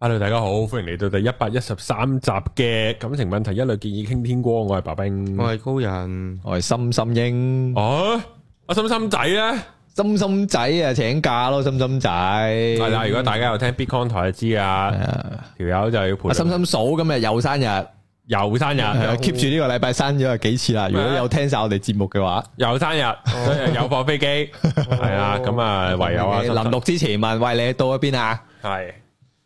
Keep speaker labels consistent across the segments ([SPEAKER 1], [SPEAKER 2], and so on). [SPEAKER 1] Hello，大家好，歡迎嚟到第一百一十三集嘅感情問題一律建議傾天光，我係白冰。
[SPEAKER 2] 我係高人，
[SPEAKER 3] 我係心心英，
[SPEAKER 1] 哦，阿心心仔咧，
[SPEAKER 3] 心心仔啊，請假咯，心心仔。
[SPEAKER 1] 係
[SPEAKER 3] 係
[SPEAKER 1] 啦，如果大家有聽 Bitcoin 台就知啊，
[SPEAKER 3] Dạ.
[SPEAKER 1] 條友就要陪
[SPEAKER 3] 阿心心嫂今日又生日
[SPEAKER 1] 又生日
[SPEAKER 3] à. Ờ, ，keep 住呢個禮拜生咗幾次啦。如果有聽晒我哋節目嘅話，
[SPEAKER 1] 又生日，所以有放飛機，係啊，咁啊唯有啊，
[SPEAKER 3] Ờ，臨錄之前問，喂，你到咗邊啊？
[SPEAKER 1] 係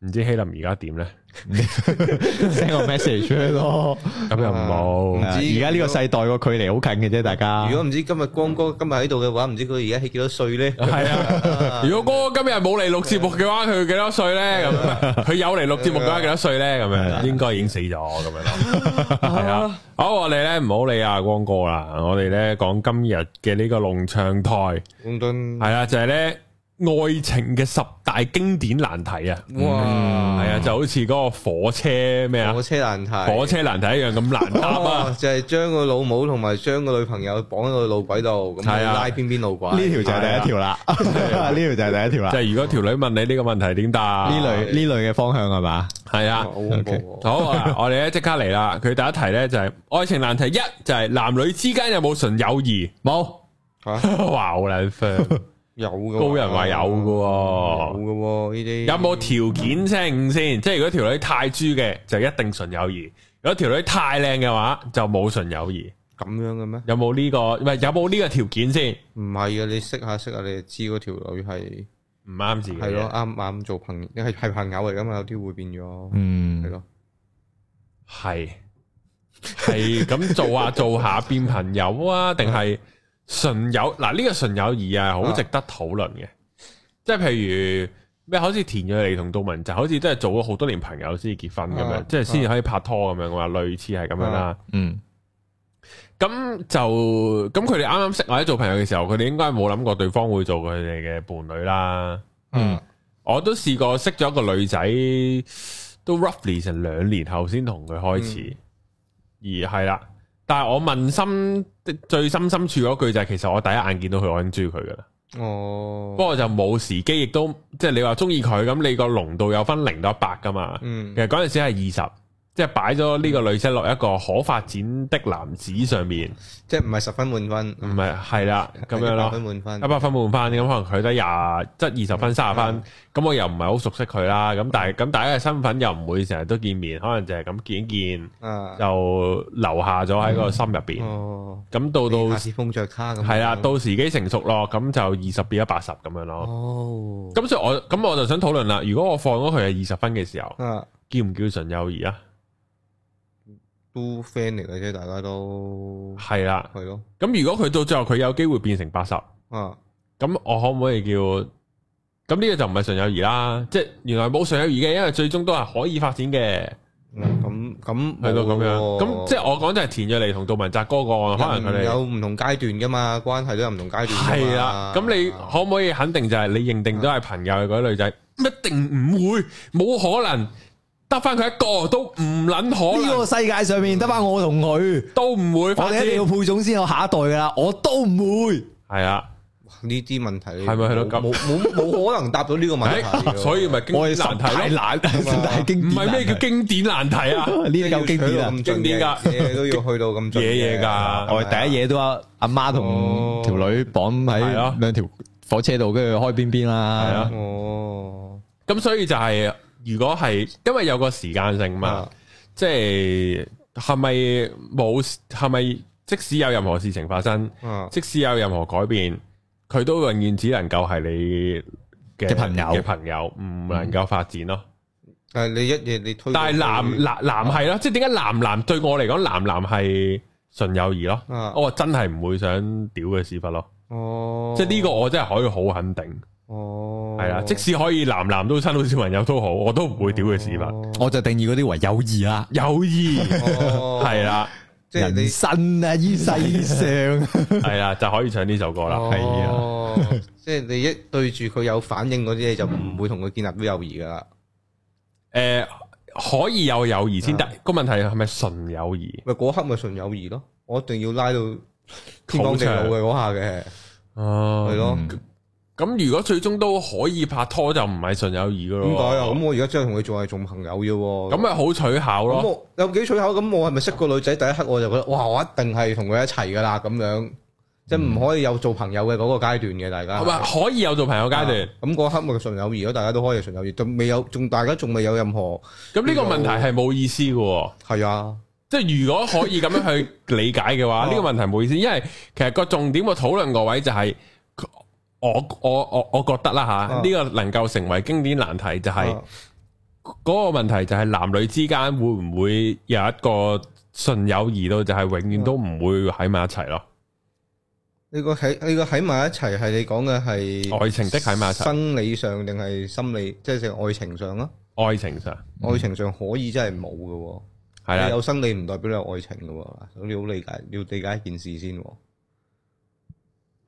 [SPEAKER 1] 唔知希林而家點咧？
[SPEAKER 3] ，send 個 message 出去咯。Ờ，
[SPEAKER 1] 咁又
[SPEAKER 2] 唔
[SPEAKER 1] 冇
[SPEAKER 2] 知
[SPEAKER 3] 而家呢個世代個距離好近嘅啫，大家。
[SPEAKER 2] 如果唔知今日光哥今日喺度嘅話，唔知佢而家起幾多歲咧？
[SPEAKER 1] 係啊！如果哥今日冇嚟錄節目嘅話，佢幾多歲咧？咁啊佢有嚟錄節目嘅話，幾多歲咧？咁樣應該已經死咗咁樣咯。係啊，好，我哋咧唔好理阿光哥啦，我哋咧講今日嘅呢個龍翔台係
[SPEAKER 2] 倫敦
[SPEAKER 1] 啦，就係咧愛情嘅十大經典難題啊！
[SPEAKER 2] 哇，
[SPEAKER 1] 係啊，就好似嗰個火車咩啊
[SPEAKER 2] 嗯火，車難題，
[SPEAKER 1] 火車難題一樣咁難答啊
[SPEAKER 2] 哦！就係將個老母同埋將個女朋友綁喺個路軌度，咁
[SPEAKER 1] 係啊
[SPEAKER 2] 拉邊邊路軌。
[SPEAKER 3] 呢條就
[SPEAKER 2] à.
[SPEAKER 3] 係第一條啦，呢條就係第一條啦。
[SPEAKER 1] 即係如果條女問你呢個問題點答？
[SPEAKER 3] 呢類呢類嘅方向係嘛？
[SPEAKER 1] 係啊
[SPEAKER 2] 好。恐怖喎，
[SPEAKER 1] 好啊！我哋咧即刻嚟啦。佢第一題咧就係愛情難題一，就係男女之間有冇純友誼？冇，
[SPEAKER 2] 嚇
[SPEAKER 1] 哇好撚 friend。
[SPEAKER 2] 有嘅喎
[SPEAKER 1] 高人話有嘅
[SPEAKER 2] 有
[SPEAKER 1] 喎，
[SPEAKER 2] 嘅喎呢啲
[SPEAKER 1] 有冇條件性先？即係如果條女太豬嘅，就一定純友誼；如果條女太靚嘅話，就冇純友誼。
[SPEAKER 2] 咁樣嘅咩？
[SPEAKER 1] 有冇呢個？唔係有冇呢個條件先？
[SPEAKER 2] 唔係啊，你識下識下，你就知嗰條女係
[SPEAKER 1] 唔啱自己嘅。
[SPEAKER 2] 係咯，啱啱做朋友，係係朋友嚟噶嘛，有啲會變咗
[SPEAKER 3] Ừ.
[SPEAKER 2] 係
[SPEAKER 3] 嗯，
[SPEAKER 2] 咯。
[SPEAKER 1] 係系咁做下做下變朋友啊，定係純友嗱？呢、個純友誼啊，好值得討論嘅。即係譬如咩，好似田蕊妮同杜汶澤，好似都係做咗好多年朋友先至結婚咁樣，
[SPEAKER 2] 啊
[SPEAKER 1] 即係先至可以拍拖咁樣話，類似係咁樣啦。
[SPEAKER 3] 嗯，
[SPEAKER 1] 咁就咁佢哋啱啱識或者做朋友嘅時候，佢哋應該冇諗過對方會做佢哋嘅伴侶啦。
[SPEAKER 3] 嗯
[SPEAKER 1] 我都試過識咗一個女仔，都 roughly 成兩年後先同佢開始，而係啦。但係我問心最深深處嗰句就係、其實我第一眼見到佢，我已經中意佢噶啦。
[SPEAKER 2] 哦
[SPEAKER 1] 不，過就冇時機，亦都即係你話中意佢，咁你個濃度有分零到一百噶嘛。
[SPEAKER 2] 嗯
[SPEAKER 1] 其實嗰陣時係二十，即係擺咗呢個女仔落一個可發展的男子上面，
[SPEAKER 2] 即係唔係十分滿分，
[SPEAKER 1] 唔係係啦咁樣
[SPEAKER 2] 一百
[SPEAKER 1] 咯
[SPEAKER 2] 分。滿分
[SPEAKER 1] 一，百分滿分咁，可能佢得廿即二十
[SPEAKER 2] 嗯
[SPEAKER 1] 分、三十分，咁我又唔係好熟悉佢啦。咁但係咁大家嘅身份又唔會成日都見面，可能就係咁見一見
[SPEAKER 2] 啊，
[SPEAKER 1] 就留下咗喺個心入邊。
[SPEAKER 2] 哦，
[SPEAKER 1] 咁到
[SPEAKER 2] 你下
[SPEAKER 1] 到
[SPEAKER 2] 次風着他咁樣，
[SPEAKER 1] 係啦，到時機成熟咯，咁就二十變一百十咁樣咯。
[SPEAKER 2] 哦，
[SPEAKER 1] 咁所以我咁我就想討論啦。如果我放咗佢係二十分嘅時候，
[SPEAKER 2] 啊，
[SPEAKER 1] 叫唔叫純友誼啊？
[SPEAKER 2] 都 friend 嚟嘅啫，大家都
[SPEAKER 1] 係啦。
[SPEAKER 2] 係咯，
[SPEAKER 1] 咁如果佢到最後佢有機會變成八十。
[SPEAKER 2] 啊，
[SPEAKER 1] 咁我可唔可以叫？咁呢個就唔係純友誼啦，即係原來冇純友誼嘅，因為最終都係可以發展嘅，
[SPEAKER 2] 咁咁
[SPEAKER 1] 係到咁樣。
[SPEAKER 2] 冇喎
[SPEAKER 1] 咁即係我講就係田蕊妮同杜汶澤嗰個案，可能佢
[SPEAKER 2] 有
[SPEAKER 1] 哋
[SPEAKER 2] 唔同階段噶嘛，關係都有唔同階段㗎嘛。
[SPEAKER 1] 係啦。咁你
[SPEAKER 2] À,
[SPEAKER 1] 可唔可以肯定就係你認定都係朋友嘅嗰啲女仔，一定唔會，冇可能得翻佢一個都唔撚可
[SPEAKER 3] 呢
[SPEAKER 1] 能，
[SPEAKER 3] 個世界上面得翻我同佢，
[SPEAKER 1] 都唔會
[SPEAKER 3] 我
[SPEAKER 1] 發展
[SPEAKER 3] 哋一。定要配種先有下一代噶啦，我都唔會。
[SPEAKER 1] 係啊，
[SPEAKER 2] 呢啲問題
[SPEAKER 1] 係咪係咯咁
[SPEAKER 2] 冇冇冇可能答到呢個問題
[SPEAKER 1] 誒
[SPEAKER 2] 㗎，
[SPEAKER 1] 所以咪經
[SPEAKER 3] 我哋
[SPEAKER 1] 典
[SPEAKER 3] 實
[SPEAKER 1] 難
[SPEAKER 3] 太
[SPEAKER 1] 題咯。
[SPEAKER 3] 難，實太經
[SPEAKER 1] 唔
[SPEAKER 3] 典難
[SPEAKER 1] 係
[SPEAKER 3] 題。
[SPEAKER 1] 咩叫經典難題啊？
[SPEAKER 3] 呢啲夠經典啦
[SPEAKER 2] 咁？
[SPEAKER 1] 經典㗎
[SPEAKER 2] 嘢都要去到咁盡
[SPEAKER 1] 嘢嘢㗎
[SPEAKER 3] 我哋第一嘢都話阿媽同條女綁
[SPEAKER 1] 係啊
[SPEAKER 3] 喺兩條火車度，跟住開邊邊
[SPEAKER 1] 係啊
[SPEAKER 3] 啦。
[SPEAKER 2] 哦，
[SPEAKER 1] 咁所以就係、如果係因為有個時間性嘛。
[SPEAKER 2] 啊
[SPEAKER 1] 即係係咪冇係咪即使有任何事情發生，
[SPEAKER 2] 啊
[SPEAKER 1] 即使有任何改變，佢都永遠只能夠係你嘅
[SPEAKER 3] 嘅朋友
[SPEAKER 1] 嘅朋友，唔能夠發展咯。
[SPEAKER 2] 嗯但係你一嘢你推到
[SPEAKER 1] 但係
[SPEAKER 2] 嗯
[SPEAKER 1] 男男男係咯，即係點解男男對我嚟講，男男係純友誼咯？
[SPEAKER 2] 啊
[SPEAKER 1] 我真係唔會想屌佢屎忽咯。
[SPEAKER 2] 哦，
[SPEAKER 1] 即係呢個我真係可以好肯定，
[SPEAKER 2] 哦，
[SPEAKER 1] 係啦。即使可以男男都親到小朋友都好，我
[SPEAKER 2] 哦
[SPEAKER 1] 都唔會屌佢屎忽。
[SPEAKER 3] 我就定義嗰啲為友誼啦。
[SPEAKER 1] 友誼
[SPEAKER 2] 哦
[SPEAKER 1] 係啦，啊
[SPEAKER 2] 即係
[SPEAKER 3] 人
[SPEAKER 2] 你
[SPEAKER 3] 生啊，於世上
[SPEAKER 1] 系啦，就可以唱呢首歌啦。
[SPEAKER 3] 係啊
[SPEAKER 2] 哦， 即係你一對住佢有反應嗰啲，你就唔會同佢建立到友誼噶啦。
[SPEAKER 1] 诶、呃可以有友誼
[SPEAKER 2] 啊
[SPEAKER 1] 先得，個問題係咪純友誼？
[SPEAKER 2] 咪嗰刻咪純友誼咯，我一定要拉到天荒地老嘅嗰下嘅，
[SPEAKER 1] 哦
[SPEAKER 2] 係咯。
[SPEAKER 1] 咁如果最終都可以拍拖，就唔係純友誼噶咯。
[SPEAKER 2] 點解啊？咁我而家真係同佢仲係做朋友啫喎。
[SPEAKER 1] 咁咪好取巧咯。
[SPEAKER 2] 咁我有幾取巧，咁我係咪識個女仔第一刻我就覺得，哇！我一定係同佢一齊噶啦，咁樣即係
[SPEAKER 1] 嗯
[SPEAKER 2] 唔可以有做朋友嘅嗰個階段嘅，大家
[SPEAKER 1] 係咪可以有做朋友階段？
[SPEAKER 2] 啊咁嗰刻咪純友誼咯，大家都可以係純友誼，仲未有，仲大家仲未有任何
[SPEAKER 1] 咁呢個問題係冇意思嘅喎。
[SPEAKER 2] 係啊，
[SPEAKER 1] 即係如果可以咁樣去理解嘅 話，
[SPEAKER 2] 哦
[SPEAKER 1] 呢個問題冇意思，因為其實個重點個討論個位就係我我我我覺得啦吓，
[SPEAKER 2] 哦
[SPEAKER 1] 呢、個能夠成為經典難題就係、
[SPEAKER 2] 啊
[SPEAKER 1] 嗰個問題就係男女之間會唔會有一個純友誼到就係永遠都唔會喺埋一齊咯？
[SPEAKER 2] 呢個喺呢個喺埋一齊係你講嘅係
[SPEAKER 1] 愛情的喺埋一齊，
[SPEAKER 2] 生理上定係心理，即係成愛情上咯。
[SPEAKER 1] 愛情上
[SPEAKER 2] 愛情上可以真係冇嘅喎，
[SPEAKER 1] 嗯係
[SPEAKER 2] 你
[SPEAKER 1] 啦，
[SPEAKER 2] 有生理唔代表你有愛情嘅喎，咁你好理解，要理解一件事先喎，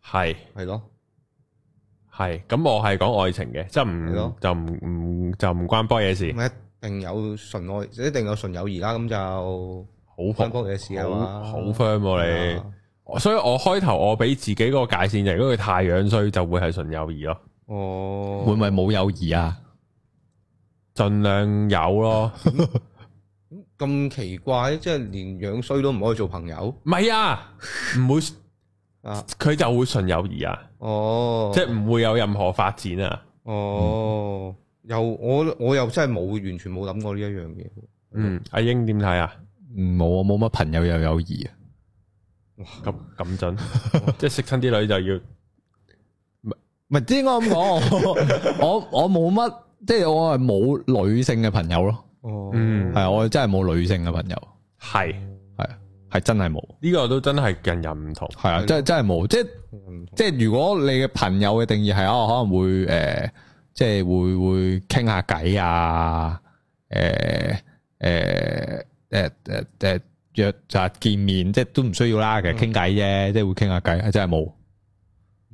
[SPEAKER 1] 係
[SPEAKER 2] 係咯。
[SPEAKER 1] 係咁我係講愛情嘅，即係
[SPEAKER 2] 係
[SPEAKER 1] 唔
[SPEAKER 2] 咯
[SPEAKER 1] 就唔唔就唔關波嘢事，
[SPEAKER 2] 咁一定有純愛，一定有純友誼啦。咁就
[SPEAKER 1] 好
[SPEAKER 2] 關波嘢事啊
[SPEAKER 1] 好
[SPEAKER 2] 嘛
[SPEAKER 1] 好 firm 喎你
[SPEAKER 2] 係。啊
[SPEAKER 1] 所以我開頭我俾自己嗰個界線就係如果佢太樣衰，就會係純友誼咯，
[SPEAKER 2] 哦，
[SPEAKER 3] 會唔會冇友誼啊？
[SPEAKER 1] 盡量有 咯。
[SPEAKER 2] 咁奇怪，即係連樣衰都唔可以做朋友
[SPEAKER 1] 唔係啊，唔會
[SPEAKER 2] 啊？
[SPEAKER 1] 佢就會純友誼啊，
[SPEAKER 2] 哦，
[SPEAKER 1] 即係嗯唔會有任何發展啊。
[SPEAKER 2] 哦，又我我又真係冇完全冇諗過呢一樣嘢。
[SPEAKER 1] 嗯，阿英點睇啊？
[SPEAKER 3] 嗯冇啊，冇乜朋友有友誼啊。
[SPEAKER 1] 咁咁 準，即係識親啲女就要
[SPEAKER 3] 唔係，即係應該咁講， 我我我冇乜，即係我係冇女性嘅朋友咯。
[SPEAKER 2] 哦，
[SPEAKER 1] 嗯
[SPEAKER 3] 係啊，我真係冇女性嘅朋友，
[SPEAKER 1] 係
[SPEAKER 3] 係啊係真係冇，
[SPEAKER 1] 呢個都真係人人唔同。
[SPEAKER 3] 係啊，真係真係冇。即係
[SPEAKER 2] 唔同
[SPEAKER 3] 即係如果你嘅朋友嘅定義係啊，可能會誒、呃即係會會傾下偈啊，呃誒誒誒誒誒呃約就係見面，即係都唔需要啦。其實傾偈啫，即係會傾下偈，真係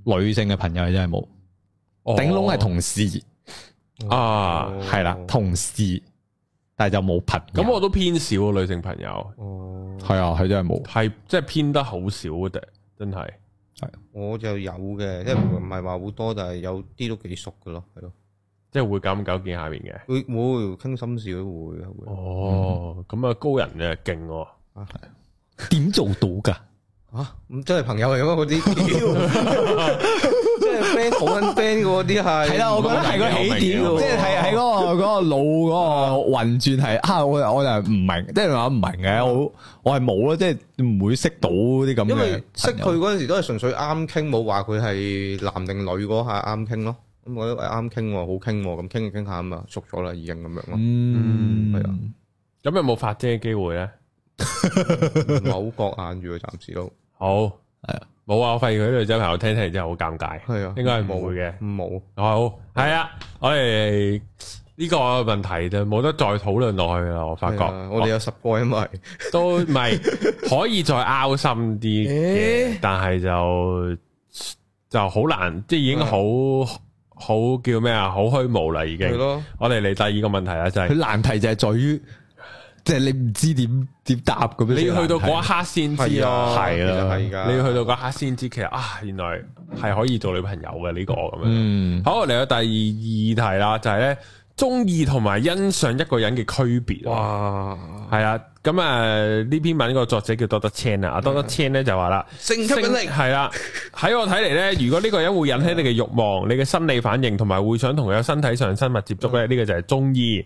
[SPEAKER 3] 冇女性嘅朋友真係冇，頂籠係同哦事。
[SPEAKER 1] 啊
[SPEAKER 3] 系啦，同事，但系就冇朋友。
[SPEAKER 1] 咁，我都偏少啊女性朋友，
[SPEAKER 2] 哦，
[SPEAKER 3] 系啊，佢真系冇。
[SPEAKER 1] 係即係偏得好少嘅，真係。
[SPEAKER 2] 我就有嘅，即係唔係話好多，但係有啲都幾熟嘅咯，係咯，
[SPEAKER 1] 即係會咁久見下面嘅。
[SPEAKER 2] 會會傾心事都會會
[SPEAKER 1] 哦，咁啊高人啊勁喎。
[SPEAKER 3] 点做到噶？
[SPEAKER 2] 啊，咁真係朋友嚟嘅嗰啲，即係 friend 好撚 friend 嘅嗰啲係，
[SPEAKER 3] 系啦，我觉得系个起点，
[SPEAKER 1] 嗯我明嘅我明嘅哦
[SPEAKER 3] 即系喺喺嗰个嗰个腦嗰個運轉係啊，我我就唔明，即係話唔明
[SPEAKER 1] 嗯
[SPEAKER 3] 嘅，我我係冇咯，即係唔會識到啲咁
[SPEAKER 2] 因
[SPEAKER 3] 嘅
[SPEAKER 2] 為識
[SPEAKER 3] 朋友。
[SPEAKER 2] 佢嗰陣時都係純粹啱傾，冇話佢係男定女嗰下啱傾咯。咁我覺得啱傾喎，好傾喎，咁傾傾下咁啊，熟咗啦已經咁樣咯，
[SPEAKER 3] 嗯，
[SPEAKER 2] 係啊
[SPEAKER 1] 咁有冇發姐嘅機會咧？
[SPEAKER 2] 唔係好覺眼住啊，暫時都
[SPEAKER 1] 好
[SPEAKER 3] 係啊，
[SPEAKER 1] 冇啊！我發現佢啲女仔朋友聽聽真係好尷尬。
[SPEAKER 2] 係啊，
[SPEAKER 1] 應該係冇嘅
[SPEAKER 2] 冇
[SPEAKER 1] 好係啊，我哋呢個問題就冇得再討論落去啦。我發
[SPEAKER 2] 發
[SPEAKER 1] 覺
[SPEAKER 2] 覺。啊
[SPEAKER 3] 啊
[SPEAKER 2] 我哋有十個，因為
[SPEAKER 1] 都唔係可以再拗深啲嘅
[SPEAKER 3] 欸，
[SPEAKER 1] 但係就就好難，即係已經好好叫咩啊，好虛無啦已
[SPEAKER 2] 嗯係
[SPEAKER 1] 經。
[SPEAKER 2] 咯，
[SPEAKER 1] 我哋嚟第二個問題啦，就係
[SPEAKER 3] 佢難題就係在於，即係你唔知點點答咁樣。
[SPEAKER 1] 你要去到嗰一刻先知
[SPEAKER 2] 係
[SPEAKER 1] 咯，
[SPEAKER 2] 啊，其
[SPEAKER 3] 係啦
[SPEAKER 2] 實係㗎，
[SPEAKER 1] 你要去到嗰一刻先知，其實啊，原來係可以做女朋友嘅呢個咁樣。
[SPEAKER 3] 嗯，
[SPEAKER 1] 好，嚟到第二題啦，就係咧中意同埋欣賞一個人嘅區別。啊
[SPEAKER 2] 哇，
[SPEAKER 1] 系啊，咁啊呢篇文個作者叫多德青啊，阿多德青咧就話啦，
[SPEAKER 2] 嗯性吸引力嗯
[SPEAKER 1] 系啦，喺我睇嚟咧，如果呢個人會引起你嘅慾望、你嘅生理反應，同埋會想同佢有身體上生物接觸
[SPEAKER 2] 嗯
[SPEAKER 1] 咧，呢、個就係中意。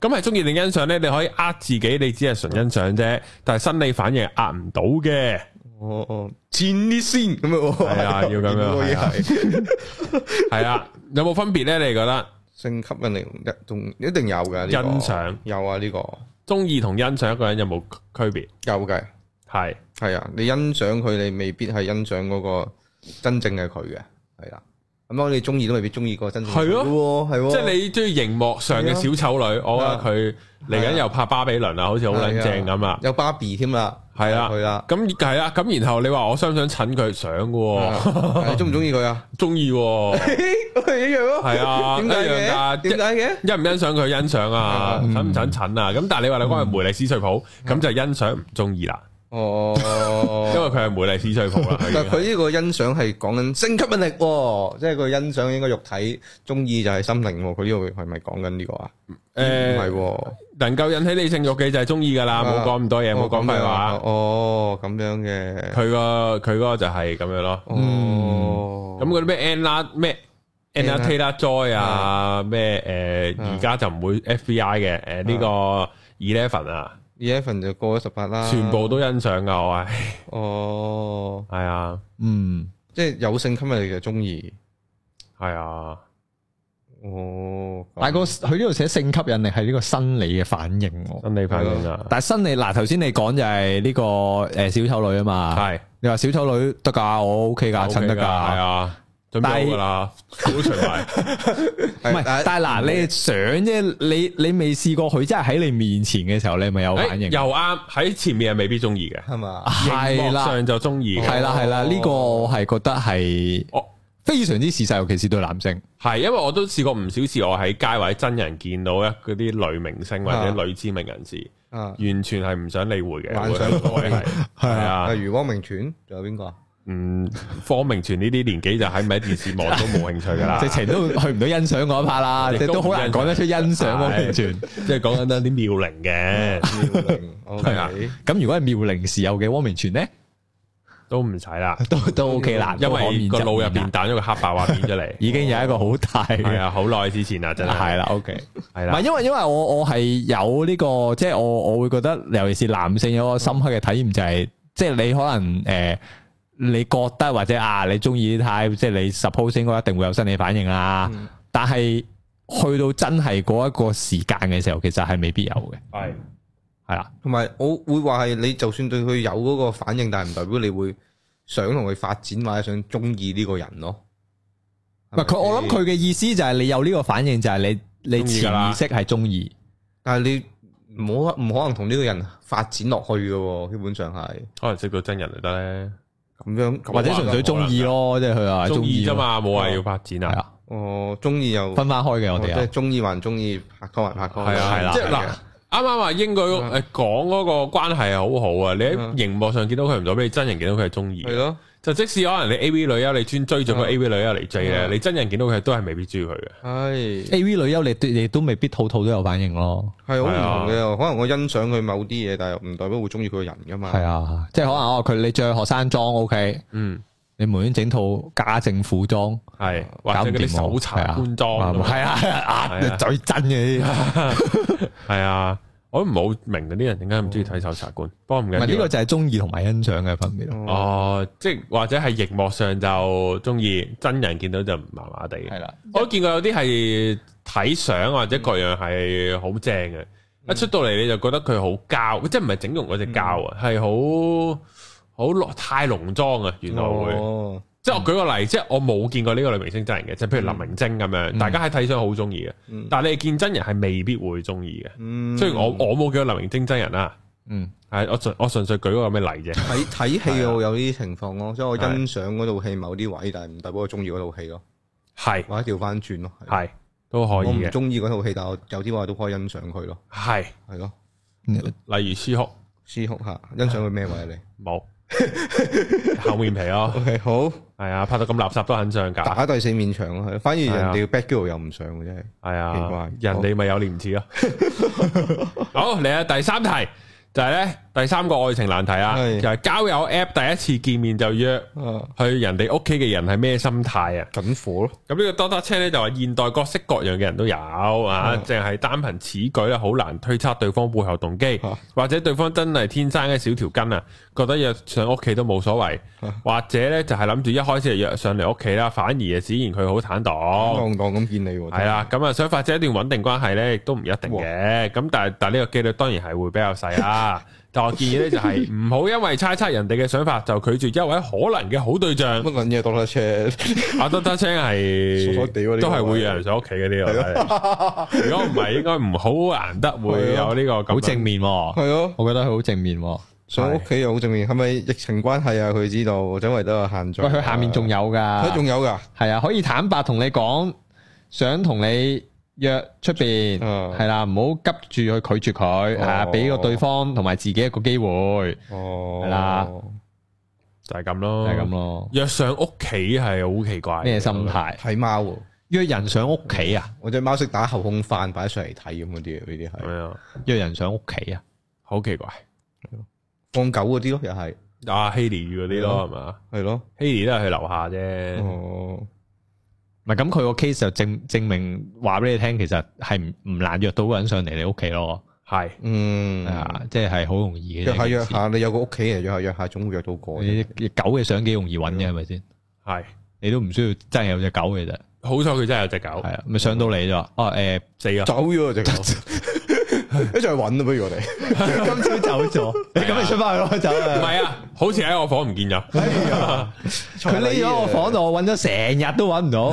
[SPEAKER 1] 咁係中意定欣賞咧？你可以呃自己，你只係純欣賞啫，但係生理反應係呃唔到嘅。
[SPEAKER 2] 哦哦，戰啲先咁樣喎，
[SPEAKER 1] 係啊要咁樣
[SPEAKER 2] 嗰個嘢係
[SPEAKER 1] 係啊， 有冇分別咧？你覺得
[SPEAKER 2] 性吸引力一仲一定有㗎，呢個
[SPEAKER 1] 欣賞
[SPEAKER 2] 有啊，呢個
[SPEAKER 1] 中意同欣賞一個人有冇區別？
[SPEAKER 2] 有嘅。
[SPEAKER 1] 係
[SPEAKER 2] 系啊，你欣賞佢，你未必係欣賞嗰個真正嘅佢嘅，係啦。咁我哋中意都未必中意個真正嘅佢
[SPEAKER 1] 係
[SPEAKER 2] 喎，係喎。
[SPEAKER 1] 即係你中意熒幕上嘅小丑女，我覺得佢嚟緊又拍巴比倫啊，好似好撚正咁啊！啊
[SPEAKER 2] 有芭比添啦，
[SPEAKER 1] 系啦，
[SPEAKER 2] 佢啦，
[SPEAKER 1] 咁系啦，咁然後你話我想唔想襯佢想嘅
[SPEAKER 2] 嗯
[SPEAKER 1] 喎，
[SPEAKER 2] 你中唔中意佢 啊？
[SPEAKER 1] 中意 喎，
[SPEAKER 2] 一样咯，
[SPEAKER 1] 係啊，
[SPEAKER 2] 點
[SPEAKER 1] 一
[SPEAKER 2] 解
[SPEAKER 1] 樣㗎
[SPEAKER 2] 嘅？點
[SPEAKER 1] 一
[SPEAKER 2] 解嘅？
[SPEAKER 1] 欣唔欣賞佢欣賞啊，
[SPEAKER 3] 嗯
[SPEAKER 1] 襯唔襯襯啊？咁但係你話你講係梅麗斯翠普，
[SPEAKER 2] 嗯
[SPEAKER 1] 咁就欣賞唔中意啦，因為
[SPEAKER 2] 哦，
[SPEAKER 1] 佢係梅麗斯翠普啦。已經
[SPEAKER 2] 但佢呢個欣賞係講緊性吸引力喎，即係佢欣賞應該肉體，中意就係心靈喎。佢呢度係咪講緊呢個啊？唔係
[SPEAKER 1] 誒，
[SPEAKER 2] 喎，
[SPEAKER 1] 能夠引起你性欲嘅就係中意㗎啦，
[SPEAKER 2] 哦
[SPEAKER 1] 冇講咁多嘢，冇講
[SPEAKER 2] 咩
[SPEAKER 1] 廢話。
[SPEAKER 2] 啊哦，咁樣嘅，
[SPEAKER 1] 佢個佢嗰個就係咁樣咯。
[SPEAKER 2] 哦，
[SPEAKER 1] 咁嗰啲咩 Anna 咩 Anna
[SPEAKER 2] Anna- 嗯
[SPEAKER 1] Taylor Joy 啊，咩誒
[SPEAKER 2] 啊
[SPEAKER 1] 而家就唔會 FBI 嘅誒
[SPEAKER 2] 嗯
[SPEAKER 1] 呢個 Eleven 啊，
[SPEAKER 2] Eleven 就過咗十八啦，
[SPEAKER 1] 全部都欣賞噶，我係
[SPEAKER 2] 哦，
[SPEAKER 1] 係啊
[SPEAKER 3] 嗯，
[SPEAKER 2] 即係有性吸引力就中意，
[SPEAKER 1] 係啊，
[SPEAKER 2] 哦，咁
[SPEAKER 3] 但係個佢呢度寫性吸引力係呢個生理嘅反應喎。
[SPEAKER 1] 真理反應啊，
[SPEAKER 3] 但係生理嗱，頭先你講就係呢個誒小丑女啊嘛，
[SPEAKER 1] 係
[SPEAKER 3] 你話小丑女得㗎，我 OK 㗎，襯
[SPEAKER 1] OK
[SPEAKER 3] 得
[SPEAKER 1] 㗎係
[SPEAKER 3] 㗎。
[SPEAKER 1] 啊，準備好㗎啦，好除埋
[SPEAKER 3] 唔係，但係嗱，你係想啫，你你未試過佢真係喺你面前嘅時候，你咪有反應
[SPEAKER 1] 誒。又啱喺前面係未必中意嘅，
[SPEAKER 2] 係嘛？啊
[SPEAKER 1] 熒
[SPEAKER 3] 係
[SPEAKER 1] 幕
[SPEAKER 3] 啦，
[SPEAKER 1] 上就中意嘅，
[SPEAKER 3] 係啦，係啦，呢個我係覺得係
[SPEAKER 1] 我
[SPEAKER 3] 非常之事實，尤其是對男性。
[SPEAKER 1] 係因為我都試過唔少次，我喺街或者真人見到一嗰啲女明星或者
[SPEAKER 2] 啊
[SPEAKER 1] 女知名人士，
[SPEAKER 2] 啊，
[SPEAKER 1] 完全係唔想理會嘅，
[SPEAKER 2] 幻
[SPEAKER 1] 我覺
[SPEAKER 2] 想
[SPEAKER 1] 得嗰位係係啊。
[SPEAKER 2] 例如汪明荃，仲有邊個 啊？
[SPEAKER 1] 嗯，方明全呢啲年紀就喺咪電視望都冇興趣噶啦，
[SPEAKER 3] 直情都去唔到欣賞嗰一 part 啦，
[SPEAKER 1] 亦
[SPEAKER 3] 即係
[SPEAKER 1] 都
[SPEAKER 3] 都好
[SPEAKER 1] 唔
[SPEAKER 3] 難
[SPEAKER 1] 欣
[SPEAKER 3] 講得出欣賞嗰
[SPEAKER 1] 係
[SPEAKER 3] 完全。
[SPEAKER 1] 即係講緊得啲妙齡嘅，
[SPEAKER 2] 妙齡
[SPEAKER 1] 係啊
[SPEAKER 2] ，OK，
[SPEAKER 3] 咁如果係妙齡時有嘅汪明荃咧，
[SPEAKER 1] 都唔使啦，
[SPEAKER 3] 都都 OK 啦，
[SPEAKER 1] 因為
[SPEAKER 3] 為
[SPEAKER 1] 個腦入邊彈咗個黑白畫面出嚟，
[SPEAKER 3] 已經有一個好大
[SPEAKER 1] 係
[SPEAKER 3] 嘅
[SPEAKER 1] 啊，好耐之前啦，真係
[SPEAKER 3] 係啦，OK。
[SPEAKER 1] 係
[SPEAKER 3] 唔係
[SPEAKER 1] 啦，
[SPEAKER 3] 因為因為我我係有呢、個，即係我我會覺得，尤其是男性有個深刻嘅體驗就係、即係你可能誒、呃你覺得或者啊，你中意啲 type，即係你 suppose 應該一定會有生理反應啦。
[SPEAKER 2] 嗯
[SPEAKER 3] 但係去到真係嗰一個時間嘅時候，其實係未必有嘅，
[SPEAKER 1] 係
[SPEAKER 3] 係啦，
[SPEAKER 2] 同埋我會話係你就算對佢有嗰個反應，但係唔代表你會想同佢發展或者想中意呢個人咯。
[SPEAKER 1] 啊
[SPEAKER 3] 唔係佢，我諗佢嘅意思就係你有呢個反應，就係你你
[SPEAKER 1] 鍾意㗎啦
[SPEAKER 3] 潛意識係中意，
[SPEAKER 2] 但係你唔可唔可能同呢個人發展落去嘅喎，基本上係
[SPEAKER 1] 可能識到真人就得咧，
[SPEAKER 2] 咁樣。
[SPEAKER 1] 啊
[SPEAKER 2] 咁
[SPEAKER 3] 或者
[SPEAKER 2] 話
[SPEAKER 3] 純粹中意咯，即係啊佢話
[SPEAKER 1] 中意
[SPEAKER 3] 咯
[SPEAKER 1] 啫，嘛，冇話要發展
[SPEAKER 3] 係
[SPEAKER 1] 啊，
[SPEAKER 3] 啊，
[SPEAKER 2] 哦，中意又
[SPEAKER 3] 分翻開嘅我
[SPEAKER 2] 即
[SPEAKER 3] 哋
[SPEAKER 1] 哦
[SPEAKER 2] 係
[SPEAKER 3] 啊，
[SPEAKER 2] 中意還中意，拍拖還拍拖，
[SPEAKER 1] 係啊，
[SPEAKER 3] 係啦
[SPEAKER 1] 即係嗱
[SPEAKER 2] 係嘅。
[SPEAKER 1] 啱啱話英國
[SPEAKER 2] 嗯
[SPEAKER 1] 誒講嗰個關係係好好啊！你
[SPEAKER 2] 嗯
[SPEAKER 1] 喺熒幕上見到佢唔代表你真人見到佢係中意嘅，
[SPEAKER 2] 係咯，
[SPEAKER 1] 就即使可能你 A V 女優你專追咗個
[SPEAKER 2] 嗯
[SPEAKER 1] A V 女優嚟追咧，
[SPEAKER 2] 嗯
[SPEAKER 1] 你真人見到佢都係未必追佢嘅。
[SPEAKER 2] 係
[SPEAKER 3] A.V. 女優你都你都未必套套都有反應咯。
[SPEAKER 2] 係好唔
[SPEAKER 1] 係啊
[SPEAKER 2] 同嘅。可能我欣賞佢某啲嘢，但係又唔代表會中意佢個人噶嘛。
[SPEAKER 3] 系啊，即系可能哦，佢你着學生裝 OK，
[SPEAKER 1] 嗯，
[SPEAKER 3] 你無端整套家政婦裝，
[SPEAKER 1] 係或
[SPEAKER 3] 搞
[SPEAKER 1] 者
[SPEAKER 3] 唔
[SPEAKER 1] 嗰啲
[SPEAKER 3] 掂
[SPEAKER 1] 搜
[SPEAKER 3] 我
[SPEAKER 1] 查官裝咁
[SPEAKER 3] 係
[SPEAKER 1] 啊，
[SPEAKER 3] 啊，係啊，
[SPEAKER 1] 係啊
[SPEAKER 3] 啊最真嘅呢
[SPEAKER 1] 係啊，我都唔係好明嗰啲人點解唔中意睇搜查官，不過唔
[SPEAKER 3] 啲，唔係呢
[SPEAKER 1] 緊要
[SPEAKER 3] 個
[SPEAKER 1] 啊。
[SPEAKER 3] 就係中意同埋欣賞嘅分別咯。
[SPEAKER 2] 哦，
[SPEAKER 1] 哦，即係或者係熒幕上就中意，真人見到就麻麻地。
[SPEAKER 3] 係啦，
[SPEAKER 1] 我都見過有啲係睇相或者各樣係好正嘅，
[SPEAKER 2] 嗯
[SPEAKER 1] 一出到嚟你就覺得佢好膠，即係唔係整容嗰只膠啊，
[SPEAKER 2] 嗯
[SPEAKER 1] 係好好濃太濃妝啊，原來會。
[SPEAKER 2] 哦
[SPEAKER 1] 即係我舉個例，即係我冇見過呢個女明星真人嘅，即係譬如林明晶咁樣，大家喺睇相好中意嘅
[SPEAKER 2] 嗯，
[SPEAKER 1] 但係你見真人係未必會中意嘅。
[SPEAKER 2] 嗯
[SPEAKER 1] 雖然我我冇見過林明晶真人啦，
[SPEAKER 3] 嗯，
[SPEAKER 1] 係我純我純粹舉個咩例啫，
[SPEAKER 2] 睇睇
[SPEAKER 1] 啊
[SPEAKER 2] 戲我有呢啲情況咯，即係我欣賞嗰套戲某啲位，但係唔代表我中意嗰套戲咯，
[SPEAKER 1] 係
[SPEAKER 2] 或者調翻轉咯。係
[SPEAKER 1] 係都可
[SPEAKER 2] 我
[SPEAKER 1] 以
[SPEAKER 2] 唔
[SPEAKER 1] 嘅，
[SPEAKER 2] 中意嗰套戲，但係我有啲位都可以欣賞佢咯，
[SPEAKER 1] 係
[SPEAKER 2] 係咯。
[SPEAKER 1] 例如舒哭
[SPEAKER 2] 思哭下，欣賞佢咩位啊你
[SPEAKER 1] 冇厚面皮咯，
[SPEAKER 2] ？OK，好
[SPEAKER 1] 係啊，拍到咁垃圾都肯上㗎，
[SPEAKER 2] 打第四面牆咯，係反而
[SPEAKER 1] 係
[SPEAKER 2] 人
[SPEAKER 1] 啊
[SPEAKER 2] 哋 back girl 又唔上嘅真係。
[SPEAKER 1] 係
[SPEAKER 2] 奇
[SPEAKER 1] 啊
[SPEAKER 2] 怪，
[SPEAKER 1] 人哋咪有廉恥咯。 好嚟啊，第三題就係咧第三個愛情難題啊，
[SPEAKER 2] 係
[SPEAKER 1] 就係交友 app 第一次見面就約。
[SPEAKER 2] 啊，
[SPEAKER 1] 去人哋屋企嘅人係咩心態啊？
[SPEAKER 2] 緊火咯，
[SPEAKER 1] 咁呢個 Dota Chan 咧就話現代各式各樣嘅人都有啊，
[SPEAKER 2] 嗯
[SPEAKER 1] 淨係單憑此舉啊咧，好難推測對方背後動機
[SPEAKER 2] 啊，
[SPEAKER 1] 或者對方真係天生嘅小條筋啊，覺得約上屋企都冇所謂，
[SPEAKER 2] 啊
[SPEAKER 1] 或者咧就係諗住一開始就約上嚟屋企啦，反而啊自然佢好坦蕩。
[SPEAKER 2] 當當咁見你喎。
[SPEAKER 1] 系啦，咁啊想發展一段穩定關係咧，亦都唔一定
[SPEAKER 2] 哦
[SPEAKER 1] 嘅。咁但係但呢個機率當然係會比較細啦。 但我建議咧就係唔好因為猜測人哋嘅想法就拒絕一位可能嘅好對象。
[SPEAKER 2] 乜撚嘢當得車？
[SPEAKER 1] 阿德德青係
[SPEAKER 2] 傻傻地喎呢個
[SPEAKER 1] 都係會有人上屋企嗰 啲我睇嚟。如果唔係，應該唔好難得會有呢個咁樣
[SPEAKER 3] 好正。面喎，
[SPEAKER 2] 係咯，
[SPEAKER 3] 我覺得佢好正面喎，
[SPEAKER 2] 上屋企又好正面，係咪疫情關係啊？佢知道，因為都有限聚。
[SPEAKER 3] 喂，佢下面仲
[SPEAKER 2] 有，
[SPEAKER 3] 有
[SPEAKER 2] 佢
[SPEAKER 3] 㗎，
[SPEAKER 2] 仲有噶，
[SPEAKER 3] 係啊，可以坦白同你講，想同你約出邊，
[SPEAKER 2] 嗯
[SPEAKER 1] 啊
[SPEAKER 3] 係啦，唔好急住去拒絕佢，
[SPEAKER 2] 哦
[SPEAKER 3] 係啊，俾個對方同埋自己一個機會，
[SPEAKER 2] 哦，
[SPEAKER 3] 係啦
[SPEAKER 1] 就係咁咯，
[SPEAKER 3] 就係咁。咯。
[SPEAKER 1] 約上屋企係好啊奇怪嘅，
[SPEAKER 3] 咩心態？
[SPEAKER 2] 睇貓喎，
[SPEAKER 3] 約人上屋企啊？
[SPEAKER 2] 我只貓識打後空翻，擺上嚟睇咁嗰啲啊，呢啲
[SPEAKER 1] 我覺
[SPEAKER 2] 係
[SPEAKER 1] 得？咁樣
[SPEAKER 3] 約人上屋企啊？
[SPEAKER 1] 好奇怪。
[SPEAKER 2] 放狗嗰啲咯，又係
[SPEAKER 1] 阿希尼嗰啲咯，係嘛？
[SPEAKER 2] 係咯，
[SPEAKER 1] 希尼都係去樓下啫，
[SPEAKER 2] 哦，
[SPEAKER 3] 唔係咁，佢個 case 就證證明話俾你聽，其實係唔唔難約到個人上嚟你屋企咯，
[SPEAKER 1] 係
[SPEAKER 2] 嗯
[SPEAKER 3] 係，啊，即係係好容易嘅。
[SPEAKER 2] 約下
[SPEAKER 3] 呢件
[SPEAKER 2] 約
[SPEAKER 3] 事
[SPEAKER 2] 下，你有個屋企人約下約下，總會約到個。
[SPEAKER 3] 你你狗嘅相幾容易揾
[SPEAKER 2] 嗯
[SPEAKER 3] 嘅係咪先？
[SPEAKER 1] 係。
[SPEAKER 3] 你都唔需要真係有隻狗嘅啫，
[SPEAKER 1] 好彩佢真係有隻狗
[SPEAKER 3] 係啊，咪上到嚟就話哦 誒，
[SPEAKER 1] 死啊！
[SPEAKER 2] 走咗只狗，一齊揾啊！不如我哋
[SPEAKER 3] 今朝走咗，你咁咪出翻 去咯，走
[SPEAKER 1] 唔
[SPEAKER 3] 啊！
[SPEAKER 1] 係啊，好似喺我房唔見咗，
[SPEAKER 3] 佢匿咗我房度，我揾咗成日都揾 唔到，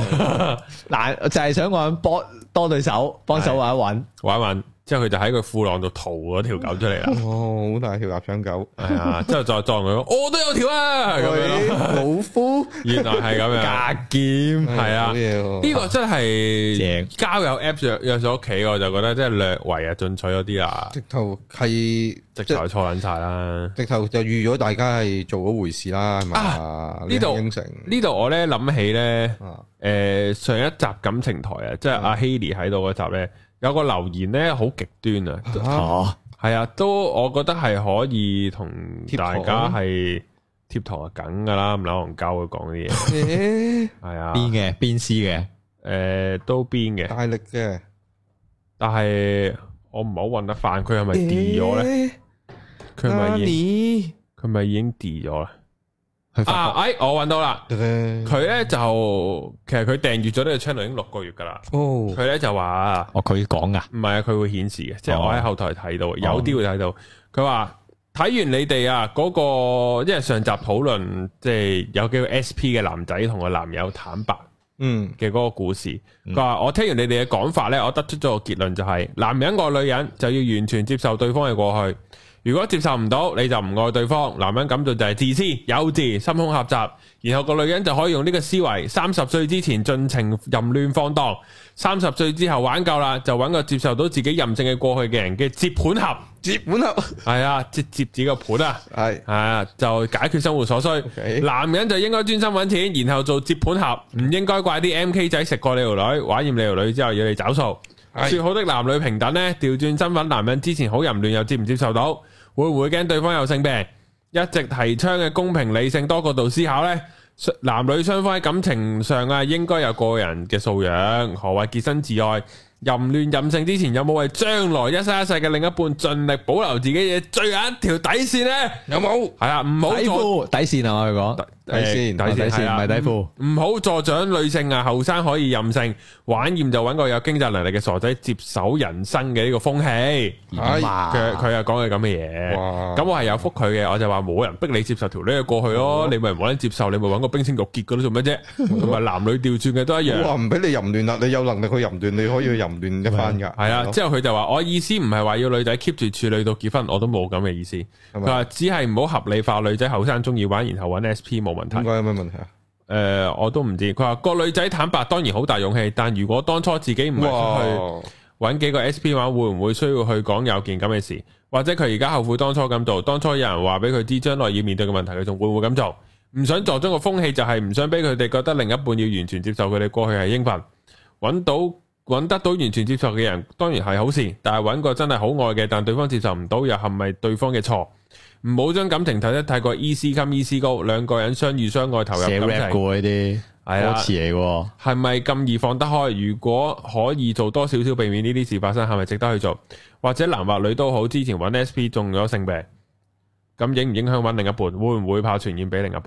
[SPEAKER 3] 嗱就係想我幫多對手幫手揾一揾，
[SPEAKER 1] 玩一玩之後佢就喺個褲浪度逃嗰條狗出嚟啦。
[SPEAKER 2] 哦，好大條臘腸狗，
[SPEAKER 1] 係啊，之後再撞佢，我都有條啊，咁樣
[SPEAKER 2] 喂
[SPEAKER 1] 咯。
[SPEAKER 2] 老夫
[SPEAKER 1] 原來係咁樣，
[SPEAKER 3] 架劍
[SPEAKER 1] 係啊
[SPEAKER 2] 好嘢喎
[SPEAKER 1] 呢個真係
[SPEAKER 3] 正
[SPEAKER 1] 交友 app 約約咗屋企，我就覺得即係略為啊進取咗啲啦，
[SPEAKER 2] 直頭係嗯
[SPEAKER 1] 直頭錯撚晒啦。
[SPEAKER 2] 直頭就預咗大家係做嗰回事啦，係嘛？
[SPEAKER 1] 啊呢度
[SPEAKER 2] 應承
[SPEAKER 1] 呢度我咧諗起咧，
[SPEAKER 2] 啊，
[SPEAKER 1] 诶、上一集感情台啊，
[SPEAKER 2] 嗯
[SPEAKER 1] 即係阿 Haley 喺度嗰集咧，有個留言咧好極端啊，
[SPEAKER 2] 嚇
[SPEAKER 3] 哦，
[SPEAKER 1] 係啊，都我覺得係可以同
[SPEAKER 2] 貼
[SPEAKER 1] 大
[SPEAKER 2] 堂
[SPEAKER 1] 家係貼堂啊，梗噶啦，唔扭戇鳩佢講啲嘢，
[SPEAKER 2] 咦
[SPEAKER 1] 係啊，
[SPEAKER 3] 邊嘅邊師嘅，
[SPEAKER 1] 诶、都邊嘅，
[SPEAKER 2] 大力嘅，
[SPEAKER 1] 但係我唔好搵得翻，佢係咪 D 咗咧？
[SPEAKER 2] 咧？
[SPEAKER 1] 佢係
[SPEAKER 2] 啊
[SPEAKER 1] 咪已經
[SPEAKER 2] 咪
[SPEAKER 1] 佢係咪已經 D 咗啦？
[SPEAKER 3] 去
[SPEAKER 1] 啊，
[SPEAKER 3] 法
[SPEAKER 1] 哎，我搵到啦，
[SPEAKER 2] 佢
[SPEAKER 1] 佢咧就其實佢訂閱咗呢個 channel 已經六個月噶啦，
[SPEAKER 2] 哦，
[SPEAKER 1] 佢咧就話。
[SPEAKER 3] 國，哦佢講噶，
[SPEAKER 1] 唔係啊，佢會顯示嘅，即係
[SPEAKER 3] 哦
[SPEAKER 1] 我喺後台睇到，有啲會睇到。佢話睇完你哋啊，嗰、個因為上集討論即係有幾個 SP 嘅男仔同個男友坦白
[SPEAKER 2] 嗯，
[SPEAKER 1] 嘅嗰個故事。佢話、我聽完你哋嘅講法呢，我得出咗個結論就係、男人愛女人就要完全接受對方嘅過去。如果接受唔到，你就唔愛對方。男人咁做就係自私、幼稚、心胸狹窄，然後個女人就可以用呢個思維：三十歲之前盡情淫亂放蕩，三十歲之後玩夠啦，就揾個接受到自己任性嘅過去嘅人嘅接盤俠，
[SPEAKER 2] 接本盒
[SPEAKER 1] 係啊，接接自己個盤啊！
[SPEAKER 2] 係
[SPEAKER 1] 啊，就解決生活所需。
[SPEAKER 2] OK
[SPEAKER 1] 男人就應該專心揾錢，然後做接盤俠，唔應該怪啲 M K 仔食過你條女，玩厭你條女之後要你找數。
[SPEAKER 2] 係
[SPEAKER 1] 說好的男女平等呢，調轉身份，男人之前好淫亂又接唔接受到，會唔會驚對方有性病？一直提倡嘅公平理性多角度思考呢，雙男女雙方喺感情上啊，應該有個人嘅素養。何謂潔身自愛？淫亂任性之前，有冇為將來一生一世嘅另一半盡力保留自己嘅最後一條底線呢？
[SPEAKER 2] 有冇？
[SPEAKER 1] 系啊，唔好
[SPEAKER 3] 底
[SPEAKER 1] 助
[SPEAKER 3] 褲底線啊嘛佢講。
[SPEAKER 2] 底
[SPEAKER 1] 誒
[SPEAKER 2] 線
[SPEAKER 3] 底
[SPEAKER 1] 底
[SPEAKER 3] 線
[SPEAKER 1] 線啊
[SPEAKER 3] 唔係底褲，
[SPEAKER 1] 唔好助長女性啊，後生可以任性，玩厭就揾個有經濟能力嘅傻仔接手人生嘅呢個風氣。
[SPEAKER 2] 係
[SPEAKER 1] 哎
[SPEAKER 3] 啊
[SPEAKER 1] 佢佢又講佢咁嘅嘢，
[SPEAKER 2] 哇
[SPEAKER 1] 咁我係有覆佢嘅，我就話冇人逼你接受條女嘅過去
[SPEAKER 3] 啊
[SPEAKER 1] 咯，你咪唔得接受，你咪揾個冰清玉潔嗰啲做乜啫？ 同埋男女調轉嘅都一
[SPEAKER 2] 我
[SPEAKER 3] 啊
[SPEAKER 1] 樣。
[SPEAKER 2] 話唔俾你淫亂啦，你有能力去淫亂，你可以去淫亂一番㗎。
[SPEAKER 1] 係啊，之後佢就話：我意思唔係話要女仔 keep 住處女到結婚，我都冇咁嘅意思。
[SPEAKER 2] 係
[SPEAKER 1] 佢
[SPEAKER 2] 咪
[SPEAKER 1] 話只係唔好合理化女仔後生中意玩，然後揾 SP 冇問題
[SPEAKER 2] 點。解有咩問題啊？
[SPEAKER 1] 诶、呃我都唔知。佢話個女仔坦白當然好大勇氣，但如果當初自己唔係出去
[SPEAKER 2] 哇！
[SPEAKER 1] 揾幾個 SP 玩，會唔會需要去講有件咁嘅事？或者佢而家後悔當初咁做？當初有人話俾佢知將來要面對嘅問題，佢仲會唔會咁做？唔想助長個風氣，就係唔想俾佢哋覺得另一半要完全接受佢哋過去係應份。揾到揾得到完全接受嘅人，當然係好事。但係揾個真係好愛嘅，但對方接受唔到，又係咪對方嘅錯？唔好將感情睇得太過 E easy come easy go，兩個人相遇相愛投入
[SPEAKER 3] 寫
[SPEAKER 1] 感
[SPEAKER 3] rap
[SPEAKER 1] 情
[SPEAKER 3] 嘅。喎呢啲
[SPEAKER 1] 係啊
[SPEAKER 3] 歌詞嚟嘅喎，
[SPEAKER 1] 係咪咁易放得開？如果可以做多少少避免呢啲事發生，係咪值得去做？或者男或女都好，之前揾 SP 中咗性病，咁影唔影響揾另一半？會唔會怕傳染俾另一半？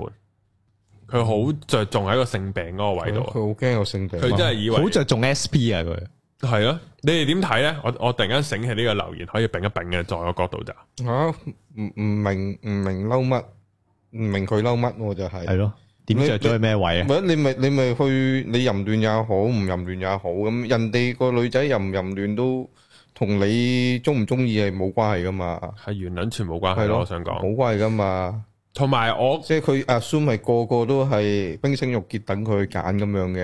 [SPEAKER 1] 佢好着重喺個性病嗰個位度
[SPEAKER 2] 佢
[SPEAKER 1] 啊，
[SPEAKER 2] 好驚有性病。
[SPEAKER 1] 佢真係以為
[SPEAKER 3] 好着重 SP 啊佢，
[SPEAKER 1] 係咯。你哋點睇呢？我我突然間醒起呢個留言，可以並一並嘅，在我角度就
[SPEAKER 2] 吓唔唔明唔明嬲乜，唔明佢嬲乜喎就係。
[SPEAKER 3] 係咯，點着咗去咩位啊？
[SPEAKER 2] 咪你咪你咪去你淫亂也好，唔淫亂也好，咁人哋個女仔淫唔淫亂都同你中唔中意係冇關係噶嘛，
[SPEAKER 1] 系完撚全冇關係
[SPEAKER 2] 係
[SPEAKER 1] 咯，
[SPEAKER 2] 咯
[SPEAKER 1] 我想講。
[SPEAKER 2] 冇關係噶嘛。
[SPEAKER 1] 同埋我
[SPEAKER 2] 即係佢 assume 係個個都係冰清玉潔等佢揀咁樣嘅，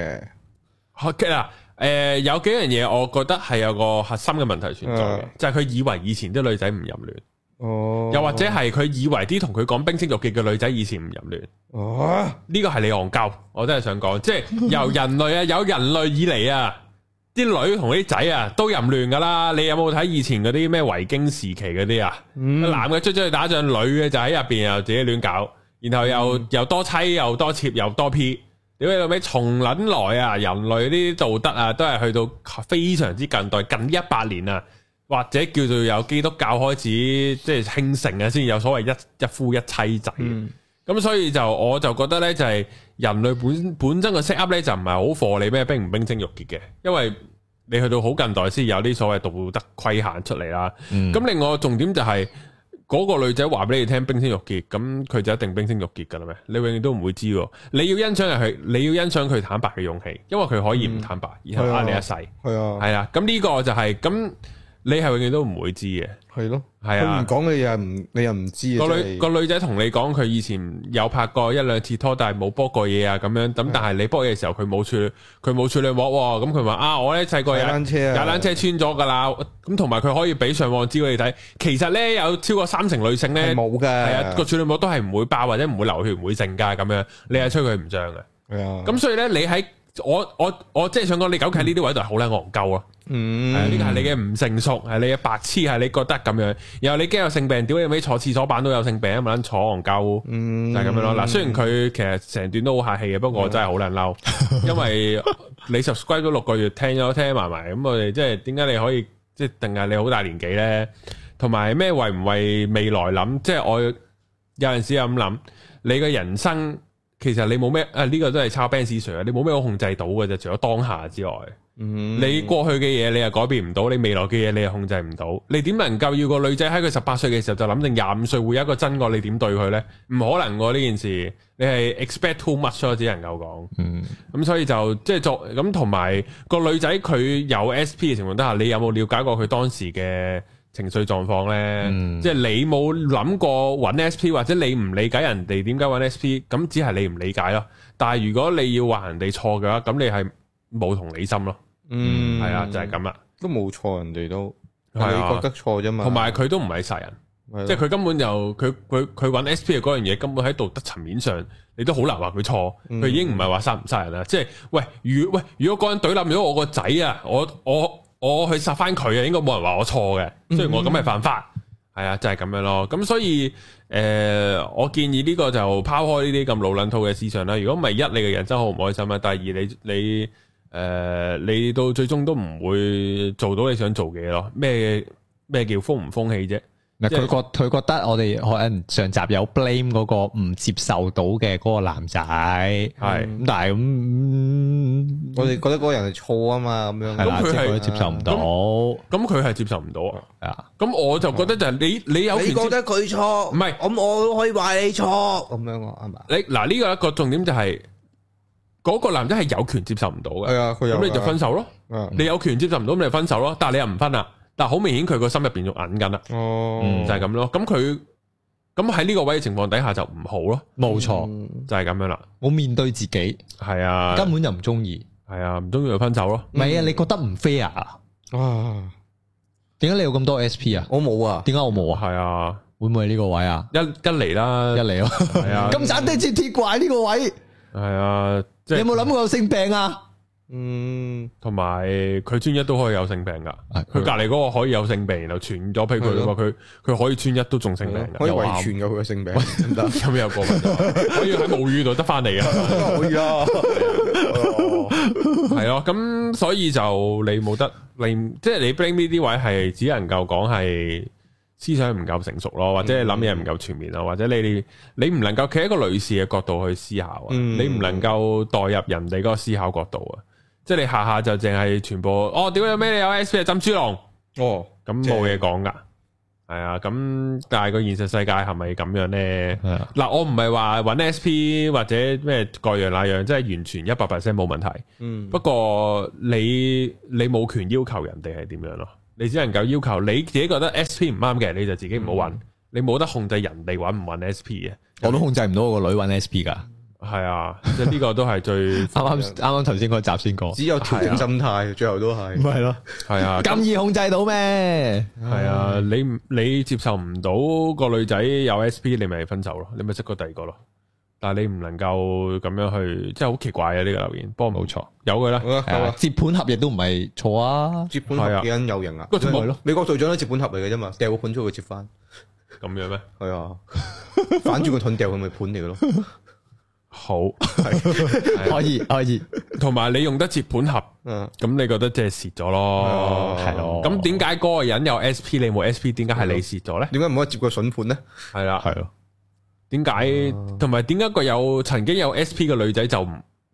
[SPEAKER 1] 學嘅啦，诶，有幾樣嘢我覺得係有個核心嘅問題存在嘅
[SPEAKER 2] 嗯，
[SPEAKER 1] 就係佢以為以前啲女仔唔淫亂，
[SPEAKER 2] 哦，
[SPEAKER 1] 又或者係佢以為啲同佢講冰清玉潔嘅女仔以前唔淫亂。
[SPEAKER 2] 啊，
[SPEAKER 1] 呢個係你戇鳩，我真係想講，即係由人類啊，有人類以嚟啊，啲女同啲仔啊都淫亂噶啦。你有冇睇以前嗰啲咩維京時期嗰啲啊？
[SPEAKER 2] 嗯
[SPEAKER 1] 男嘅出咗去打仗，女嘅就喺入邊又自己亂搞，然後又、
[SPEAKER 2] 嗯
[SPEAKER 1] 又多妻又多妾又多 P。屌你老味，從撚來啊，人類呢啲道德啊，都係去到非常之近代，近一百年啊，或者叫做有基督教開始即係興盛啊，先有所謂一一夫一妻制。啊
[SPEAKER 2] 嗯
[SPEAKER 1] 咁所以就我就覺得呢，就係、人類本本身個 set up 呢，就唔係好貨你咩冰唔冰清玉潔嘅，因為你去到好近代先有啲所謂道德規限出嚟啦。
[SPEAKER 3] 嗯
[SPEAKER 1] 咁、另外個重點就係、嗰、個女仔話俾你聽冰清玉潔，咁佢就一定冰清玉潔㗎啦咩？你永遠都唔會知喎。你要欣賞係佢，你要欣賞佢坦白嘅勇氣，因為佢可以唔坦白，然後呃你一世。
[SPEAKER 2] 嗯係啊，
[SPEAKER 1] 係啦，咁呢個就係、咁，你係永遠都唔會知嘅。
[SPEAKER 2] 係咯，
[SPEAKER 1] 係啊
[SPEAKER 2] 佢唔講嘅嘢唔，你又唔知啊，
[SPEAKER 1] 個
[SPEAKER 2] 真
[SPEAKER 1] 女
[SPEAKER 2] 係
[SPEAKER 1] 個女仔同你講佢以前有拍過一兩次拖，但係冇波過嘢啊咁樣。咁但係你波嘢嘅時候，佢冇處佢冇處女膜喎。咁佢話啊，我咧細個有
[SPEAKER 2] 踩單車啊
[SPEAKER 1] 踩單車穿咗噶啦。咁同埋佢可以俾上網知佢哋睇。其實咧有超過三成女性咧
[SPEAKER 2] 係冇嘅，
[SPEAKER 1] 係啊個處女膜都係唔會爆或者唔會流血唔會剩㗎咁樣。你係吹佢唔漲嘅。
[SPEAKER 2] 係啊，
[SPEAKER 1] 咁所以咧你喺我我我即係想講你狗契呢啲位度係好撚戇鳩咯。係啊
[SPEAKER 2] 嗯
[SPEAKER 1] 呢個係你嘅唔成熟，係你嘅白痴，係你覺得咁樣，然後你驚有性病，屌你尾坐廁所板都有性病，咪撚坐戇鳩，
[SPEAKER 2] 嗯
[SPEAKER 1] 就係咁樣咯。嗱，雖然佢其實成段都好客氣嘅，不過我真係好撚嬲，因為你 subscribe 咗六個月，聽咗聽埋埋，咁我哋即係點解你可以即係定係你好大年紀咧？同埋咩為唔為未來諗？即係我有陣時咁諗，你嘅人生其實你冇咩啊？呢、個都係抄 Ben Sir 啊，你冇咩好控制到嘅啫，除咗當下之外。
[SPEAKER 2] 嗯
[SPEAKER 1] 你過去嘅嘢你又改變唔到，你未來嘅嘢你又控制唔到，你點能夠要個女仔喺佢十八歲嘅時候就諗定廿五歲會有一個真愛，你點對佢呢？唔可能喎呢件事，你係 expect too much 啊咯，只能夠講。
[SPEAKER 3] 嗯
[SPEAKER 1] 咁所以就即係作咁同埋個女仔佢有 SP 嘅情況底下，你有冇了解過佢當時嘅情緒狀況呢？
[SPEAKER 3] 嗯
[SPEAKER 1] 即係你冇諗過揾 SP，或者你唔理解人哋點解揾 SP，咁只係你唔理解咯。但係如果你要話人哋錯嘅話，咁你係冇同理心咯。
[SPEAKER 2] 嗯
[SPEAKER 1] 係啊，就係咁啦。
[SPEAKER 2] 都冇錯，人哋都
[SPEAKER 1] 係
[SPEAKER 2] 係
[SPEAKER 1] 啊
[SPEAKER 2] 你覺得錯啫嘛，
[SPEAKER 1] 同埋佢都唔係殺人，
[SPEAKER 2] 係咯
[SPEAKER 1] 即係佢根本就佢佢佢揾 S P 嘅嗰樣嘢，根本喺道德層面上，你都好難話佢錯。
[SPEAKER 2] 嗯
[SPEAKER 1] 佢已經唔係話殺唔殺人啦，啊即係喂，如喂，如果嗰個人懟冧咗我個仔啊，我我我去殺翻佢啊，應該冇人話我錯嘅。
[SPEAKER 2] 嗯
[SPEAKER 1] 雖然我咁係犯法，係啊，就係咁樣咯。咁所以誒、呃我建議呢個就拋開呢啲咁老撚套嘅思想啦。如果唔係一，你嘅人生好唔開心啊；第二，你你。誒、你到最終都唔會做到你想做嘅嘢咯。咩咩叫風唔風氣啫？
[SPEAKER 3] 嗱，
[SPEAKER 1] 即係
[SPEAKER 3] 佢覺佢覺得我哋可能上集有 blame 嗰個唔接受到嘅嗰個男仔，
[SPEAKER 1] 係
[SPEAKER 3] 咁，但係咁嗯
[SPEAKER 2] 我哋覺得嗰個人係錯啊嘛，咁樣
[SPEAKER 3] 係啦，
[SPEAKER 1] 咁
[SPEAKER 3] 即
[SPEAKER 1] 佢
[SPEAKER 3] 係
[SPEAKER 1] 係
[SPEAKER 3] 佢接受唔
[SPEAKER 1] 咁佢係接受唔到啊。
[SPEAKER 3] 到啊，
[SPEAKER 1] 咁我就覺得就係你你有權接
[SPEAKER 2] 得佢錯，
[SPEAKER 1] 唔係
[SPEAKER 2] 咁我都可以話你錯，咁樣啊，係嘛？
[SPEAKER 1] 你嗱呢個一個重點就係嗰個男仔係有權接受唔到
[SPEAKER 2] 係
[SPEAKER 1] 嘅，
[SPEAKER 2] 啊，佢有
[SPEAKER 1] 咁你就分手咯。
[SPEAKER 2] 啊，
[SPEAKER 1] 你有權接受唔到，咁你就分手咯。但係你又唔分啦，但係好明顯佢個心入邊仲揞緊啦，
[SPEAKER 2] 哦
[SPEAKER 1] 嗯就，係咁咯。咁佢咁喺呢個位嘅情況底下就唔好咯，
[SPEAKER 3] 冇錯，
[SPEAKER 2] 嗯
[SPEAKER 1] 就係咁樣啦。
[SPEAKER 3] 我面對自己，
[SPEAKER 1] 係啊，
[SPEAKER 3] 根本就唔中意，
[SPEAKER 1] 係啊，唔中意就分手咯。
[SPEAKER 3] 唔係啊，你覺得唔 fair 啊？
[SPEAKER 2] 啊，
[SPEAKER 3] 點解你有咁多 SP 啊？
[SPEAKER 2] 我冇啊，
[SPEAKER 3] 點解我冇啊？
[SPEAKER 1] 係啊，
[SPEAKER 3] 會唔會係呢個位啊？
[SPEAKER 1] 一一嚟
[SPEAKER 3] 一
[SPEAKER 1] 啦，
[SPEAKER 3] 嚟咯，
[SPEAKER 1] 係啊，
[SPEAKER 3] 咁斬釘截鐵怪呢個位，
[SPEAKER 1] 係啊，即
[SPEAKER 3] 你有
[SPEAKER 1] 係
[SPEAKER 3] 冇諗過有性病啊？
[SPEAKER 2] 嗯，
[SPEAKER 1] 同埋佢專一都可以有性病噶。
[SPEAKER 3] 係啊
[SPEAKER 1] 佢隔離嗰個可以有性病，然後傳咗俾佢嘅話，佢佢可以專一都仲性病㗎
[SPEAKER 2] 可以
[SPEAKER 1] 又
[SPEAKER 2] 遺
[SPEAKER 1] 啱
[SPEAKER 2] 傳嘅佢嘅性病唔得，
[SPEAKER 1] 咁有過分咗，可以喺母語度得翻嚟 啊！
[SPEAKER 2] 可以啊，
[SPEAKER 1] 係咯，咁所以就你冇得，你即係你 blame 呢啲位係只能夠講係思想唔夠成熟咯，或者你諗嘢唔夠全面啊，或者你你你唔能夠企喺一個女士嘅角度去思考啊，
[SPEAKER 2] 嗯
[SPEAKER 1] 你唔能夠代入人哋嗰個思考角度啊，即係你下下就淨係全部哦，屌你咩你有 S P 係浸豬籠。
[SPEAKER 2] 哦，
[SPEAKER 1] 咁冇嘢講噶，係啊，咁但係個現實世界係咪咁樣呢？
[SPEAKER 3] 係啊
[SPEAKER 1] 嗱，我唔係話揾 SP 或者咩各樣那樣，即係完全一百 percent 冇問題。
[SPEAKER 2] 嗯
[SPEAKER 1] 不過你你冇權要求人哋係點樣咯，你你只能夠要求你自己覺得 SP 唔啱嘅，你就自己唔好揾，你冇得控制人哋揾唔揾 SP 嘅。
[SPEAKER 3] 我都控制唔到我個女揾 SP 噶。
[SPEAKER 1] 係啊，即係呢個都係最
[SPEAKER 3] 啱啱啱啱頭先嗰集先講，
[SPEAKER 2] 只有調整心態，最後都係
[SPEAKER 3] 係咯，
[SPEAKER 1] 係啊，
[SPEAKER 3] 咁易控制到咩？
[SPEAKER 1] 係啊，你唔你接受唔到個女仔有 SP，你咪分手咯，你咪識過第二個咯。但係你唔能夠咁樣去，即係好奇怪啊！呢個留言，不過冇錯，有嘅啦
[SPEAKER 2] 好。啦，
[SPEAKER 3] 係
[SPEAKER 2] 好
[SPEAKER 3] 啊
[SPEAKER 2] 啦，
[SPEAKER 3] 接盤俠亦都唔係錯啊，
[SPEAKER 2] 接盤俠幾人有型啊？
[SPEAKER 1] 個節目
[SPEAKER 2] 係咯，美國隊長都接盤俠嚟嘅啫嘛，掉個盤出去接翻，
[SPEAKER 1] 咁樣咩？
[SPEAKER 2] 係啊，反轉個盾掉佢咪盤嚟嘅咯，
[SPEAKER 1] 好， 啊
[SPEAKER 3] 可以可以，
[SPEAKER 1] 同埋你用得接盤俠，
[SPEAKER 2] 嗯，
[SPEAKER 1] 咁你覺得即係蝕咗咯？
[SPEAKER 2] 係
[SPEAKER 3] 哦咯
[SPEAKER 1] 咁點解嗰個人有 SP，你冇 SP？點解係你蝕咗咧？
[SPEAKER 2] 點解唔可以接個筍盤咧？
[SPEAKER 1] 係啦，
[SPEAKER 3] 咯，
[SPEAKER 1] 點解？同埋點解個有曾經有 SP 嘅女仔就唔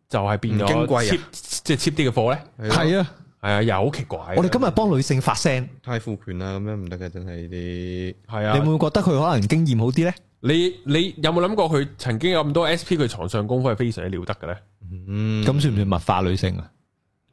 [SPEAKER 1] 就係變咗
[SPEAKER 2] 唔矜貴
[SPEAKER 1] cheap
[SPEAKER 2] 啊
[SPEAKER 1] 即係 cheap 啲嘅貨咧？
[SPEAKER 2] 啊，
[SPEAKER 3] 係啊，
[SPEAKER 1] 係啊，又好奇怪啊。
[SPEAKER 3] 我哋今日幫女性發聲，
[SPEAKER 2] 太賦權啦，咁樣唔得嘅，真係呢啲。
[SPEAKER 1] 係
[SPEAKER 3] 你
[SPEAKER 1] 啊
[SPEAKER 3] 會，唔會覺得佢可能經驗好啲咧？
[SPEAKER 1] 你你有冇諗過佢曾經有咁多 SP，佢床上功夫係非常之了得嘅咧？
[SPEAKER 2] 嗯，
[SPEAKER 3] 咁算唔算物化女性啊？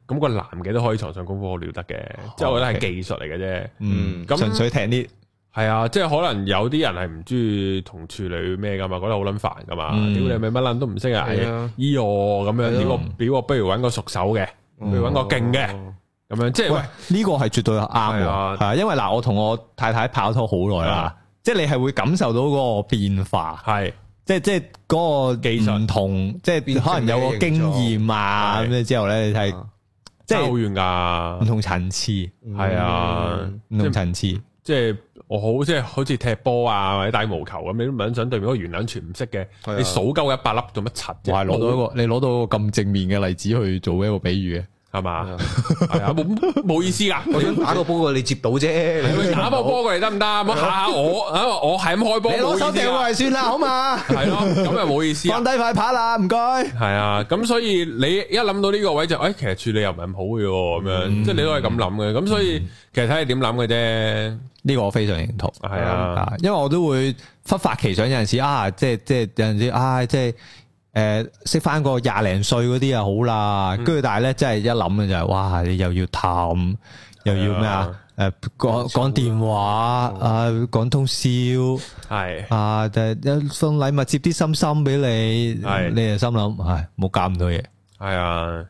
[SPEAKER 1] 咁個男嘅都可以床上功夫好了得嘅，
[SPEAKER 3] 哦
[SPEAKER 1] 即係我覺得係技術嚟嘅啫。
[SPEAKER 3] 嗯，
[SPEAKER 1] 咁
[SPEAKER 3] 純粹踢啲，
[SPEAKER 1] 係啊，即係可能有啲人係唔中意同處女咩噶嘛，覺得好撚煩噶嘛。
[SPEAKER 3] 嗯
[SPEAKER 1] 屌你咪乜撚都唔識啊
[SPEAKER 2] 係啊！
[SPEAKER 1] 依我咁樣，
[SPEAKER 2] 係啊
[SPEAKER 1] 屌我屌我，不如揾個熟手嘅，不如揾個勁嘅，
[SPEAKER 2] 哦，
[SPEAKER 1] 咁樣即係
[SPEAKER 3] 喂
[SPEAKER 1] 喂，
[SPEAKER 3] 呢個係絕對啱喎，
[SPEAKER 1] 係啊
[SPEAKER 3] 係啊，因為嗱，我同我太太拍拖好耐
[SPEAKER 1] 係
[SPEAKER 3] 啦
[SPEAKER 1] 啊，
[SPEAKER 3] 即係你係會感受到嗰個變化。
[SPEAKER 1] 係
[SPEAKER 3] 即係即係嗰個
[SPEAKER 1] 技
[SPEAKER 3] 技
[SPEAKER 1] 術
[SPEAKER 3] 術唔同，即係可能有個經驗啊
[SPEAKER 1] 係
[SPEAKER 3] 咁樣之後咧，你係
[SPEAKER 2] 啊
[SPEAKER 3] 即
[SPEAKER 1] 爭好
[SPEAKER 3] 係嗯
[SPEAKER 1] 遠㗎
[SPEAKER 3] 唔，同層次，
[SPEAKER 1] 係啊，
[SPEAKER 3] 唔同層次，
[SPEAKER 1] 即係我好即係好似踢波啊或者打羽毛球咁，你都唔撚想對面嗰個圓撚全唔識嘅，
[SPEAKER 2] 係啊
[SPEAKER 1] 你數夠一百粒做乜柒啫？
[SPEAKER 3] 哇！攞到一個你攞到一個咁正面嘅例子去做一個比喻嘅，
[SPEAKER 1] 係嘛
[SPEAKER 2] 啊？
[SPEAKER 1] 係啊，冇冇意思噶。
[SPEAKER 2] 我想打個波，你接到啫。
[SPEAKER 1] 你
[SPEAKER 3] 啊
[SPEAKER 2] 你
[SPEAKER 1] 打波波過嚟得唔得？唔好嚇下我，啊我係咁開波，冇意思啊。
[SPEAKER 3] 嚟算啦，好 嘛？
[SPEAKER 1] 係咯，咁又冇意思啊。
[SPEAKER 3] 低塊牌啦，唔該。
[SPEAKER 1] 係啊，咁所以你一諗到呢個位就，哎誒，其實處理又唔係咁好嘅喎，咁樣，即係你都係咁諗嘅。咁所以其實睇你點諗嘅啫。
[SPEAKER 3] 呢個我非常認同，
[SPEAKER 1] 係啊，
[SPEAKER 3] 啊，因為我都會忽發奇想，有陣時啊，即係即係有陣時啊，即係誒識翻個廿零歲嗰啲啊好
[SPEAKER 1] 嗯
[SPEAKER 3] 啦，跟住但係咧，真係一諗嘅就係、哇，你又要氹，又要咩啊？誒講講電話啊，講通宵。
[SPEAKER 1] 係
[SPEAKER 3] 啊！就一送禮物接啲心心俾你，
[SPEAKER 1] 係
[SPEAKER 3] 你就心諗，唉，冇搞咁多嘢，
[SPEAKER 1] 係啊，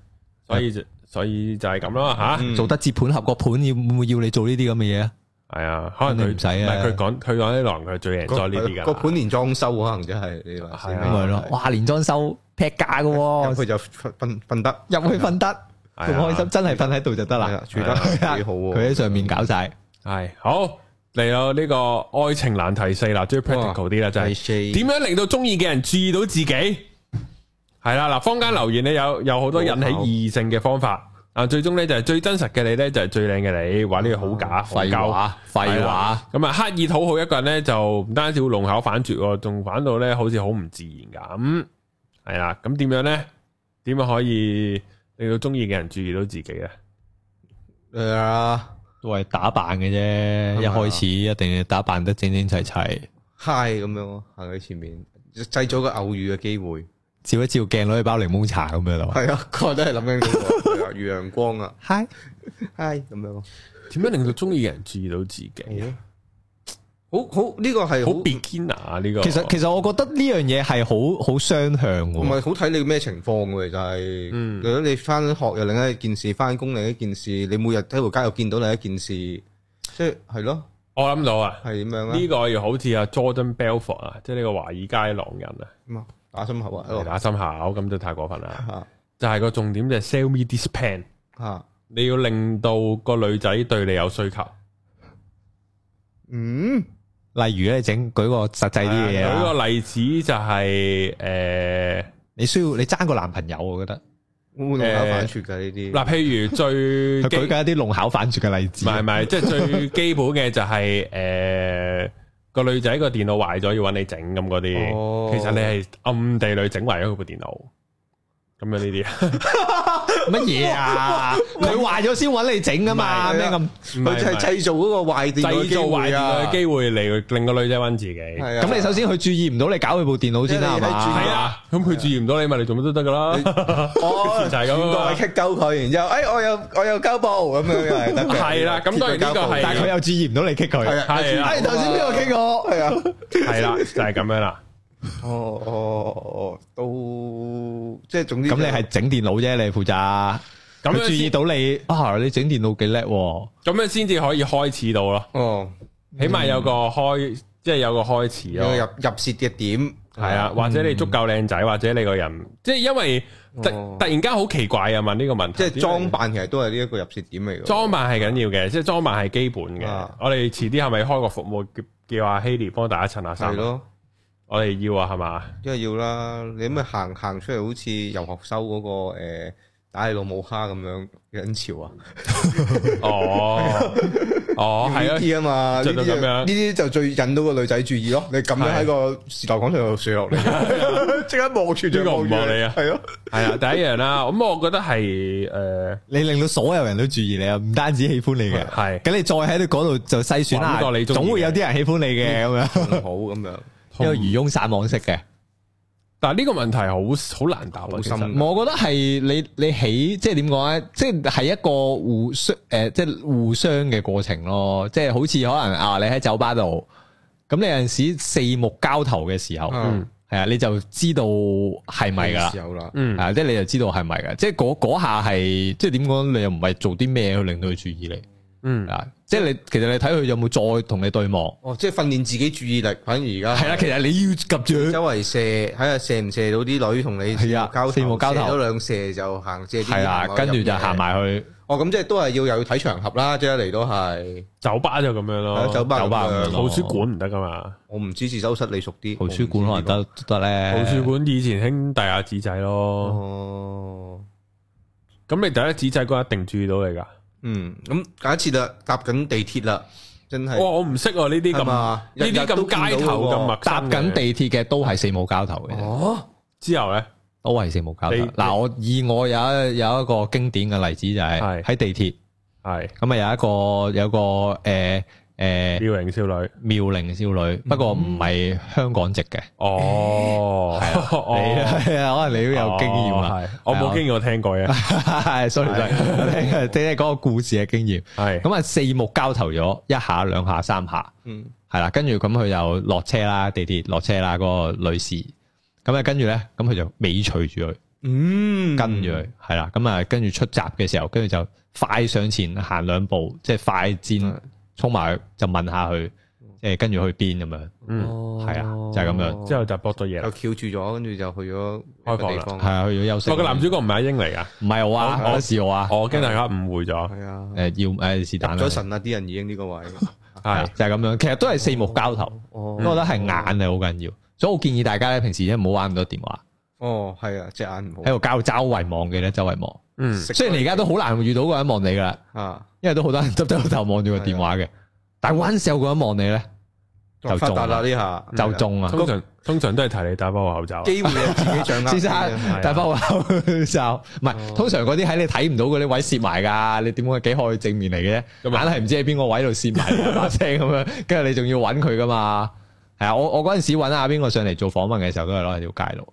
[SPEAKER 1] 所以就所以就係咁啦吓。
[SPEAKER 2] 嗯
[SPEAKER 3] 做得接盤合個盤要會唔會要你做呢啲咁嘅嘢啊？
[SPEAKER 1] 係啊，可能佢
[SPEAKER 3] 肯定唔使啊
[SPEAKER 1] 係佢講佢講啲狼，佢係最贏咗呢啲
[SPEAKER 2] 個
[SPEAKER 1] 噶。
[SPEAKER 2] 盤連裝修可能真係你話死
[SPEAKER 1] 係
[SPEAKER 2] 未
[SPEAKER 1] 啊
[SPEAKER 3] 咁咪咯，哇！連裝修劈價嘅
[SPEAKER 2] 咁
[SPEAKER 3] 喎
[SPEAKER 2] 佢，就瞓瞓瞓得，
[SPEAKER 3] 入去瞓得，
[SPEAKER 2] 哎
[SPEAKER 3] 仲
[SPEAKER 1] 係啊
[SPEAKER 3] 開心，真係瞓喺度就得
[SPEAKER 2] 係啊
[SPEAKER 3] 啦。
[SPEAKER 2] 住得
[SPEAKER 3] 係 啊
[SPEAKER 2] 幾好喎
[SPEAKER 3] 佢喺上面搞晒，
[SPEAKER 1] 係好嚟到呢個愛情難題四啦，最 practical 啲啦，就係
[SPEAKER 2] 係
[SPEAKER 1] 點樣令到中意嘅人注意到自己？係啦，嗱，坊間留言咧有有好多引起異性嘅方法，啊，最終咧就係最真實嘅你咧就係最靚嘅你，話呢個好假，好
[SPEAKER 3] 嗯廢
[SPEAKER 1] 鳩。
[SPEAKER 3] 話，廢話，
[SPEAKER 1] 咁啊，刻意討好一個人咧，就唔單止會弄巧反拙喎，仲反到咧好似好唔自然咁。係啦，咁點樣咧？點樣可以令到中意嘅人注意到自己咧？
[SPEAKER 2] 係啊。
[SPEAKER 3] 都係打扮嘅
[SPEAKER 2] 咪
[SPEAKER 3] 啫。
[SPEAKER 2] 啊
[SPEAKER 3] 一開始一定要打扮得整整齊齊，
[SPEAKER 2] 嗨咁樣咯，行喺前面，製造個偶遇嘅機會。
[SPEAKER 3] 照一照鏡攞去包檸檬茶咁樣咯。
[SPEAKER 2] 係啊，我都係諗緊嗰個係 啊，遇陽光啊，
[SPEAKER 3] 嗨，
[SPEAKER 2] 嗨咁樣咯。
[SPEAKER 1] 點樣令到中意嘅人注意到自己？
[SPEAKER 2] 好好呢個係
[SPEAKER 1] 好
[SPEAKER 2] 好
[SPEAKER 1] beginner 啊呢個，
[SPEAKER 3] 其實其實我覺得呢樣嘢係好好雙向
[SPEAKER 2] 唔係
[SPEAKER 3] 嘅。
[SPEAKER 2] 好睇你咩情況嘅，就係
[SPEAKER 1] 嗯
[SPEAKER 2] 如果你翻學又另一件事，翻工另一件事，你每日喺條街又見到另一件事，即係係咯，
[SPEAKER 1] 我諗到啊，
[SPEAKER 2] 係點樣啊？
[SPEAKER 1] 呢個要好似阿 Jordan Belfort 啊，即係呢個華爾街狼人啊，
[SPEAKER 2] 咁啊打心口啊，
[SPEAKER 1] 嚟打心口咁就太過分啦。
[SPEAKER 2] 嚇
[SPEAKER 1] 就係個重點就係 sell me this pen，
[SPEAKER 2] 嚇，
[SPEAKER 1] 你要令到個女仔對你有需求。
[SPEAKER 2] 嗯，
[SPEAKER 3] 例如咧，整舉個實際啲嘅嘢
[SPEAKER 2] 啊
[SPEAKER 3] 啊
[SPEAKER 1] 舉
[SPEAKER 3] 啦，
[SPEAKER 1] 個例子就係呃誒
[SPEAKER 3] 你需要你爭個男朋友，我覺得
[SPEAKER 2] 會唔會弄巧反拙㗎呢啲？
[SPEAKER 1] 嗱，譬如最
[SPEAKER 3] 佢
[SPEAKER 1] 基
[SPEAKER 3] 舉
[SPEAKER 1] 唔係
[SPEAKER 3] 緊一啲弄巧反拙嘅例子，
[SPEAKER 1] 唔係，即係最基本嘅就係誒個女仔個電腦壞咗要揾你整咁嗰啊
[SPEAKER 2] 哦
[SPEAKER 1] 啲，其實你係暗地裏整壞咗佢部電腦，咁樣呢啲。
[SPEAKER 3] 乜嘢 啊？佢坏咗先揾你整噶嘛？
[SPEAKER 2] 唔係啊
[SPEAKER 3] 咩咁？
[SPEAKER 2] 佢就係製造嗰個壞電腦嘅
[SPEAKER 1] 製
[SPEAKER 2] 機
[SPEAKER 1] 造
[SPEAKER 2] 會
[SPEAKER 1] 壞電
[SPEAKER 2] 啊
[SPEAKER 1] 腦嘅！機會嚟令個女仔揾自己。係
[SPEAKER 2] 係啊
[SPEAKER 3] 咁你首先佢注意唔到你搞佢部電腦先啦，係
[SPEAKER 2] 即係你你注
[SPEAKER 3] 嘛
[SPEAKER 2] 意？
[SPEAKER 1] 啊，咁佢注意唔到你咪，你做乜都得噶啦。
[SPEAKER 2] 哦，
[SPEAKER 1] 就係咁啊嘛
[SPEAKER 2] 我係棘鳩佢，然之後，哎，我有我有膠布咁樣係得嘅。
[SPEAKER 1] 係啦咁當然呢個係
[SPEAKER 3] 但係佢啊又注意唔到你棘佢。
[SPEAKER 2] 係啊
[SPEAKER 1] 係啊
[SPEAKER 3] 哎頭先邊個棘我？
[SPEAKER 2] 係啊，
[SPEAKER 1] 係啦，就係咁樣啦。
[SPEAKER 2] 哦哦哦，都即係總之就
[SPEAKER 3] 咁你係整電腦啫，你負責。
[SPEAKER 1] 咁
[SPEAKER 3] 咁
[SPEAKER 1] 樣
[SPEAKER 3] 注意
[SPEAKER 1] 先
[SPEAKER 3] 到你啊，你整電腦幾叻喎？
[SPEAKER 1] 咁樣先至可以開始到咯，
[SPEAKER 2] 哦，
[SPEAKER 1] 起碼有個開，即係有個開始
[SPEAKER 2] 有個
[SPEAKER 1] 咯
[SPEAKER 2] 嗯入。入蝕嘅點
[SPEAKER 1] 系啊，或者你足夠靚仔，或者你個人，即係因為突
[SPEAKER 2] 哦
[SPEAKER 1] 突然間好奇怪啊！問呢個問題，
[SPEAKER 2] 即係裝扮其實都係呢一個入蝕點嚟嘅。
[SPEAKER 1] 裝扮係緊要嘅，即係裝扮係基本嘅
[SPEAKER 2] 啊。
[SPEAKER 1] 我哋遲啲係咪開個服務叫叫阿希利幫大家襯下
[SPEAKER 2] 係
[SPEAKER 1] 衫？啊
[SPEAKER 2] 咯，
[SPEAKER 1] 我哋要啊，係嘛？
[SPEAKER 2] 因為要啦，你咪行行出嚟好似遊學修嗰個誒打你老母蝦咁樣嘅人潮啊！
[SPEAKER 1] 哦，哦，係
[SPEAKER 2] 呢
[SPEAKER 1] 啊，
[SPEAKER 2] 啲啊嘛，呢
[SPEAKER 1] 着
[SPEAKER 2] 啲
[SPEAKER 1] 到
[SPEAKER 2] 就
[SPEAKER 1] 咁樣
[SPEAKER 2] 呢啲就最引到個女仔注意咯。你咁樣喺個時代廣場度射落嚟， 即刻望住
[SPEAKER 1] 呢
[SPEAKER 2] 就
[SPEAKER 1] 個唔
[SPEAKER 2] 望住
[SPEAKER 1] 望你啊
[SPEAKER 2] 係咯，
[SPEAKER 1] 係啊，第一樣啦。咁我覺得係呃诶，
[SPEAKER 3] 你令到所有人都注意你啊，唔單止喜歡你嘅。
[SPEAKER 1] 係
[SPEAKER 3] 咁你再喺度嗰度就篩選啦
[SPEAKER 1] 揾個你，中意嘅
[SPEAKER 3] 總會有啲人喜歡你嘅咁樣，
[SPEAKER 2] 好咁樣，
[SPEAKER 3] 一個漁翁撒網式嘅。
[SPEAKER 1] 但係呢個問題好好難答啊，
[SPEAKER 2] 好
[SPEAKER 1] 其實
[SPEAKER 2] 深
[SPEAKER 3] 我覺得係你你起即係點講咧？即係一個互相誒、即係互相嘅過程咯。即係好似可能啊，你喺酒吧度，咁你有陣時四目交投嘅時候，係
[SPEAKER 1] 嗯
[SPEAKER 3] 啊，你就知道係咪㗎啦。
[SPEAKER 2] 有啦，
[SPEAKER 1] 嗯，
[SPEAKER 3] 啊！即係你就知道係咪㗎？即係嗰嗰下係即係點講？你又唔係做啲咩去令到佢注意你
[SPEAKER 1] 嗯，
[SPEAKER 3] 啊？即係你其實你睇佢有冇再同你對望？
[SPEAKER 2] 哦，即係訓練自己注意力，反而而家
[SPEAKER 3] 係啦，啊其實你要及住佢
[SPEAKER 2] 周圍射，睇下射唔射到啲女同你
[SPEAKER 3] 係啊
[SPEAKER 2] 交頭
[SPEAKER 3] 四目交頭
[SPEAKER 2] 射咗兩射就行借啲
[SPEAKER 3] 係啦，
[SPEAKER 2] 人啊
[SPEAKER 3] 跟住
[SPEAKER 2] 入
[SPEAKER 3] 就
[SPEAKER 2] 嘢
[SPEAKER 3] 行埋去。
[SPEAKER 2] 哦，咁即係都係要又要睇場合啦，即係嚟到係
[SPEAKER 1] 酒吧就咁樣
[SPEAKER 2] 係
[SPEAKER 1] 咯，
[SPEAKER 2] 啊酒吧
[SPEAKER 3] 酒吧
[SPEAKER 2] 咁
[SPEAKER 3] 咁
[SPEAKER 2] 樣
[SPEAKER 3] 樣
[SPEAKER 1] 圖書館唔得噶嘛。
[SPEAKER 2] 我唔知自修室你熟啲，
[SPEAKER 3] 圖書館可能
[SPEAKER 2] 我唔知呢
[SPEAKER 3] 得得咧，
[SPEAKER 1] 圖書館以前興第一紙仔
[SPEAKER 2] 個。
[SPEAKER 1] 咯，
[SPEAKER 2] 哦。
[SPEAKER 1] 咁你第一紙仔嗰一定注意到你噶。
[SPEAKER 2] 嗯，咁假設啦，搭緊地鐵啦，真係
[SPEAKER 1] 哇，
[SPEAKER 3] 哦
[SPEAKER 1] 我唔識喎呢啲
[SPEAKER 2] 係
[SPEAKER 1] 咁呢
[SPEAKER 2] 嘛？日
[SPEAKER 1] 啲
[SPEAKER 2] 日都
[SPEAKER 1] 咁街
[SPEAKER 2] 見到
[SPEAKER 1] 頭
[SPEAKER 2] 喎
[SPEAKER 1] 咁陌
[SPEAKER 3] 搭
[SPEAKER 1] 生
[SPEAKER 3] 緊
[SPEAKER 1] 嘅
[SPEAKER 3] 地鐵嘅都係四冇交頭嘅，
[SPEAKER 2] 哦，
[SPEAKER 1] 之後咧，
[SPEAKER 3] 都係四冇交頭。
[SPEAKER 1] 你
[SPEAKER 3] 嗱，我以我有一有一個經典嘅例子就係
[SPEAKER 1] 係
[SPEAKER 3] 喺地鐵
[SPEAKER 1] 係
[SPEAKER 3] 咁啊，有一個有一個誒誒
[SPEAKER 1] 妙齡少女。
[SPEAKER 3] 妙齡少女，不過唔係香港籍嘅，
[SPEAKER 1] 哦，
[SPEAKER 3] 你
[SPEAKER 1] 係
[SPEAKER 3] 係啊 可能你都有經驗啊。
[SPEAKER 1] 係我冇經驗，我聽過 嘅。
[SPEAKER 3] 係，sorry sorry，即係嗰個故事嘅經驗。
[SPEAKER 1] 係
[SPEAKER 3] 咁啊，四目交投咗一下、兩下、三下。
[SPEAKER 2] 嗯，
[SPEAKER 3] 係啦，跟住咁佢就落車啦，地鐵落車啦，嗰、個女士，咁啊跟住咧，咁佢就尾隨住佢，
[SPEAKER 2] 嗯，
[SPEAKER 3] 跟住佢，係啦，咁啊跟住出閘嘅時候，跟住就快上前行兩步，即係快箭
[SPEAKER 2] 嗯
[SPEAKER 3] 衝埋去，就問下佢，即係跟住去邊咁樣，
[SPEAKER 1] 嗯，
[SPEAKER 3] 係啊就係咁樣
[SPEAKER 1] 之後就搏咗嘢
[SPEAKER 2] 就
[SPEAKER 1] 啦。
[SPEAKER 2] 哦翹住咗，跟住就去咗一哦個地方。
[SPEAKER 3] 係啊去咗休息。
[SPEAKER 1] 哦我個男主角哦唔係阿英嚟噶，
[SPEAKER 3] 唔係我啊，
[SPEAKER 1] 我
[SPEAKER 3] 我是我啊，
[SPEAKER 1] 我驚大家誤會咗。
[SPEAKER 2] 係啊，
[SPEAKER 3] 誒要誒是但
[SPEAKER 2] 入
[SPEAKER 3] 啦
[SPEAKER 2] 咗，神啦，啲人已經呢個位。
[SPEAKER 3] 係啊
[SPEAKER 1] 係
[SPEAKER 3] 就係咁樣，其實都係四目交投，
[SPEAKER 2] 哦
[SPEAKER 3] 我覺得係眼係好緊要，所以我建議大家咧平時咧唔好玩咁多電話，
[SPEAKER 2] 哦，係啊，隻眼唔好
[SPEAKER 3] 喺。度交周圍望嘅咧周圍望。
[SPEAKER 1] 嗯
[SPEAKER 2] 食
[SPEAKER 3] 雖然你而家都好難遇到個人望你噶啦，
[SPEAKER 2] 啊，
[SPEAKER 3] 因為都好多人耷低個頭望住個電
[SPEAKER 1] 啊
[SPEAKER 3] 話嘅。但係 once 有個人望你咧，就
[SPEAKER 2] 發
[SPEAKER 3] 中
[SPEAKER 2] 達啦
[SPEAKER 3] 啦
[SPEAKER 2] 呢下，
[SPEAKER 3] 就中啊！
[SPEAKER 1] 通常通常都係提你戴翻個口罩。
[SPEAKER 2] 機會係自己掌握。
[SPEAKER 3] 先生
[SPEAKER 1] 啊哦
[SPEAKER 3] 戴翻口罩，唔係通常嗰啲喺你睇唔到嗰啲位攝埋㗎，你點會幾可以正面嚟嘅啫？
[SPEAKER 1] 咁啊
[SPEAKER 3] 硬係唔知喺邊個位度攝埋你把聲 咁樣，跟住你仲要揾佢㗎嘛？係啊，我我嗰陣時揾阿邊個上嚟做訪問嘅時候，都係攞喺條街度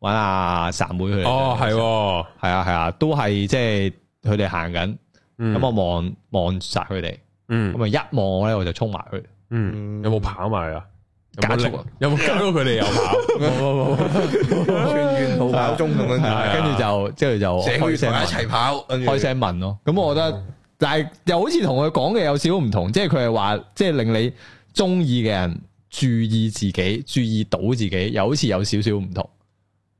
[SPEAKER 3] 揾阿散妹佢哋。
[SPEAKER 1] 哦，係喎，
[SPEAKER 3] 係啊係啊，都係即係佢哋行緊，
[SPEAKER 1] 嗯
[SPEAKER 3] 咁我望望晒佢哋。
[SPEAKER 1] 嗯
[SPEAKER 3] 咁啊一望我咧我就衝埋去，
[SPEAKER 1] 嗯，有冇跑埋啊？有
[SPEAKER 3] 加
[SPEAKER 1] 冇
[SPEAKER 3] 速
[SPEAKER 1] 力
[SPEAKER 3] 啊
[SPEAKER 1] 有冇 搞到佢哋有跑？冇冇冇。
[SPEAKER 2] 全員逃跑中咁
[SPEAKER 3] 係
[SPEAKER 2] 樣，
[SPEAKER 3] 啊 跟住就之後就
[SPEAKER 2] 成個
[SPEAKER 3] 開
[SPEAKER 2] 月同佢
[SPEAKER 3] 聲
[SPEAKER 2] 一
[SPEAKER 3] 問，
[SPEAKER 2] 齊跑，跟住
[SPEAKER 3] 開聲問咯。咁我覺得，但係又好似同佢講嘅有少少唔同，即係佢係話，即係令你中意嘅人注意自己，注意到自己，又好似有少少唔同。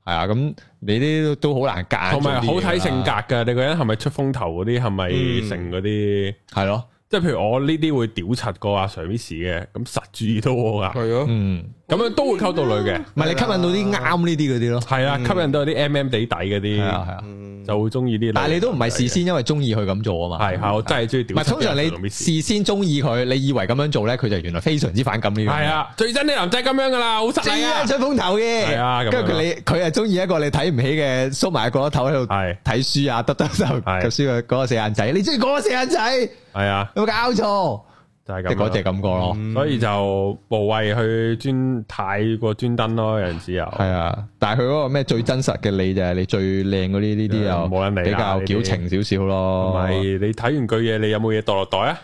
[SPEAKER 3] 係啊，咁你呢都好難揀，
[SPEAKER 1] 同埋好睇性，格㗎，你個人係咪出風頭嗰啲，係咪
[SPEAKER 2] 嗯
[SPEAKER 1] 成嗰啲？
[SPEAKER 3] 係咯，
[SPEAKER 1] 即係譬如我呢啲會屌柒過阿 Sir Miss 嘅，咁實注意到我噶。啊
[SPEAKER 2] 係咯。
[SPEAKER 3] 嗯，
[SPEAKER 1] 咁樣都會溝到女嘅，
[SPEAKER 3] 唔係你吸引到啲啱呢啲嗰啲咯。
[SPEAKER 1] 係啦，啊吸引到啲 M M 地底嗰
[SPEAKER 3] 嗯係啊
[SPEAKER 1] 啲，
[SPEAKER 3] 係啊，
[SPEAKER 2] 嗯
[SPEAKER 1] 就會中意啲。
[SPEAKER 3] 但係你都唔係事，先因為中意佢咁做啊嘛。
[SPEAKER 1] 係係，我真係中意
[SPEAKER 3] 唔
[SPEAKER 1] 屌柒
[SPEAKER 3] 係
[SPEAKER 1] 啲人。
[SPEAKER 3] 通常你事先中意佢，你以為咁樣做咧，佢就原來非常之反感呢樣嘢。
[SPEAKER 1] 係啊，最憎啲男仔咁樣噶啦，好失
[SPEAKER 3] 知
[SPEAKER 1] 禮
[SPEAKER 3] 啊，
[SPEAKER 1] 啊，
[SPEAKER 3] 吹風頭
[SPEAKER 1] 係啊咁
[SPEAKER 3] 嘅，
[SPEAKER 1] 樣
[SPEAKER 3] 跟住佢你佢係中意一個你睇唔起嘅，縮埋個頭喺度
[SPEAKER 1] 係
[SPEAKER 3] 睇書啊，得得就
[SPEAKER 1] 係
[SPEAKER 3] 就輸佢嗰個四眼仔，你中意嗰個四眼仔，有
[SPEAKER 1] 係啊，
[SPEAKER 3] 冇搞錯？
[SPEAKER 1] 就係咁啊嗯
[SPEAKER 3] 即係嗰
[SPEAKER 1] 樣。
[SPEAKER 3] 隻感覺咯，
[SPEAKER 1] 所以就無謂去專太過專登咯，有陣時又
[SPEAKER 3] 係啊，但係佢嗰個咩最真實嘅你就係你最靚嗰啲呢啲又
[SPEAKER 1] 嗯冇人理
[SPEAKER 3] 比
[SPEAKER 1] 啦
[SPEAKER 3] 較
[SPEAKER 1] 呢啲
[SPEAKER 3] 矯情少少
[SPEAKER 1] 同
[SPEAKER 3] 咯，
[SPEAKER 1] 埋你睇完句嘢，你有冇嘢袋落袋啊？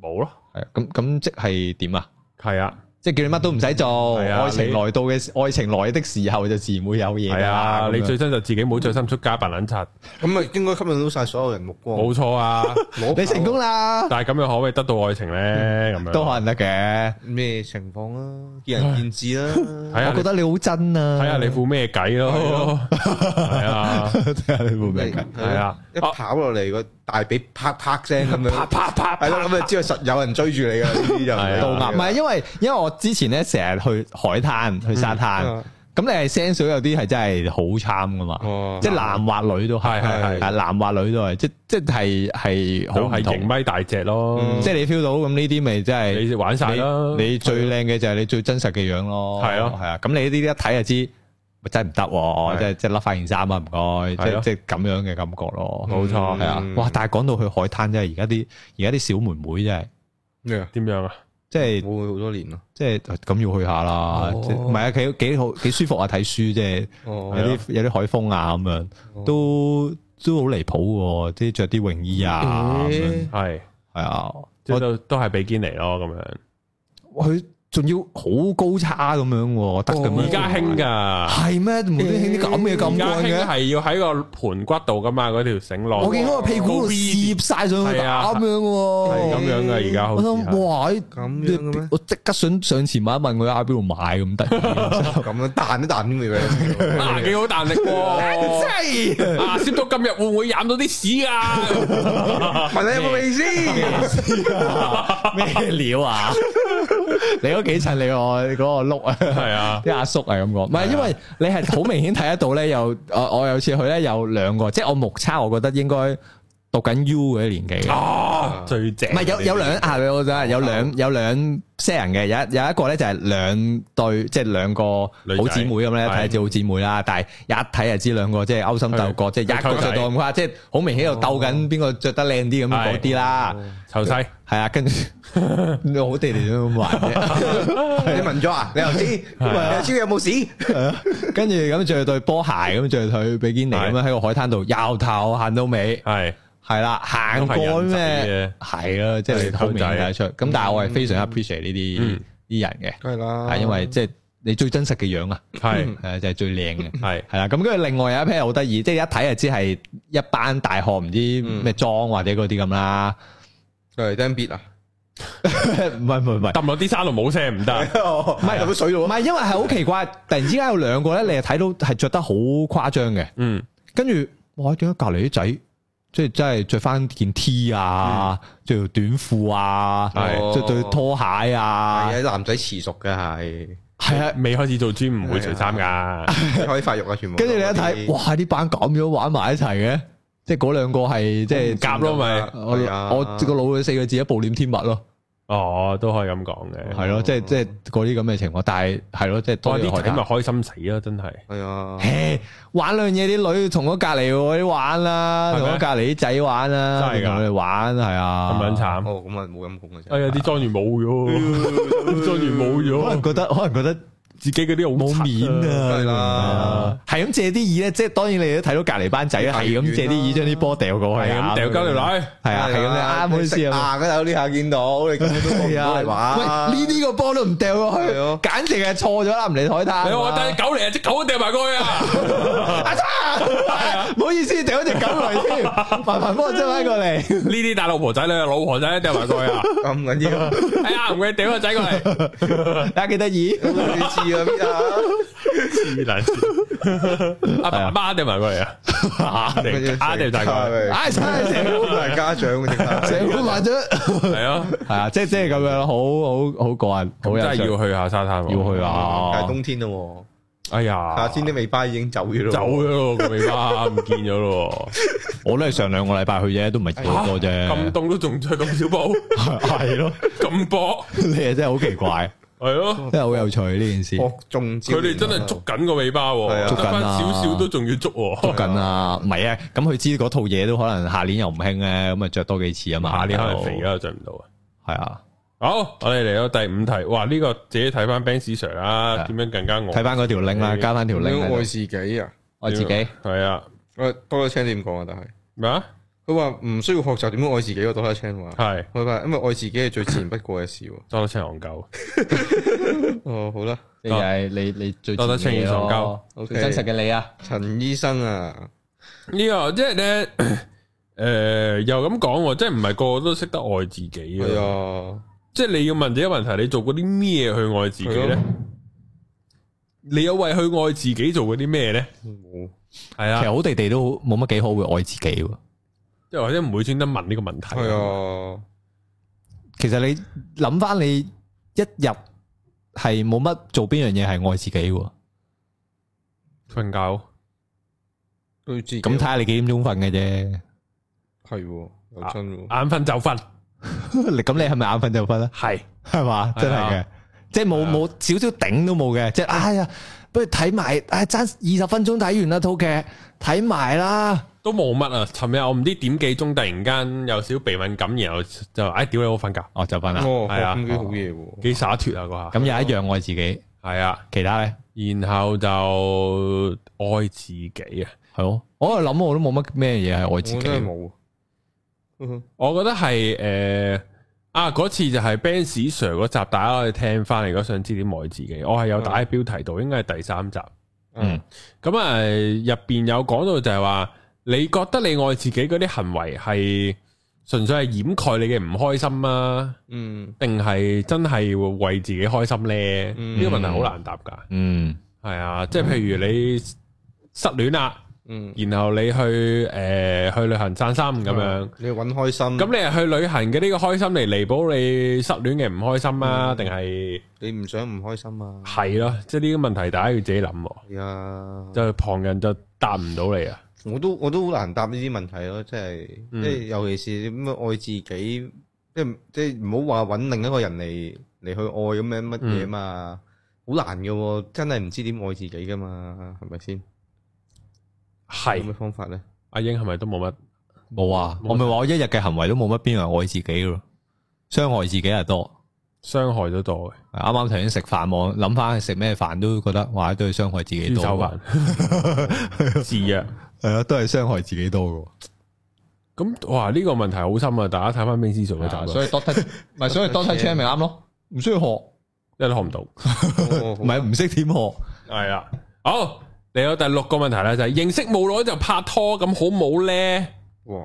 [SPEAKER 1] 冇咯，
[SPEAKER 3] 係啊咁咁即係點啊？
[SPEAKER 1] 係啊，
[SPEAKER 3] 即係叫你乜都唔使做，
[SPEAKER 1] 係啊
[SPEAKER 3] 愛情
[SPEAKER 1] 你
[SPEAKER 3] 來到嘅愛情來的時候就自然會有嘢
[SPEAKER 1] 係
[SPEAKER 3] 㗎啦
[SPEAKER 1] 啊，
[SPEAKER 3] 咁
[SPEAKER 1] 你
[SPEAKER 3] 樣
[SPEAKER 1] 最憎就自己冇着衫出街扮撚柒，
[SPEAKER 2] 咁咪應該吸引到晒所有人目
[SPEAKER 3] 哦
[SPEAKER 2] 光。
[SPEAKER 1] 冇錯 啊。
[SPEAKER 2] 攞
[SPEAKER 3] 你成功啦，
[SPEAKER 1] 但係咁樣可唔可以得到愛情咧？咁樣
[SPEAKER 3] 都可能得嘅。
[SPEAKER 2] 咩情況啦？見仁見智啦。
[SPEAKER 1] 睇下
[SPEAKER 3] 我覺
[SPEAKER 1] 你
[SPEAKER 3] 得你好真啊，
[SPEAKER 1] 睇下你副咩計咯，
[SPEAKER 3] 哦
[SPEAKER 1] 係啊，
[SPEAKER 3] 睇下你會唔會明
[SPEAKER 1] 係啊
[SPEAKER 2] 一跑落嚟個大髀啪啪聲咁
[SPEAKER 1] 啪
[SPEAKER 2] 樣，
[SPEAKER 1] 啪啪
[SPEAKER 2] 係咯，咁啊知道實有人追住你㗎，呢啲就
[SPEAKER 1] 係啊
[SPEAKER 3] 到鴨，唔係因為因為我之前咧成日去海灘去沙灘
[SPEAKER 1] 啊
[SPEAKER 2] 嗯，
[SPEAKER 3] 咁你係 sense 到有啲係真係好慘噶嘛，
[SPEAKER 2] 哦
[SPEAKER 3] 即係男或女都係，
[SPEAKER 1] 係係係
[SPEAKER 3] 啊男或女都係，即即係係好
[SPEAKER 1] 就
[SPEAKER 3] 唔
[SPEAKER 1] 係型
[SPEAKER 3] 同，嗯
[SPEAKER 1] 咪大隻咯，
[SPEAKER 3] 即係你 feel 到咁呢啲咪真係
[SPEAKER 1] 你玩晒啦，
[SPEAKER 3] 你最靚嘅就係你最真實嘅樣咯，
[SPEAKER 1] 係咯
[SPEAKER 3] 係啊，咁你呢啲一睇就知，咪真係唔得喎，
[SPEAKER 2] 係
[SPEAKER 3] 即係即係甩翻件衫啊，唔該，
[SPEAKER 1] 係
[SPEAKER 3] 即係
[SPEAKER 1] 咯
[SPEAKER 3] 即係咁樣嘅感覺咯，
[SPEAKER 1] 冇錯嗯
[SPEAKER 3] 係啊，哇！但係講到去海灘真係而家啲而家啲小妹妹真係，
[SPEAKER 2] 咩啊？
[SPEAKER 1] 點樣啊？
[SPEAKER 3] 即係
[SPEAKER 2] 冇好多年咯。
[SPEAKER 3] 即係咁要去下啦，
[SPEAKER 2] 哦
[SPEAKER 3] 即係唔係啊？幾幾好幾舒服啊！睇書即係有
[SPEAKER 2] 哦
[SPEAKER 1] 係
[SPEAKER 3] 啲有啲海風啊咁
[SPEAKER 1] 嗯
[SPEAKER 3] 樣，都都好離譜喎！即係着啲泳衣
[SPEAKER 2] À,
[SPEAKER 3] 啊，咁樣
[SPEAKER 2] 咦
[SPEAKER 1] 係，
[SPEAKER 3] 係啊，
[SPEAKER 1] 即係
[SPEAKER 3] 我
[SPEAKER 1] 都都係比堅尼咯咁樣。
[SPEAKER 3] 佢仲要好高叉咁樣喎，得咁樣
[SPEAKER 1] 哦而家興㗎。
[SPEAKER 3] 係咩？無端端興啲咁嘅
[SPEAKER 1] 而
[SPEAKER 3] 咁
[SPEAKER 1] 家
[SPEAKER 3] 幹
[SPEAKER 1] 興
[SPEAKER 3] 嘅，
[SPEAKER 1] 係要喺個盤骨度噶嘛，嗰條繩落。
[SPEAKER 3] 我見嗰個屁股
[SPEAKER 1] 高
[SPEAKER 3] 度
[SPEAKER 1] V
[SPEAKER 3] 攝晒上去
[SPEAKER 1] 係啊
[SPEAKER 3] 咁
[SPEAKER 1] 係
[SPEAKER 3] 樣喎。
[SPEAKER 1] 咁樣噶，而家好
[SPEAKER 3] 我
[SPEAKER 1] 似
[SPEAKER 3] 諗
[SPEAKER 1] 係。
[SPEAKER 3] 哇，
[SPEAKER 2] 咁樣嘅咩
[SPEAKER 3] 我即刻想上前問一問佢喺邊度買咁 得意，
[SPEAKER 2] 咁樣彈一彈添嘅，
[SPEAKER 1] 啊，幾好彈力 喎！
[SPEAKER 3] 真係。
[SPEAKER 1] 啊，攝到今日會唔會飲到啲屎啊？
[SPEAKER 2] 問你有冇意思？
[SPEAKER 3] 咩料 啊？你嗰幾襯你個嗰個碌啊？
[SPEAKER 1] 係啊，
[SPEAKER 3] 啲阿叔係咁講，唔係因為你係好明顯睇得到咧，有 我我有次去咧有兩個，即係我目測，我覺得應該讀緊 U 嗰啲年紀嘅，
[SPEAKER 1] 啊，最正。
[SPEAKER 3] 唔係有有兩啊，我真係有兩有兩 set 人嘅，有一有一個咧就係兩對，即係兩個好姊妹咁咧，
[SPEAKER 1] 女仔
[SPEAKER 3] 睇住好姊妹啦，但係一睇就知兩個即係勾心鬥角，即係一個着到咁誇，即係好明顯喺度鬥緊邊個着得靚啲咁嗰啲啦。
[SPEAKER 1] 臭西，
[SPEAKER 3] 系啊，跟住 你好地地咁玩啫，
[SPEAKER 2] 你問咗啊？你又知？你又知有冇事？
[SPEAKER 3] 跟住咁着對波鞋，咁着對比堅尼咁樣喺個海灘度由頭行到尾，
[SPEAKER 1] 係
[SPEAKER 3] 係啦，行
[SPEAKER 1] 都係
[SPEAKER 3] 過
[SPEAKER 1] 人
[SPEAKER 3] 咩？係啊，即係你好明顯睇得出。咁但係我係非常 appreciate 呢啲
[SPEAKER 1] 嗯
[SPEAKER 3] 啲人
[SPEAKER 2] 梗係
[SPEAKER 3] 嘅，
[SPEAKER 2] 啦
[SPEAKER 3] 啊係因為即係你最真實嘅樣啊，
[SPEAKER 1] 係
[SPEAKER 3] 係啊就係最靚嘅。
[SPEAKER 1] 係
[SPEAKER 3] 係啦，咁跟住另外有一批好得意，即係一睇就知係一班大學唔知咩裝或者嗰啲咁啦，
[SPEAKER 2] 佢係 d a b i t 啊，
[SPEAKER 3] 唔係唔係唔係。
[SPEAKER 1] 抌落啲沙度冇聲唔得。
[SPEAKER 2] 唔係入咗水
[SPEAKER 3] 唔
[SPEAKER 2] 咯。
[SPEAKER 3] 係，因為係好奇怪，突然之間有兩個咧，你係睇到係着得好誇張嘅，
[SPEAKER 1] 嗯，
[SPEAKER 3] 跟住哇，點解隔離啲仔即係真係着翻件 T 啊，着條短褲啊，
[SPEAKER 1] 係
[SPEAKER 3] 着對拖鞋啊，
[SPEAKER 2] 係啊，男仔遲熟嘅 係，
[SPEAKER 3] 係啊，
[SPEAKER 1] 未開始做 gym 唔會除衫㗎。
[SPEAKER 2] 可以發育啊，全部。
[SPEAKER 3] 跟住你一睇，哇，呢班咁樣玩埋一齊嘅，即係嗰兩個係即係啊
[SPEAKER 1] 夾咯咪
[SPEAKER 3] 我我個
[SPEAKER 2] 個
[SPEAKER 3] 腦嘅四個字一暴殄天物咯，
[SPEAKER 1] 哦，都可以咁講嘅。
[SPEAKER 3] 係咯，即係即係嗰啲咁嘅情況，但係係咯，即係
[SPEAKER 1] 哇，
[SPEAKER 3] 多
[SPEAKER 1] 哦啲
[SPEAKER 3] 啲
[SPEAKER 1] 仔咪
[SPEAKER 3] 學
[SPEAKER 1] 開心死咯，真係。
[SPEAKER 2] 係啊，
[SPEAKER 3] 嘿玩兩嘢啲女同我隔離嗰啲玩
[SPEAKER 1] 係
[SPEAKER 3] 啦，同
[SPEAKER 1] 咩
[SPEAKER 3] 我隔離啲仔玩啦，
[SPEAKER 1] 真係㗎
[SPEAKER 3] 同佢哋玩係啊，哎
[SPEAKER 1] 咁樣慘。
[SPEAKER 2] 哦咁啊冇陰功嘅
[SPEAKER 1] 哎
[SPEAKER 2] 啫。
[SPEAKER 1] 呀，啲莊園冇咗，莊園冇
[SPEAKER 3] 可能
[SPEAKER 1] 咗，
[SPEAKER 3] 覺得可能覺得
[SPEAKER 1] 自己嗰啲好
[SPEAKER 3] 冇面
[SPEAKER 1] 柒
[SPEAKER 3] 啊，
[SPEAKER 2] 係啦
[SPEAKER 3] 啊，係咁借啲意咧，即係當然你都睇到隔離班仔係啊咁借啲意，將啲波掉過去
[SPEAKER 1] 係
[SPEAKER 3] 啊，
[SPEAKER 1] 咁掉鳩條女，
[SPEAKER 3] 係
[SPEAKER 2] à,
[SPEAKER 3] 啊，係咁你啱好
[SPEAKER 2] 食
[SPEAKER 3] 似啊。
[SPEAKER 2] 牙嗰度呢下見到，你根本都
[SPEAKER 3] 係
[SPEAKER 2] 冇嚟
[SPEAKER 3] 啊，
[SPEAKER 2] 玩。
[SPEAKER 3] 喂，呢啲個波都唔掉過去
[SPEAKER 2] 係咯，
[SPEAKER 3] 簡直係錯咗啦，唔理海灘。
[SPEAKER 1] 你話帶
[SPEAKER 3] 得
[SPEAKER 1] 隻狗嚟啊，只狗都掉埋過去啊！
[SPEAKER 3] 阿叉，唔好意思，掉咗隻狗落嚟添，麻煩幫我執翻過嚟。
[SPEAKER 1] 呢啲大老婆仔女、老婆仔掉埋過 去啊！
[SPEAKER 2] 咁緊要，
[SPEAKER 1] 哎呀，唔會掉個仔過嚟，
[SPEAKER 3] 大家幾得意？
[SPEAKER 2] à, 你知啊邊啊？
[SPEAKER 1] 黐撚線阿
[SPEAKER 3] 哎
[SPEAKER 1] 爸媽定埋過嚟 啊，定啊定大過嚟，
[SPEAKER 3] 唉，真 係社會
[SPEAKER 2] 係家長嘅 政
[SPEAKER 3] 社會
[SPEAKER 2] 策，
[SPEAKER 3] 慢咗，
[SPEAKER 1] 係啊，
[SPEAKER 3] 係啊，即係即係咁樣咯，好好好過癮，好
[SPEAKER 1] 咁真
[SPEAKER 3] 有
[SPEAKER 1] 係
[SPEAKER 3] 趣
[SPEAKER 1] 要去下沙灘喎，
[SPEAKER 3] 要去
[SPEAKER 2] 但係
[SPEAKER 3] 啊！
[SPEAKER 2] 冬天咯
[SPEAKER 1] 哎呀，
[SPEAKER 2] 喎，夏天啲尾巴已經啊走咗咯，
[SPEAKER 1] 走咗咯，個尾巴唔見咗咯，
[SPEAKER 3] 我都係上兩個禮拜去啫，都唔係好多啫，
[SPEAKER 1] 啊咁凍都仲着咁少布，
[SPEAKER 3] 係咯，
[SPEAKER 1] 咁薄，
[SPEAKER 3] 你係真係好奇 怪，
[SPEAKER 1] 係咯，
[SPEAKER 3] 真係好有趣呢件
[SPEAKER 1] 哦
[SPEAKER 3] 事。
[SPEAKER 2] 博中招
[SPEAKER 1] 佢哋真係捉緊個尾巴喎，
[SPEAKER 2] 係啊
[SPEAKER 1] 得
[SPEAKER 3] 捉緊
[SPEAKER 1] 翻
[SPEAKER 3] 啊
[SPEAKER 1] 少少都仲要捉喎，
[SPEAKER 3] 捉緊啊，唔係啊，咁佢知嗰套嘢都可能下年又唔興咧，咁啊着多幾次啊嘛，
[SPEAKER 1] 下年可能肥，啦，着唔到啊。
[SPEAKER 3] 係啊，
[SPEAKER 1] 好，我哋嚟到第五題，哇！呢、個自己睇翻 Ben Sir 啦，
[SPEAKER 3] 係
[SPEAKER 1] 點樣更加我
[SPEAKER 3] 睇翻嗰條 link 啦，加翻條
[SPEAKER 2] 你
[SPEAKER 3] link
[SPEAKER 2] 愛
[SPEAKER 3] 喺度
[SPEAKER 2] 自己啊！
[SPEAKER 3] 我自己
[SPEAKER 1] 係啊
[SPEAKER 2] 我多咗青點講啊，但係
[SPEAKER 1] 咩啊？
[SPEAKER 2] 佢話唔需要學習點樣愛自己，我多咗青話。
[SPEAKER 1] 係
[SPEAKER 2] 佢話因為愛自己係最自然不過嘅事 喎。
[SPEAKER 1] 多得清戇鳩，
[SPEAKER 2] 哦，好啦，
[SPEAKER 3] 你係你你最
[SPEAKER 1] 多得清
[SPEAKER 3] 自己
[SPEAKER 1] 與崇
[SPEAKER 3] 咯
[SPEAKER 2] 鳩
[SPEAKER 3] 最真實嘅你啊，
[SPEAKER 2] 陳醫生啊，
[SPEAKER 1] 呢、 個即係咧，诶、又咁講喎，即係唔係個個都識得愛自己
[SPEAKER 2] 係
[SPEAKER 1] 嘅，
[SPEAKER 2] 啊，
[SPEAKER 1] 即係你要問自己問題，你做過啲咩去愛自己
[SPEAKER 2] 係
[SPEAKER 1] 咧
[SPEAKER 2] 咯？
[SPEAKER 1] 你有為去愛自己做過啲咩咧？
[SPEAKER 2] 冇
[SPEAKER 1] 係
[SPEAKER 3] 其
[SPEAKER 1] 啊，
[SPEAKER 3] 實好地地都冇乜幾好會愛自己喎。
[SPEAKER 1] 即係或者唔會專登問呢個問題。
[SPEAKER 2] 係啊，
[SPEAKER 3] 其實你諗翻你一日係冇乜做邊樣嘢係愛自己喎，
[SPEAKER 1] 瞓覺
[SPEAKER 2] 對自己
[SPEAKER 3] 咁睇下你幾點鐘瞓嘅啫。
[SPEAKER 2] 係喎，
[SPEAKER 1] 啊
[SPEAKER 2] 又真喎，
[SPEAKER 1] 眼瞓就瞓，
[SPEAKER 3] 你咁你係咪眼瞓就瞓啊？
[SPEAKER 1] 係
[SPEAKER 3] 係嘛，真係
[SPEAKER 1] 係
[SPEAKER 3] 嘅
[SPEAKER 1] 啊，
[SPEAKER 3] 即係冇
[SPEAKER 1] 係啊
[SPEAKER 3] 冇少少頂都冇嘅，即係哎呀，不如睇埋，唉爭二十分鐘睇完啦套劇，睇埋啦，
[SPEAKER 1] 都冇乜啊！尋日我唔知點幾鐘，突然間有少鼻敏感，然後就唉屌你，我瞓覺。
[SPEAKER 3] 哦就瞓啦。
[SPEAKER 2] 哦，
[SPEAKER 1] 係啊
[SPEAKER 2] 咁幾好嘢喎，
[SPEAKER 1] 几灑脱啊嗰下，
[SPEAKER 3] 咁有一樣愛自己，
[SPEAKER 1] 係啊，
[SPEAKER 3] 其他咧
[SPEAKER 1] 然後就愛自己啊，
[SPEAKER 3] 係咯，我喺度諗我都冇乜咩嘢係愛自
[SPEAKER 2] 我
[SPEAKER 3] 己
[SPEAKER 2] 真係
[SPEAKER 3] 喎，
[SPEAKER 2] 冇。嗯
[SPEAKER 1] 我覺得係诶、呃啊嗰次就係 Ben Sir 嗰集，大家可以聽翻嚟，如果想知點愛自己，我係有打喺標題度，應該係第三集。
[SPEAKER 3] 嗯
[SPEAKER 1] 咁啊，入边有講到就係話，你覺得你愛自己嗰啲行為係純粹係掩蓋你嘅唔開心啊，
[SPEAKER 2] 嗯
[SPEAKER 1] 定係真係為自己開心呢？
[SPEAKER 2] 嗯
[SPEAKER 1] 呢、個問題好難答㗎。
[SPEAKER 3] 嗯
[SPEAKER 1] 係啊，即係譬如你失戀啦。
[SPEAKER 2] 嗯，
[SPEAKER 1] 然後你去诶、呃去旅行散心咁樣，
[SPEAKER 2] 你要揾開心，
[SPEAKER 1] 咁、你係去旅行嘅呢個開心嚟彌補你失戀嘅唔開心啊？
[SPEAKER 2] 嗯
[SPEAKER 1] 定係
[SPEAKER 2] 你唔想唔開心 啊？
[SPEAKER 1] 係咯？即係呢啲問題大家要自己諗喎，
[SPEAKER 2] 係啊，
[SPEAKER 1] 就旁人就答唔到你啊。
[SPEAKER 2] 我都我都好難答呢啲問題咯，即係即係尤其是咁樣愛自己，即係即係唔好話揾另一個人嚟嚟去愛咁樣乜嘢嘛，好、難嘅喎，真係唔知點愛自己噶嘛，係咪先？有
[SPEAKER 1] 係
[SPEAKER 2] 咩方法咧？
[SPEAKER 1] 阿英係咪都冇乜？
[SPEAKER 3] 冇啊，
[SPEAKER 1] 冇
[SPEAKER 3] 我咪話我一日嘅行為都冇乜邊樣係愛自己咯，傷害自己係多。
[SPEAKER 1] 傷害咗多嘅
[SPEAKER 3] 啱啱頭先食飯，我諗翻去食咩飯都覺得，哇，都係傷害自啊
[SPEAKER 1] 豬
[SPEAKER 3] 己多。
[SPEAKER 1] 手飯自虐，
[SPEAKER 3] 係啊，都係傷害自己多嘅。
[SPEAKER 1] 咁哇呢、個問題好深啊！大家睇翻冰絲上嘅集啊，
[SPEAKER 3] 所以 Doctor 唔係，所以 Doctor Chan 咪啱咯，唔需要學，唔
[SPEAKER 1] 一都學唔到。
[SPEAKER 2] 哦好
[SPEAKER 3] 係唔識點學，
[SPEAKER 1] 係啊啦，好嚟到第六個問題啦，就係認識冇耐就拍拖，咁好冇呢？
[SPEAKER 2] 哇，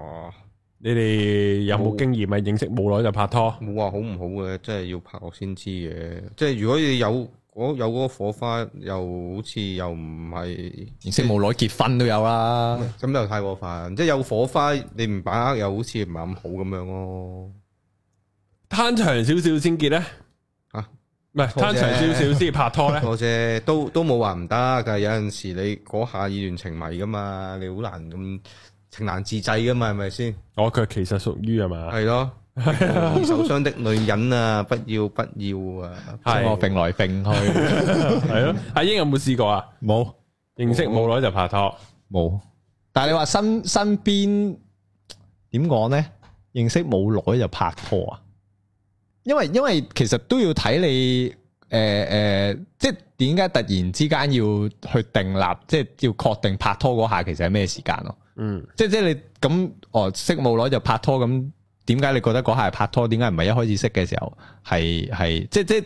[SPEAKER 1] 你哋有冇經驗啊？認識冇耐就拍拖，
[SPEAKER 2] 冇話好唔好嘅，真係要拍落先知嘅。即係如果你有嗰有嗰個火花，又好似又唔係
[SPEAKER 3] 認識冇耐結婚都有啦。
[SPEAKER 2] 咁又太過分，即係有火花你唔把握，又好似唔係咁好咁樣咯。
[SPEAKER 1] 攤長少少先結呢？
[SPEAKER 2] 啊
[SPEAKER 1] 唔係攤長少少先拍拖 呢？
[SPEAKER 2] 多啫，都都冇話唔得，但係有陣時你嗰下意亂情迷噶嘛，你好難咁情難自制噶嘛，係咪先？
[SPEAKER 1] 我哦佢其實屬於啊嘛，
[SPEAKER 2] 係咯，受傷的女人啊，不要不要啊！
[SPEAKER 3] 即係我
[SPEAKER 1] 係
[SPEAKER 3] 揈來揈去，
[SPEAKER 1] 係咯。阿英有冇試過啊？
[SPEAKER 3] 冇
[SPEAKER 1] 認識冇耐就拍拖，
[SPEAKER 3] 冇。但係你話身身邊點講咧？認識冇耐就拍拖啊？因為因為其實都要睇你诶诶、呃即係點解突然之間要去定立，即係要確定拍拖嗰下，其實係咩時間咯？
[SPEAKER 1] 嗯，
[SPEAKER 3] 即即係你咁哦，識冇耐就拍拖咁，點解你覺得嗰下係拍拖？點解唔係一開始識嘅時候係係即即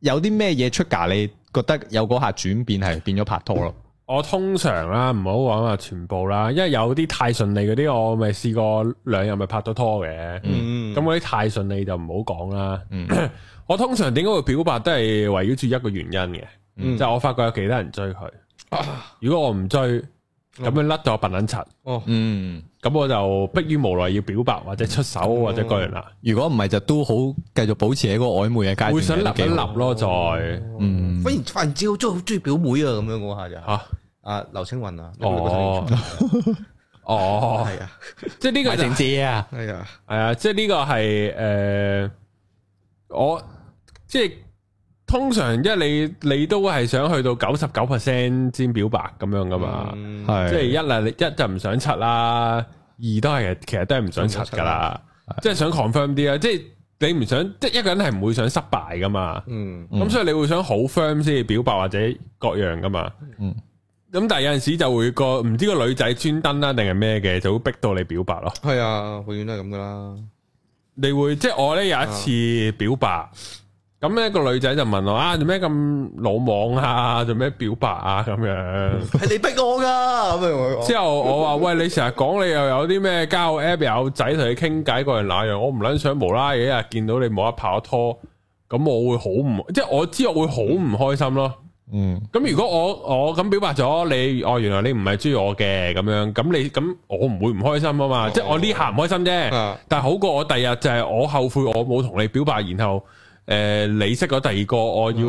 [SPEAKER 3] 有啲咩嘢出格？你覺得有嗰下轉變係變咗拍拖咯？
[SPEAKER 1] 我通常啦，唔好講話全部啦，因為有啲太順利嗰啲，我咪試過兩日咪拍咗拖嘅。
[SPEAKER 2] 嗯，
[SPEAKER 1] 咁嗰啲太順利就唔好講啦。
[SPEAKER 3] 嗯
[SPEAKER 1] 我通常點解會表白都係圍繞住一個原因嘅，
[SPEAKER 2] 嗯
[SPEAKER 1] 就係我發覺有其他人追佢，如果我唔追，咁樣甩咗我笨撚柒，
[SPEAKER 2] 哦，
[SPEAKER 3] 嗯，
[SPEAKER 1] 咁我就迫於無奈要表白或者出手或者嗰樣啦，
[SPEAKER 3] 如果唔系就都好繼續保持喺嗰個曖昧嘅階段嘅，
[SPEAKER 1] 會想立
[SPEAKER 3] 都幾
[SPEAKER 1] 一
[SPEAKER 3] 好
[SPEAKER 1] 立咯，再
[SPEAKER 3] 嗯
[SPEAKER 2] 忽然忽然之好中好中意表妹啊，咁樣嗰下就
[SPEAKER 1] 吓
[SPEAKER 2] 啊劉青雲啊，
[SPEAKER 1] 哦哦，
[SPEAKER 2] 係啊，
[SPEAKER 1] 即係呢個就係
[SPEAKER 3] 姐啊，
[SPEAKER 2] 係啊，
[SPEAKER 1] 系啊，即系呢个系诶、呃我即系通常即系你你都系想去到九十九 percent 先表白咁样噶嘛，
[SPEAKER 2] 嗯
[SPEAKER 3] 係
[SPEAKER 1] 即系一啦，你一就唔想柒啦，二都系其实都系唔想柒噶啦，即系想 confirm 啲啦，啊即系你唔想即系一个人系唔会想失败噶嘛，
[SPEAKER 2] 嗯
[SPEAKER 1] 咁、所以你會想好 firm 先至表白或者各樣噶嘛。
[SPEAKER 3] 嗯
[SPEAKER 1] 咁但係有阵时就會個唔知個女仔專登啦定係咩嘅，就會逼到你表白咯。
[SPEAKER 2] 係啊，永遠都係咁噶啦，
[SPEAKER 1] 你會即係我咧有一次表白，咁咧、個女仔就問我啊，做咩咁魯莽啊，做咩表白啊咁樣。
[SPEAKER 2] 係你逼我噶，咁樣我
[SPEAKER 1] 之後我話喂，你成日講你又有啲咩交友 app 有仔同你傾偈嗰樣那樣，我唔撚想無啦啦一日啊見到你冇得拍拖，咁我會好唔即係我知我會好唔開心咯。
[SPEAKER 3] 嗯
[SPEAKER 1] 咁如果我我咁表白咗你，哦原來你唔係中意我嘅咁樣，咁你咁我唔會唔開心啊嘛，即係我呢下唔開心啫。
[SPEAKER 2] 啊，
[SPEAKER 1] 但係好過我第日就係我後悔我冇同你表白，然後诶、呃你識咗第二個，我要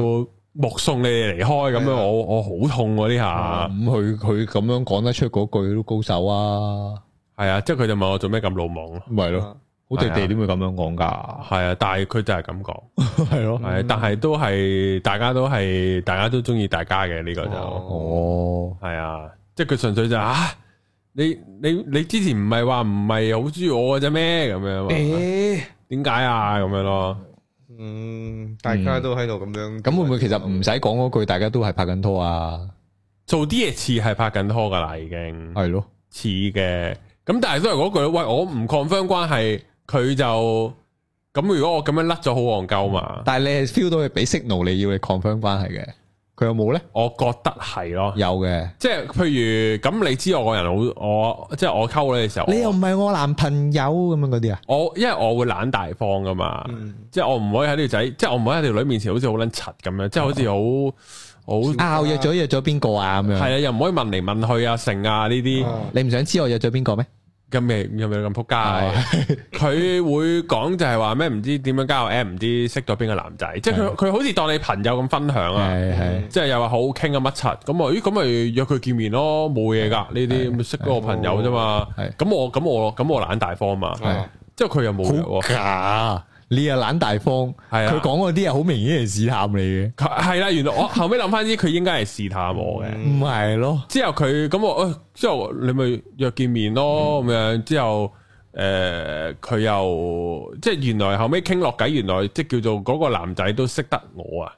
[SPEAKER 1] 目送你哋離開咁樣，
[SPEAKER 2] 嗯係啊嗯
[SPEAKER 1] 我我好痛喎呢下。
[SPEAKER 3] 咁佢佢咁樣講得出嗰句都高手啊，
[SPEAKER 1] 係啊，即係佢就問我做咩咁魯莽咯。
[SPEAKER 3] 咪係咯
[SPEAKER 2] 啊，
[SPEAKER 3] 好地地點會咁樣講㗎？
[SPEAKER 1] 係啊，但係佢就係咁講，
[SPEAKER 3] 係咯，
[SPEAKER 1] 係，啊但係都係大家都係大家都中意大家嘅呢、個就。
[SPEAKER 3] 哦，
[SPEAKER 1] 系啊，即系佢純粹就啊，你你你之前唔係話唔係好中意我嘅啫咩？咁樣啊，
[SPEAKER 2] 誒
[SPEAKER 1] 點解啊？咁樣咯，
[SPEAKER 2] 嗯，大家都喺度咁樣，
[SPEAKER 3] 咁會唔會其實唔使講嗰句，大家都係拍緊拖啊？
[SPEAKER 1] 做啲嘢似係拍緊拖噶啦，已經
[SPEAKER 3] 係咯，
[SPEAKER 1] 似嘅。咁但係都係嗰句，喂，我唔 confirm 關係，佢就咁。如果我咁樣甩咗，好戇鳩嘛？
[SPEAKER 3] 但係你係 feel 到佢俾 signal 你要你 confirm 關係嘅，佢有冇咧？
[SPEAKER 1] 我覺得係咯，
[SPEAKER 3] 有嘅，
[SPEAKER 1] 即係譬如咁，你知我個人好，我即係我溝你嘅時候，
[SPEAKER 3] 你又唔係我男朋友咁樣嗰啲啊？
[SPEAKER 1] 我因為我會懶大方噶嘛。
[SPEAKER 2] 嗯
[SPEAKER 1] 即系我唔可以喺條仔，即系我唔可以喺條女面前好似好撚柒咁樣，即系好似好好
[SPEAKER 3] 啊，我約咗約咗邊個啊？咁
[SPEAKER 1] 係
[SPEAKER 3] 樣，
[SPEAKER 1] 啊，又唔可以問嚟問去啊、成啊呢啲
[SPEAKER 2] 啊
[SPEAKER 3] 你唔想知我約咗邊個咩？
[SPEAKER 1] 咁咪咁咪咁仆街。 佢會講就係話咩唔知點樣交友 app，唔知識咗邊個男仔，即係佢佢好似當你朋友咁分享啊。
[SPEAKER 3] 係係。
[SPEAKER 1] 即係又話好傾啊乜柒，咁我咦咁咪約佢見面咯，冇嘢㗎呢啲，咪識咗我朋友啫嘛
[SPEAKER 3] 係。
[SPEAKER 1] 咁我咁我咁我懶大方嘛，
[SPEAKER 2] 係
[SPEAKER 1] 之後佢又冇約
[SPEAKER 3] 好
[SPEAKER 1] 喎。
[SPEAKER 3] 假，你又懶大方，
[SPEAKER 1] 係啊
[SPEAKER 3] 佢講嗰啲嘢好明顯係試探你嘅，
[SPEAKER 1] 佢係啦，原來我 後尾諗翻啲，佢應該係試探我嘅。
[SPEAKER 2] 嗯
[SPEAKER 3] 唔係咯？
[SPEAKER 1] 之後佢咁我，哎之後你咪約見面
[SPEAKER 3] 嗯
[SPEAKER 1] 咯咁樣。之後诶，佢、又即係原來後尾傾落偈，原來即係叫做嗰個男仔都識得我啊！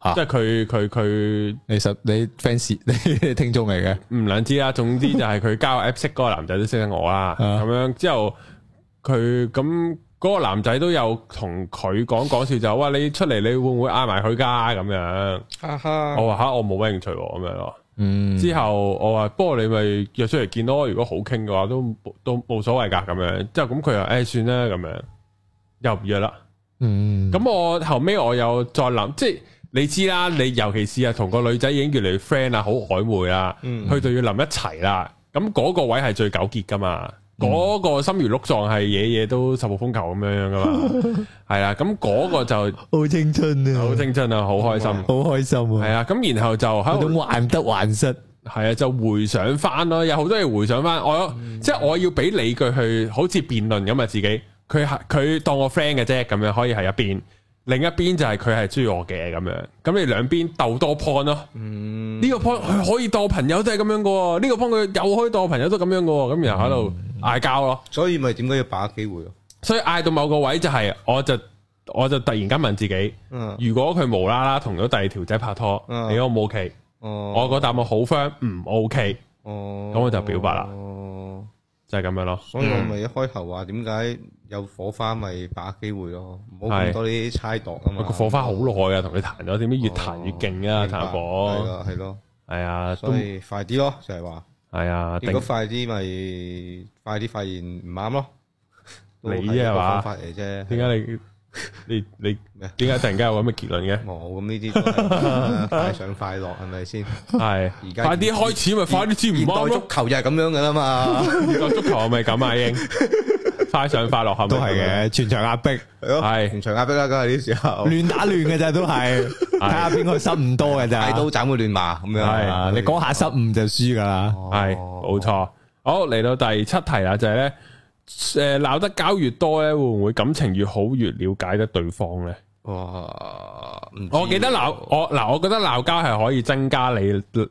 [SPEAKER 3] 啊
[SPEAKER 1] 即係佢佢佢
[SPEAKER 3] 其實你 fans 你聽眾嚟嘅，
[SPEAKER 1] 唔撚知啦。總之就係佢交友 app 識嗰個男仔都識得我啦。
[SPEAKER 3] 啊
[SPEAKER 1] 咁樣之後佢咁嗰個男仔都有同佢講講笑就話：，哇！你出嚟你會唔會嗌埋佢㗎？咁樣
[SPEAKER 2] 哈啊哈，
[SPEAKER 1] 我話吓，我冇乜興趣喎咁樣咯。
[SPEAKER 3] 啊嗯，
[SPEAKER 1] 之後我話，不過你咪約出嚟見咯，如果好傾嘅話，都冇都冇所謂㗎咁樣。之後咁佢又誒算啦咁樣，又唔約啦。
[SPEAKER 3] 嗯，
[SPEAKER 1] 咁我後尾我又再諗，即係你知啦，你尤其是啊同個女仔已經越嚟越 friend 啊啦，好曖昧啦，
[SPEAKER 2] 嗯
[SPEAKER 1] 去到要臨一齊啦，咁嗰個位係最糾結㗎嘛。嗰個心如碌撞係嘢嘢都十號風球咁樣樣噶嘛，係啦，咁嗰個就
[SPEAKER 3] 好青春啊，
[SPEAKER 1] 好青春啊，好開心，
[SPEAKER 3] 好開心
[SPEAKER 1] 係
[SPEAKER 3] 啊，
[SPEAKER 1] 啊，咁然後就喺
[SPEAKER 3] 嗰
[SPEAKER 1] 度
[SPEAKER 3] 種患得患失，
[SPEAKER 1] 系啊，就回想翻咯，有好多嘢回想翻。我有
[SPEAKER 2] 嗯
[SPEAKER 1] 即系我要俾理據去，好似辯論咁啊，自己佢係佢當我 friend 嘅啫，咁樣可以係一邊，另一邊就係佢係中意我嘅咁樣。咁你兩邊鬥多 point 咯，
[SPEAKER 2] 嗯
[SPEAKER 1] 呢、個 point 佢可以當我朋友都係咁樣嘅喎，呢、個 point 佢又可以當我朋友都咁樣嘅喎，咁然後喺度
[SPEAKER 2] 嗯
[SPEAKER 1] 嗌交咯。
[SPEAKER 2] 所以咪點解要把握機會咯，
[SPEAKER 1] 所以嗌到某個位就係、我就我就突然間問自己，
[SPEAKER 2] 嗯，
[SPEAKER 1] 如果佢無啦啦同咗第二條仔拍拖，
[SPEAKER 2] 嗯
[SPEAKER 1] 你 O 唔 OK？我
[SPEAKER 2] 哦，
[SPEAKER 1] 個答案好 firm，唔 OK，
[SPEAKER 2] 哦，
[SPEAKER 1] 咁我就表白啦嗯
[SPEAKER 2] 哦。
[SPEAKER 1] 就係咁樣咯。
[SPEAKER 2] 所以我咪一開頭話點解有火花咪把握機會咯，唔好咁多呢啲猜度啊嘛。
[SPEAKER 1] 我個火花好耐啊，同佢彈咗，點解越彈越勁啊？
[SPEAKER 2] 哦明白
[SPEAKER 1] 彈火
[SPEAKER 2] 係咯係咯，
[SPEAKER 1] 係啊，都
[SPEAKER 2] 所以快啲咯，就係話，
[SPEAKER 1] 係啊，
[SPEAKER 2] 如果
[SPEAKER 1] 定
[SPEAKER 2] 快啲咪快啲發現唔啱咯。
[SPEAKER 1] 你啫
[SPEAKER 2] 係一個
[SPEAKER 1] 係嘛
[SPEAKER 2] 方法嚟啫，
[SPEAKER 1] 點解你你你
[SPEAKER 2] 咩
[SPEAKER 1] 点解突然間有咁嘅結論 嘅？
[SPEAKER 2] 冇咁呢 啲都係快上快落係咪先？
[SPEAKER 1] 係
[SPEAKER 2] 而家
[SPEAKER 1] 快啲開始咪快啲知唔
[SPEAKER 2] 現
[SPEAKER 1] 啱
[SPEAKER 2] 代
[SPEAKER 1] 咯
[SPEAKER 2] 足？球就係咁樣噶啦嘛，
[SPEAKER 1] 現代足球係咪咁啊？英快上快落係咪
[SPEAKER 3] 都係嘅，全場壓迫，
[SPEAKER 2] 係咯，
[SPEAKER 1] 係
[SPEAKER 2] 全場壓迫啦，梗係啲時候，
[SPEAKER 3] 亂打亂嘅咋，都係睇下邊個失誤多嘅咋。
[SPEAKER 2] 大刀斬會亂麻咁樣。
[SPEAKER 1] 係
[SPEAKER 3] 啊，你講下失誤就輸噶啦。
[SPEAKER 2] 哦
[SPEAKER 1] 係冇錯。好嚟到第七題啦，就係咧，诶鬧得交越多咧，會唔會感情越好，越了解得對方咧？
[SPEAKER 2] 哇！唔知
[SPEAKER 1] 我記得鬧我嗱，我覺得鬧交係可以增加你對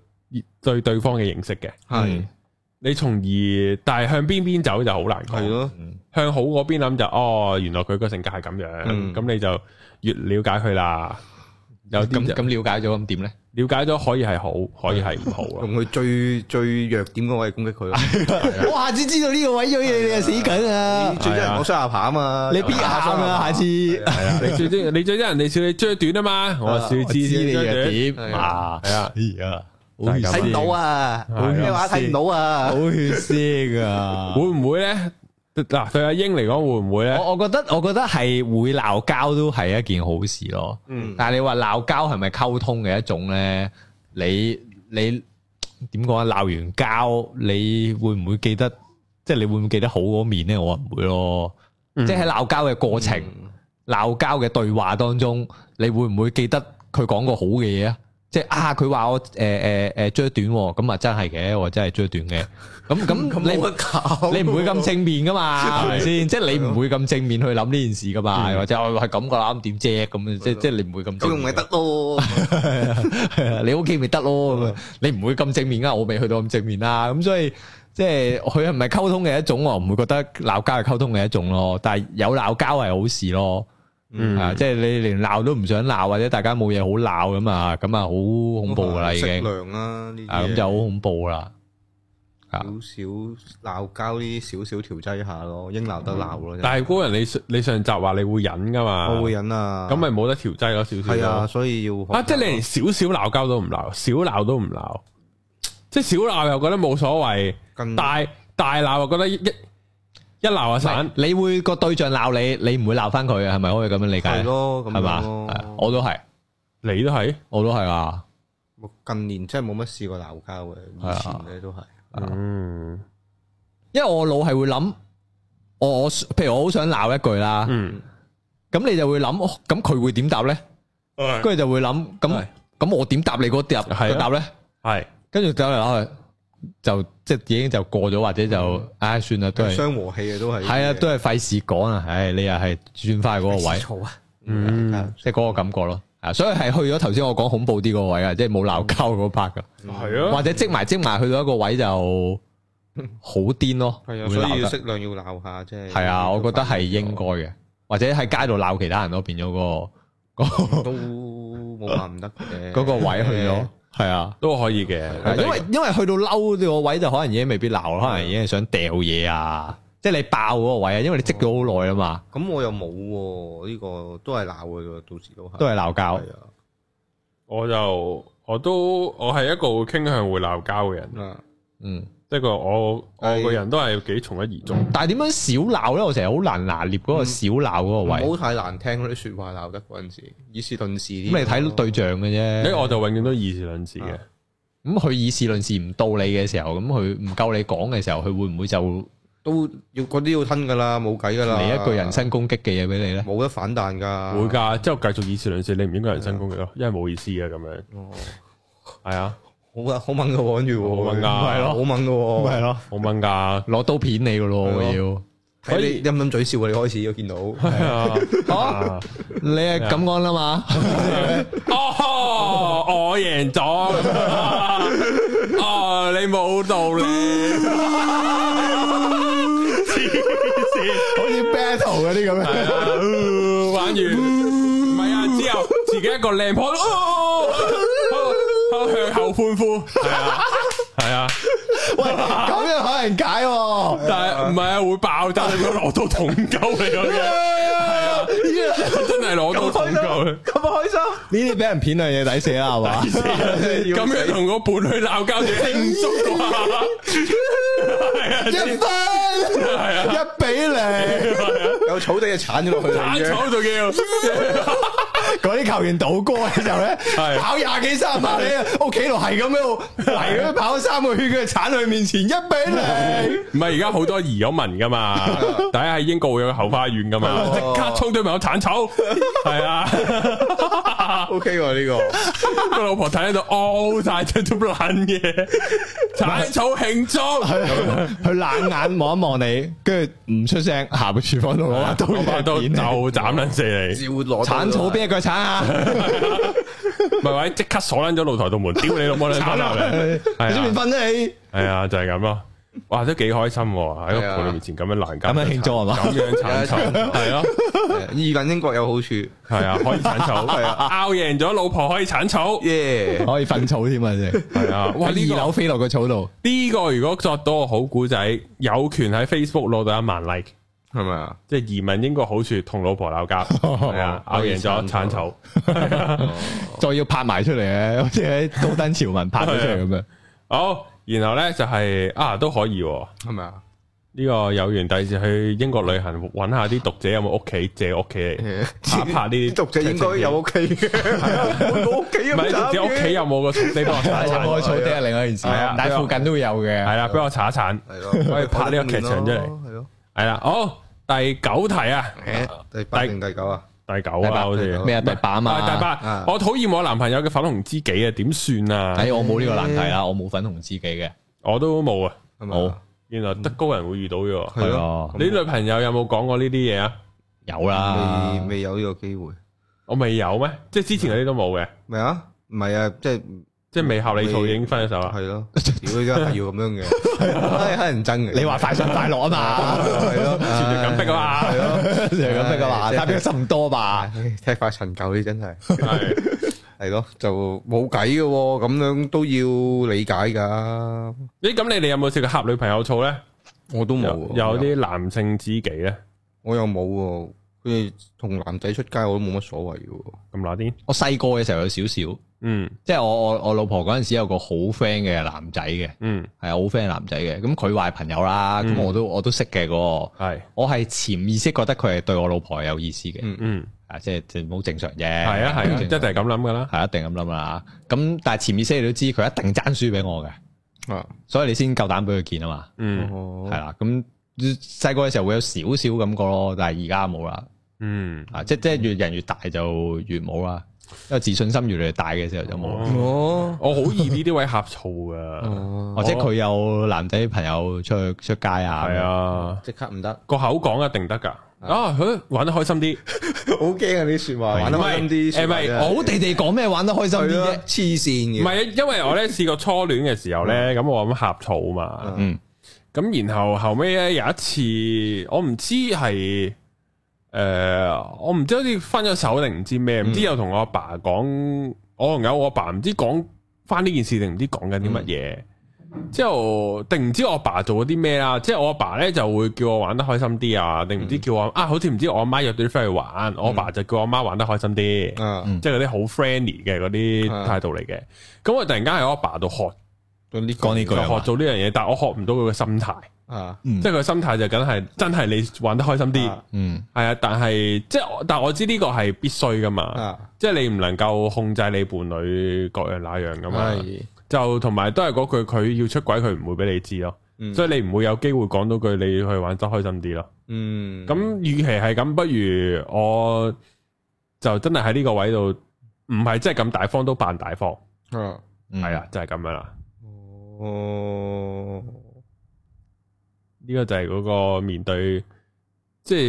[SPEAKER 1] 對對方嘅認識嘅。
[SPEAKER 2] 係
[SPEAKER 1] 你從而但係向邊邊走就好難講。
[SPEAKER 2] 係咯，
[SPEAKER 1] 向好嗰邊諗就哦，原來佢個性格係咁樣，
[SPEAKER 2] 嗯
[SPEAKER 1] 咁、你就越了解佢啦。有啲
[SPEAKER 3] 咁
[SPEAKER 1] 就
[SPEAKER 3] 咁了解咗，咁點咧？
[SPEAKER 1] 了解咗可以係好，可以係唔好啊咯。
[SPEAKER 2] 用佢最最弱點嗰位攻擊佢 咯。
[SPEAKER 3] 我下次知道呢個位咗嘢，你就死緊啊！
[SPEAKER 2] 最憎人講雙下巴啊嘛，
[SPEAKER 3] 你必喊啊！下次
[SPEAKER 2] 係
[SPEAKER 1] 係啊，你最中你最憎人哋笑你追短啊嘛，我笑
[SPEAKER 3] 我
[SPEAKER 1] 知
[SPEAKER 3] 知你
[SPEAKER 1] 你
[SPEAKER 3] 弱
[SPEAKER 1] 嘅
[SPEAKER 3] 點
[SPEAKER 2] 係
[SPEAKER 3] 啊！
[SPEAKER 1] 係 啊，
[SPEAKER 3] 係啊，
[SPEAKER 1] 就係咁
[SPEAKER 2] 睇唔到啊！
[SPEAKER 1] 好
[SPEAKER 2] 咩話睇唔到啊
[SPEAKER 3] 好！血腥啊！
[SPEAKER 1] 會唔會咧？嗱，對阿英嚟講會唔會咧？
[SPEAKER 3] 我我覺得我覺得係會鬧交都係一件好事咯。
[SPEAKER 1] 嗯
[SPEAKER 3] 但係你話鬧交係咪溝通嘅一種咧？你你點講啊？鬧完交你會唔會記得？即係你會唔會記得好嗰面咧？我話唔會咯。
[SPEAKER 1] 嗯
[SPEAKER 3] 即係喺鬧交嘅過程、鬧交嘅對話當中，你會唔會記得佢講過好嘅嘢啊？即係啊，佢話我誒誒誒追短喎，咁啊真係嘅，我真係追短嘅。咁咁你
[SPEAKER 2] 冇得搞，
[SPEAKER 3] 你唔會咁正面噶嘛，係咪先？即係你唔會咁正面去諗呢件事噶嘛，
[SPEAKER 1] 嗯
[SPEAKER 3] 或者我係咁噶啦，咁點啫？咁即即係你唔會咁
[SPEAKER 2] 咁
[SPEAKER 3] 正
[SPEAKER 2] 用咪
[SPEAKER 3] 面
[SPEAKER 2] 得，咯？
[SPEAKER 3] 係 啊你 OK 咪得咯咁啊？你唔會咁正面噶，我未去到咁正面啦。咁所以即係佢係唔係溝通嘅一種，我唔會覺得鬧交係溝通嘅一種咯。但係有鬧交係好事咯，啊！
[SPEAKER 1] 嗯，
[SPEAKER 3] 即係你連鬧都唔想鬧，或者大家冇嘢好鬧咁啊，咁啊好恐怖噶啦已
[SPEAKER 2] 適
[SPEAKER 3] 經
[SPEAKER 2] 量啦，呢
[SPEAKER 3] 啊，咁
[SPEAKER 2] 啲
[SPEAKER 3] 就好恐怖啦。
[SPEAKER 2] 嘢少少鬧交呢啲少少調劑下咯，應鬧得鬧
[SPEAKER 3] 嗯
[SPEAKER 2] 咯。
[SPEAKER 1] 但係高人你上你上集話你會忍噶嘛？
[SPEAKER 2] 我會忍啊，
[SPEAKER 1] 咁咪冇得調劑咯，少少咯。
[SPEAKER 2] 係啊，所以要
[SPEAKER 1] 啊！即系你連少少鬧交都唔鬧，少鬧都唔鬧，即系少鬧又覺得冇所謂，
[SPEAKER 2] 更
[SPEAKER 1] 大大鬧又覺得一一一鬧就散，
[SPEAKER 3] 你會個對象鬧你，你唔會鬧翻佢，係咪可以咁樣理解
[SPEAKER 2] 係？咯，咁
[SPEAKER 3] 係嘛
[SPEAKER 2] 樣？咯
[SPEAKER 3] 係。啊我都係，
[SPEAKER 1] 你都係，
[SPEAKER 3] 我都係啊！
[SPEAKER 2] 我近年真係冇乜試過鬧交嘅，
[SPEAKER 3] 係啊
[SPEAKER 2] 以前咧都係。
[SPEAKER 1] 嗯
[SPEAKER 3] 因為我腦係會諗，我我譬如我好想鬧一句
[SPEAKER 2] 啊
[SPEAKER 3] 啦，
[SPEAKER 1] 嗯，
[SPEAKER 3] 咁你就會諗，哦咁佢會點答咧？跟住就會諗，咁
[SPEAKER 1] 係
[SPEAKER 3] 咁我點答你嗰答
[SPEAKER 1] 係啊
[SPEAKER 3] 嗰答咧？
[SPEAKER 1] 係
[SPEAKER 3] 跟住走嚟諗去，就即係已經就過咗，或者就唉算啦，都係
[SPEAKER 2] 雙和氣嘅都係。
[SPEAKER 3] 係啊，都係費事講啊！唉，你又係轉翻去嗰個位。
[SPEAKER 2] 嘈啊！
[SPEAKER 1] 嗯
[SPEAKER 2] 係啊
[SPEAKER 3] 即係嗰個感覺咯。啊，所以係去咗頭先我講恐怖啲個位啊，即係冇鬧交嗰 part 噶，
[SPEAKER 2] 嗯
[SPEAKER 1] 係啊，
[SPEAKER 3] 或者積埋積埋去到一個位就好癲咯，
[SPEAKER 2] 係啊，
[SPEAKER 3] 會
[SPEAKER 2] 所以
[SPEAKER 3] 鬧
[SPEAKER 2] 要
[SPEAKER 3] 得
[SPEAKER 2] 適量要鬧下，即係。
[SPEAKER 3] 係啊，我覺得係應該嘅，或者喺街度鬧其他人咯，變咗嗰個嗰
[SPEAKER 2] 都冇話唔得嘅。
[SPEAKER 3] 嗰個位去咗，係啊。
[SPEAKER 1] 都可以嘅，
[SPEAKER 3] 因為因為去到嬲呢個位就可能已經未必鬧啦，可能已經係想掉嘢啊，即係你爆嗰個位啊，因為你積咗好耐啊嘛，
[SPEAKER 2] 咁我又冇喎，呢個都係鬧嘅啫，到時都係。
[SPEAKER 3] 都係鬧交。
[SPEAKER 2] 係啊，
[SPEAKER 1] 我就我都我係一個會傾向會鬧交嘅人，
[SPEAKER 2] 啊
[SPEAKER 3] 嗯，
[SPEAKER 1] 即係個我我
[SPEAKER 2] 係嗯
[SPEAKER 1] 個人都係幾從一而終，
[SPEAKER 3] 但係點樣少鬧咧？我成日好難拿捏嗰個少鬧嗰個位。
[SPEAKER 2] 唔好太難聽嗰啲説話鬧得嗰陣時，以事論事啲。
[SPEAKER 3] 咁你睇到對象嘅
[SPEAKER 1] 因
[SPEAKER 3] 啫。
[SPEAKER 1] 為我就永遠都以事論事嘅
[SPEAKER 2] 啊，
[SPEAKER 3] 咁佢以事論事唔到你嘅時候，咁佢唔夠你講嘅時候，佢會唔會就嚟
[SPEAKER 2] 都要嗰啲要吞㗎啦，冇計㗎啦。
[SPEAKER 3] 一句人身攻擊嘅嘢俾你咧？
[SPEAKER 2] 冇得反彈㗎。
[SPEAKER 1] 會㗎，之後繼續以事論事，你唔應該人身攻擊咯，因為冇意思嘅咁樣，
[SPEAKER 2] 啊哦。
[SPEAKER 1] 係啊，
[SPEAKER 2] 好啊，好猛嘅喎，跟住
[SPEAKER 1] 好猛㗎
[SPEAKER 2] 係咯，好猛嘅喎。
[SPEAKER 3] 咯，
[SPEAKER 1] 好掹 㗎。
[SPEAKER 3] 攞刀片你噶咯，
[SPEAKER 2] 係咯
[SPEAKER 3] 我要。
[SPEAKER 2] 睇你陰陰嘴笑啊！你開始我見到，
[SPEAKER 1] 係啊
[SPEAKER 3] 哦你係咁講啦嘛？
[SPEAKER 1] ờ, 哦，我贏咗。哦，你冇道理。
[SPEAKER 3] 好似 battle 嗰啲咁
[SPEAKER 1] 係啊呃玩完，唔係啊，之後自己一個靚婆，哦 ờ, 向後歡呼，係啊，係啊，
[SPEAKER 3] 喂，咁樣可能解喎。
[SPEAKER 1] 但係唔係啊，會爆炸，你攞到桶鳩你咁樣，係啊，真係攞到桶鳩。
[SPEAKER 2] 咁啊開心。
[SPEAKER 3] 呢啲俾人片兩嘢抵死啊啦，係嘛？
[SPEAKER 1] 咁樣同個伴侶鬧交，仲要慶祝啊！係啊，
[SPEAKER 3] 一分，一比零，
[SPEAKER 2] 有草地就鏟咗落去啦，
[SPEAKER 1] 打
[SPEAKER 2] 已經
[SPEAKER 1] 草就叫，
[SPEAKER 3] 嗰啲球員倒戈嘅時候咧，
[SPEAKER 1] 係
[SPEAKER 3] 跑廿幾三十萬咧，屋企路係咁喺度嚟咁跑三個圈，佢就鏟佢面前一比零。
[SPEAKER 1] 唔係而家好多移咗民噶嘛，大家喺英國會有後花園噶嘛，即
[SPEAKER 2] 係喎
[SPEAKER 1] 刻衝對面有鏟草，係啊，
[SPEAKER 2] O K 喎呢
[SPEAKER 1] 個老婆睇喺度，哦晒出 都爛嘅，鏟草慶祝，
[SPEAKER 3] 佢佢冷眼望一望你，跟住唔出聲，行去廚房度攞把刀
[SPEAKER 1] 我把刀
[SPEAKER 3] 嚟
[SPEAKER 1] 就
[SPEAKER 3] 剪你
[SPEAKER 1] 斬撚死
[SPEAKER 2] 個
[SPEAKER 1] 你。
[SPEAKER 2] 照攞
[SPEAKER 3] 鏟草邊一腳鏟啊 下，
[SPEAKER 1] 唔係或者即刻鎖撚咗露台度門，屌你老母你翻
[SPEAKER 3] 鏟
[SPEAKER 1] 嚟
[SPEAKER 3] 落去，
[SPEAKER 1] 係
[SPEAKER 3] 你出
[SPEAKER 1] 啊
[SPEAKER 3] 面瞓啫你。
[SPEAKER 1] 係啊，就係咁咯。哇，都幾開心喎！喺個
[SPEAKER 2] 係啊
[SPEAKER 1] 伴侶面前咁樣難搞，
[SPEAKER 3] 咁樣慶祝係嘛
[SPEAKER 1] 咁樣鏟草，係咯，
[SPEAKER 2] 移民英國有好處，
[SPEAKER 1] 係啊，可以鏟草，
[SPEAKER 2] 係啊
[SPEAKER 1] 拗贏咗老婆可以鏟草，
[SPEAKER 2] 耶！
[SPEAKER 3] 可以瞓草添啊！真係
[SPEAKER 1] 係啊，哇！呢
[SPEAKER 3] 喺
[SPEAKER 1] 個
[SPEAKER 3] 二樓飛落個草度，
[SPEAKER 1] 呢個如果作到個好古仔，有權喺 Facebook 攞到一萬 like，
[SPEAKER 2] 係咪啊？
[SPEAKER 1] 即係移民英國好處同老婆鬧 交，
[SPEAKER 3] 哦
[SPEAKER 1] 係啊，拗贏咗鏟草，
[SPEAKER 3] 再要拍埋出嚟嘅，好似喺高登潮文拍咗出嚟咁樣。
[SPEAKER 1] 好，然後呢就係啊都可以喎。
[SPEAKER 2] 係咪啊？
[SPEAKER 1] 呢個有緣第時去英國旅行，揾下啲讀者有冇屋企借屋企 嚟拍啊拍呢啲
[SPEAKER 2] 啲讀者應該有屋企嘅， 冇屋企
[SPEAKER 1] 唔
[SPEAKER 2] 啊！
[SPEAKER 1] 係
[SPEAKER 2] 咁
[SPEAKER 1] 讀者
[SPEAKER 2] 慘
[SPEAKER 1] 屋企
[SPEAKER 2] 嘅
[SPEAKER 1] 有冇個草地俾我查一查？
[SPEAKER 3] 開草地係另外一件事
[SPEAKER 1] 啊係啊，
[SPEAKER 3] 但係附近都會有
[SPEAKER 1] 係啊
[SPEAKER 3] 嘅。
[SPEAKER 1] 啦，俾我查一查。
[SPEAKER 2] 係咯，
[SPEAKER 1] 可以拍呢個劇場出嚟
[SPEAKER 2] 係咯。
[SPEAKER 1] 係啦，好，第九題啊，
[SPEAKER 2] 誒，第八定第九啊？
[SPEAKER 1] 第九啊，好似
[SPEAKER 2] 第
[SPEAKER 1] 係
[SPEAKER 3] 咩啊？第八啊嘛，
[SPEAKER 1] 第八
[SPEAKER 2] 啊。
[SPEAKER 1] 我討厭我男朋友嘅粉紅知己啊，點算啊？
[SPEAKER 3] 哎，我冇呢個難題啦，我冇粉紅知己嘅，
[SPEAKER 1] 我都冇啊，
[SPEAKER 2] 係咪啊？
[SPEAKER 1] 原來德高人會遇到嘅喎。
[SPEAKER 2] 係
[SPEAKER 3] 係
[SPEAKER 2] 咯，
[SPEAKER 3] 咯，
[SPEAKER 1] 你女朋友有冇講過呢啲嘢啊？
[SPEAKER 3] 有啦
[SPEAKER 2] 未，未有呢個機會，
[SPEAKER 1] 我未有咩？即係之前嗰啲都冇嘅，
[SPEAKER 2] 咩啊？唔係啊，即係
[SPEAKER 1] 即係未合你套已經分咗手啦。
[SPEAKER 2] 係咯，屌真係要咁樣嘅，係乞人憎嘅。
[SPEAKER 3] 你話快上快落啊嘛，
[SPEAKER 2] 係咯，
[SPEAKER 1] 完全咁逼啊嘛。
[SPEAKER 3] 就係咁樣噶嘛，
[SPEAKER 2] 唉
[SPEAKER 3] 差別甚多吧？
[SPEAKER 2] 唉踢快陳舊啲真係
[SPEAKER 1] 係
[SPEAKER 2] 係咯，就冇計嘅喎，咁樣都要理解㗎。
[SPEAKER 1] 咦，咁你哋有冇試過恰女朋友醋咧？
[SPEAKER 2] 我都冇啊
[SPEAKER 1] 有
[SPEAKER 2] 喎，
[SPEAKER 1] 有啲男性知己咧，
[SPEAKER 2] 我又冇喎。佢哋同男仔出街我都冇乜所謂嘅喎。
[SPEAKER 1] 咁嗱啲，
[SPEAKER 3] 我細個嘅時候有少少，
[SPEAKER 1] 嗯
[SPEAKER 3] 即係我我我老婆嗰陣時有個好 friend 嘅男仔嘅，
[SPEAKER 1] 嗯，
[SPEAKER 3] 係好 friend 嘅男仔嘅，咁佢話係朋友啦，咁
[SPEAKER 1] 嗯
[SPEAKER 3] 我都我都識嘅嗰個。
[SPEAKER 1] 係，
[SPEAKER 3] 我係潛意識覺得佢係對我老婆有意思嘅，
[SPEAKER 2] 嗯
[SPEAKER 1] 嗯，
[SPEAKER 3] 啊，即係即係好正常啫。
[SPEAKER 1] 係啊係啊，
[SPEAKER 3] 好
[SPEAKER 1] 一
[SPEAKER 3] 正
[SPEAKER 1] 定係
[SPEAKER 3] 常
[SPEAKER 1] 咁諗噶啦，
[SPEAKER 3] 係啊一定咁諗啦。咁但係潛意識你都知佢一定爭輸俾我嘅，
[SPEAKER 2] 啊，
[SPEAKER 3] 所以你先夠膽俾佢見啊嘛。
[SPEAKER 1] 嗯
[SPEAKER 2] 哦
[SPEAKER 3] 係，啦，咁細個嘅時候會有少少感覺咯，但係而家冇啦。
[SPEAKER 1] 嗯，
[SPEAKER 3] 啊，即即係越人越大就越冇啦，因為自信心越嚟越大嘅時候就冇啦。
[SPEAKER 1] 哦
[SPEAKER 2] 哦，
[SPEAKER 1] 我好易呢啲位呷醋噶，
[SPEAKER 2] 哦，
[SPEAKER 3] 或者佢有男仔朋友出去出街啊，
[SPEAKER 1] 係啊，
[SPEAKER 2] 即刻唔得，
[SPEAKER 1] 個口講一定得噶，啊，佢玩得開心啲，
[SPEAKER 2] 好驚啊！啲説話玩得開心啲，
[SPEAKER 1] 唔係誒唔係
[SPEAKER 2] 説話真
[SPEAKER 3] 咁樣，
[SPEAKER 2] 係
[SPEAKER 3] 好地地講咩玩得開心啲
[SPEAKER 2] 係啊咯
[SPEAKER 3] 啫，，
[SPEAKER 2] 黐
[SPEAKER 1] 唔
[SPEAKER 2] 線嘅，
[SPEAKER 1] 係，因為我咧試過初戀嘅時候咧，咁我咁呷醋嘛，
[SPEAKER 2] 嗯
[SPEAKER 3] 嗯，
[SPEAKER 1] 咁然後後尾咧有一次，我唔知係诶、呃我唔知好似分咗手定唔知咩，
[SPEAKER 2] 嗯
[SPEAKER 1] 唔知有同我阿爸講，我同有我阿爸唔知講翻呢件事定唔知講緊啲乜嘢，
[SPEAKER 2] 嗯
[SPEAKER 1] 之後定唔知我阿爸做咗啲咩啦，即係我阿爸咧就會叫我玩得開心啲啊，定唔
[SPEAKER 2] 嗯
[SPEAKER 1] 知叫我、啊，好似唔知我阿媽約咗啲 friend 去玩，我阿爸就叫我阿媽玩得開心啲。
[SPEAKER 2] 啊，
[SPEAKER 1] 即係嗯嗰啲好 friendly 嘅嗰啲態度嚟嘅，咁我突然間喺我阿爸度學，
[SPEAKER 2] 講啊呢
[SPEAKER 3] 講呢句
[SPEAKER 1] 就
[SPEAKER 3] 啊
[SPEAKER 1] 學
[SPEAKER 3] 嘛
[SPEAKER 1] 做呢樣嘢，但係我學唔到佢嘅心態。
[SPEAKER 2] 啊，
[SPEAKER 3] 嗯
[SPEAKER 1] 即係佢心態就梗係真係你玩得開心啲，係
[SPEAKER 2] 啊
[SPEAKER 3] 嗯
[SPEAKER 1] 啊，但係即係我但係我知呢個係必須噶嘛，
[SPEAKER 2] 啊，
[SPEAKER 1] 即係你唔能夠控制你伴侶各樣那樣噶嘛，
[SPEAKER 2] 係
[SPEAKER 1] 就同埋都係嗰句佢要出軌佢唔會俾你知咯，
[SPEAKER 2] 嗯
[SPEAKER 1] 所以你唔會有機會講到句你去玩得開心啲咯。
[SPEAKER 2] 嗯，
[SPEAKER 1] 咁與其係咁，不如我就真係喺呢個位度，唔係真係咁大方都扮大方，
[SPEAKER 2] 啊，
[SPEAKER 3] 嗯
[SPEAKER 1] 係啊，，就係咁樣啦。
[SPEAKER 2] 哦，
[SPEAKER 1] 呢個就係嗰個面對，即係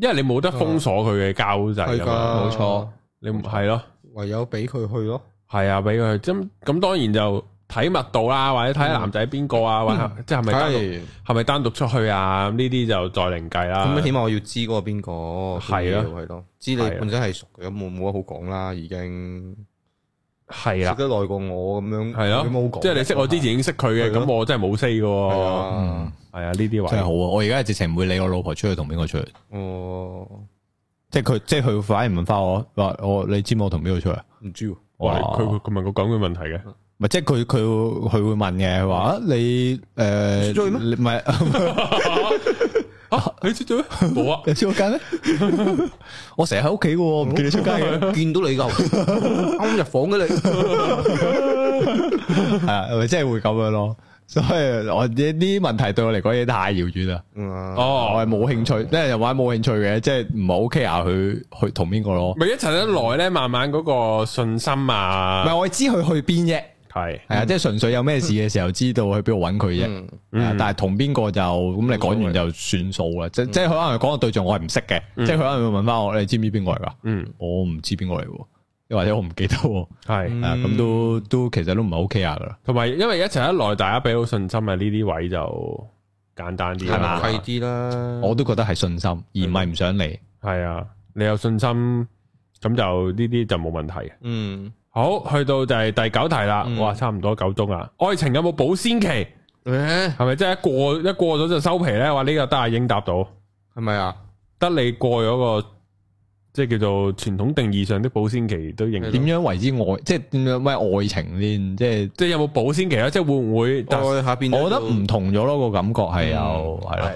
[SPEAKER 1] 因為你冇得封鎖佢嘅交際
[SPEAKER 2] 係
[SPEAKER 1] 㗎
[SPEAKER 2] 㗎，
[SPEAKER 1] 嘛，
[SPEAKER 3] 冇錯，
[SPEAKER 1] 你唔係咯，
[SPEAKER 2] 唯有俾佢去咯，
[SPEAKER 1] 係啊，俾佢咁咁，當然就睇密度啦，或者睇下男仔邊個啊，或者即係咪單獨
[SPEAKER 2] 係，
[SPEAKER 1] 係咪單獨出去啊？呢啲就再另計啦
[SPEAKER 2] 咁。起碼我要知嗰個邊個，
[SPEAKER 1] 啊係啊
[SPEAKER 2] 都要係咯，知你
[SPEAKER 1] 係啊
[SPEAKER 2] 本身係熟嘅，咁冇冇得好講啦，已經
[SPEAKER 1] 係
[SPEAKER 2] 識
[SPEAKER 1] 啦，
[SPEAKER 2] 得耐過我咁樣，
[SPEAKER 1] 係咯
[SPEAKER 2] 有冇好講，
[SPEAKER 1] 即係你識我之前已經識佢嘅，
[SPEAKER 2] 係咯
[SPEAKER 1] 咁我真係冇 say 嘅喎。
[SPEAKER 2] 係
[SPEAKER 1] 係
[SPEAKER 2] 啊。
[SPEAKER 3] 嗯，
[SPEAKER 1] 啊，呢啲
[SPEAKER 3] 真係好
[SPEAKER 1] 位
[SPEAKER 3] 啊！我而家係直情唔會理我老婆出去同邊個出去，
[SPEAKER 2] 哦，
[SPEAKER 3] 即係佢即係佢反而問翻我話我你知唔知我同邊個出去啊？
[SPEAKER 2] 唔知喎，
[SPEAKER 1] 哇，
[SPEAKER 3] 哇
[SPEAKER 1] 佢佢佢問過咁嘅問題嘅，
[SPEAKER 3] 唔係，即係佢佢佢會問嘅，佢話啊你誒
[SPEAKER 2] 出咗去咩
[SPEAKER 3] 你唔係
[SPEAKER 1] 啊，你出咗 咩？冇啊，
[SPEAKER 3] 有 出街咩？我成日喺屋企嘅喎，唔見你出街 嘅，
[SPEAKER 2] 見到 你噶，啱入房嘅你，
[SPEAKER 3] 係啊，咪真係會咁樣咯。所以我呢啲問題對我嚟講嘢太遙遠啦，
[SPEAKER 2] 嗯啊，
[SPEAKER 1] 哦
[SPEAKER 3] 我係，冇興趣，即係又話冇興趣嘅，即係唔係 OK 啊？佢去同邊個咯？
[SPEAKER 1] 咪一齊得耐咧，慢慢嗰個信心
[SPEAKER 3] 唔
[SPEAKER 1] 啊，
[SPEAKER 3] 係我知佢去邊啫，
[SPEAKER 1] 係
[SPEAKER 3] 係啊，即係純粹有咩事嘅時候知道去邊度揾佢啫。
[SPEAKER 2] 嗯
[SPEAKER 3] 啊但係同邊個就咁你講完就算數啦，
[SPEAKER 2] 嗯
[SPEAKER 3] 即即係佢可能講個對象我係唔識嘅，即係佢可能會問翻我你知唔知邊個嚟㗎？
[SPEAKER 1] 嗯
[SPEAKER 3] 我唔知邊個嚟喎，又或者我唔記得喎，
[SPEAKER 1] 係，
[SPEAKER 2] 嗯
[SPEAKER 3] 啊咁都都其實都唔係 OK 啊㗎啦。
[SPEAKER 1] 嗯同埋因為一齊得耐，大家俾到信心啊，呢啲位就簡單啲啦
[SPEAKER 3] 係嘛
[SPEAKER 2] 嗯係啲啦，
[SPEAKER 3] 我都覺得係信心，而唔係唔想嚟。
[SPEAKER 1] 係啊，你有信心，咁就呢啲就冇問題嘅。
[SPEAKER 2] 嗯，
[SPEAKER 1] 好，去到就係第九題啦，
[SPEAKER 2] 嗯
[SPEAKER 1] 哇，差唔多九鐘啊！愛情有冇保鮮期？係
[SPEAKER 2] 誒
[SPEAKER 1] 咪即係一過一過咗就收皮咧？話呢個得阿英答到，
[SPEAKER 2] 係咪啊？
[SPEAKER 1] 得你過咗個即係叫做傳統定義上的保鮮期都認
[SPEAKER 2] 係
[SPEAKER 1] 同
[SPEAKER 3] 點。樣為之愛？即係點樣咩愛情先？即係
[SPEAKER 1] 即係有冇保鮮期啊咧？即係會唔會？
[SPEAKER 2] 我下邊
[SPEAKER 3] 我覺得唔同咗咯，個感覺係有
[SPEAKER 2] 嗯
[SPEAKER 3] 係咯，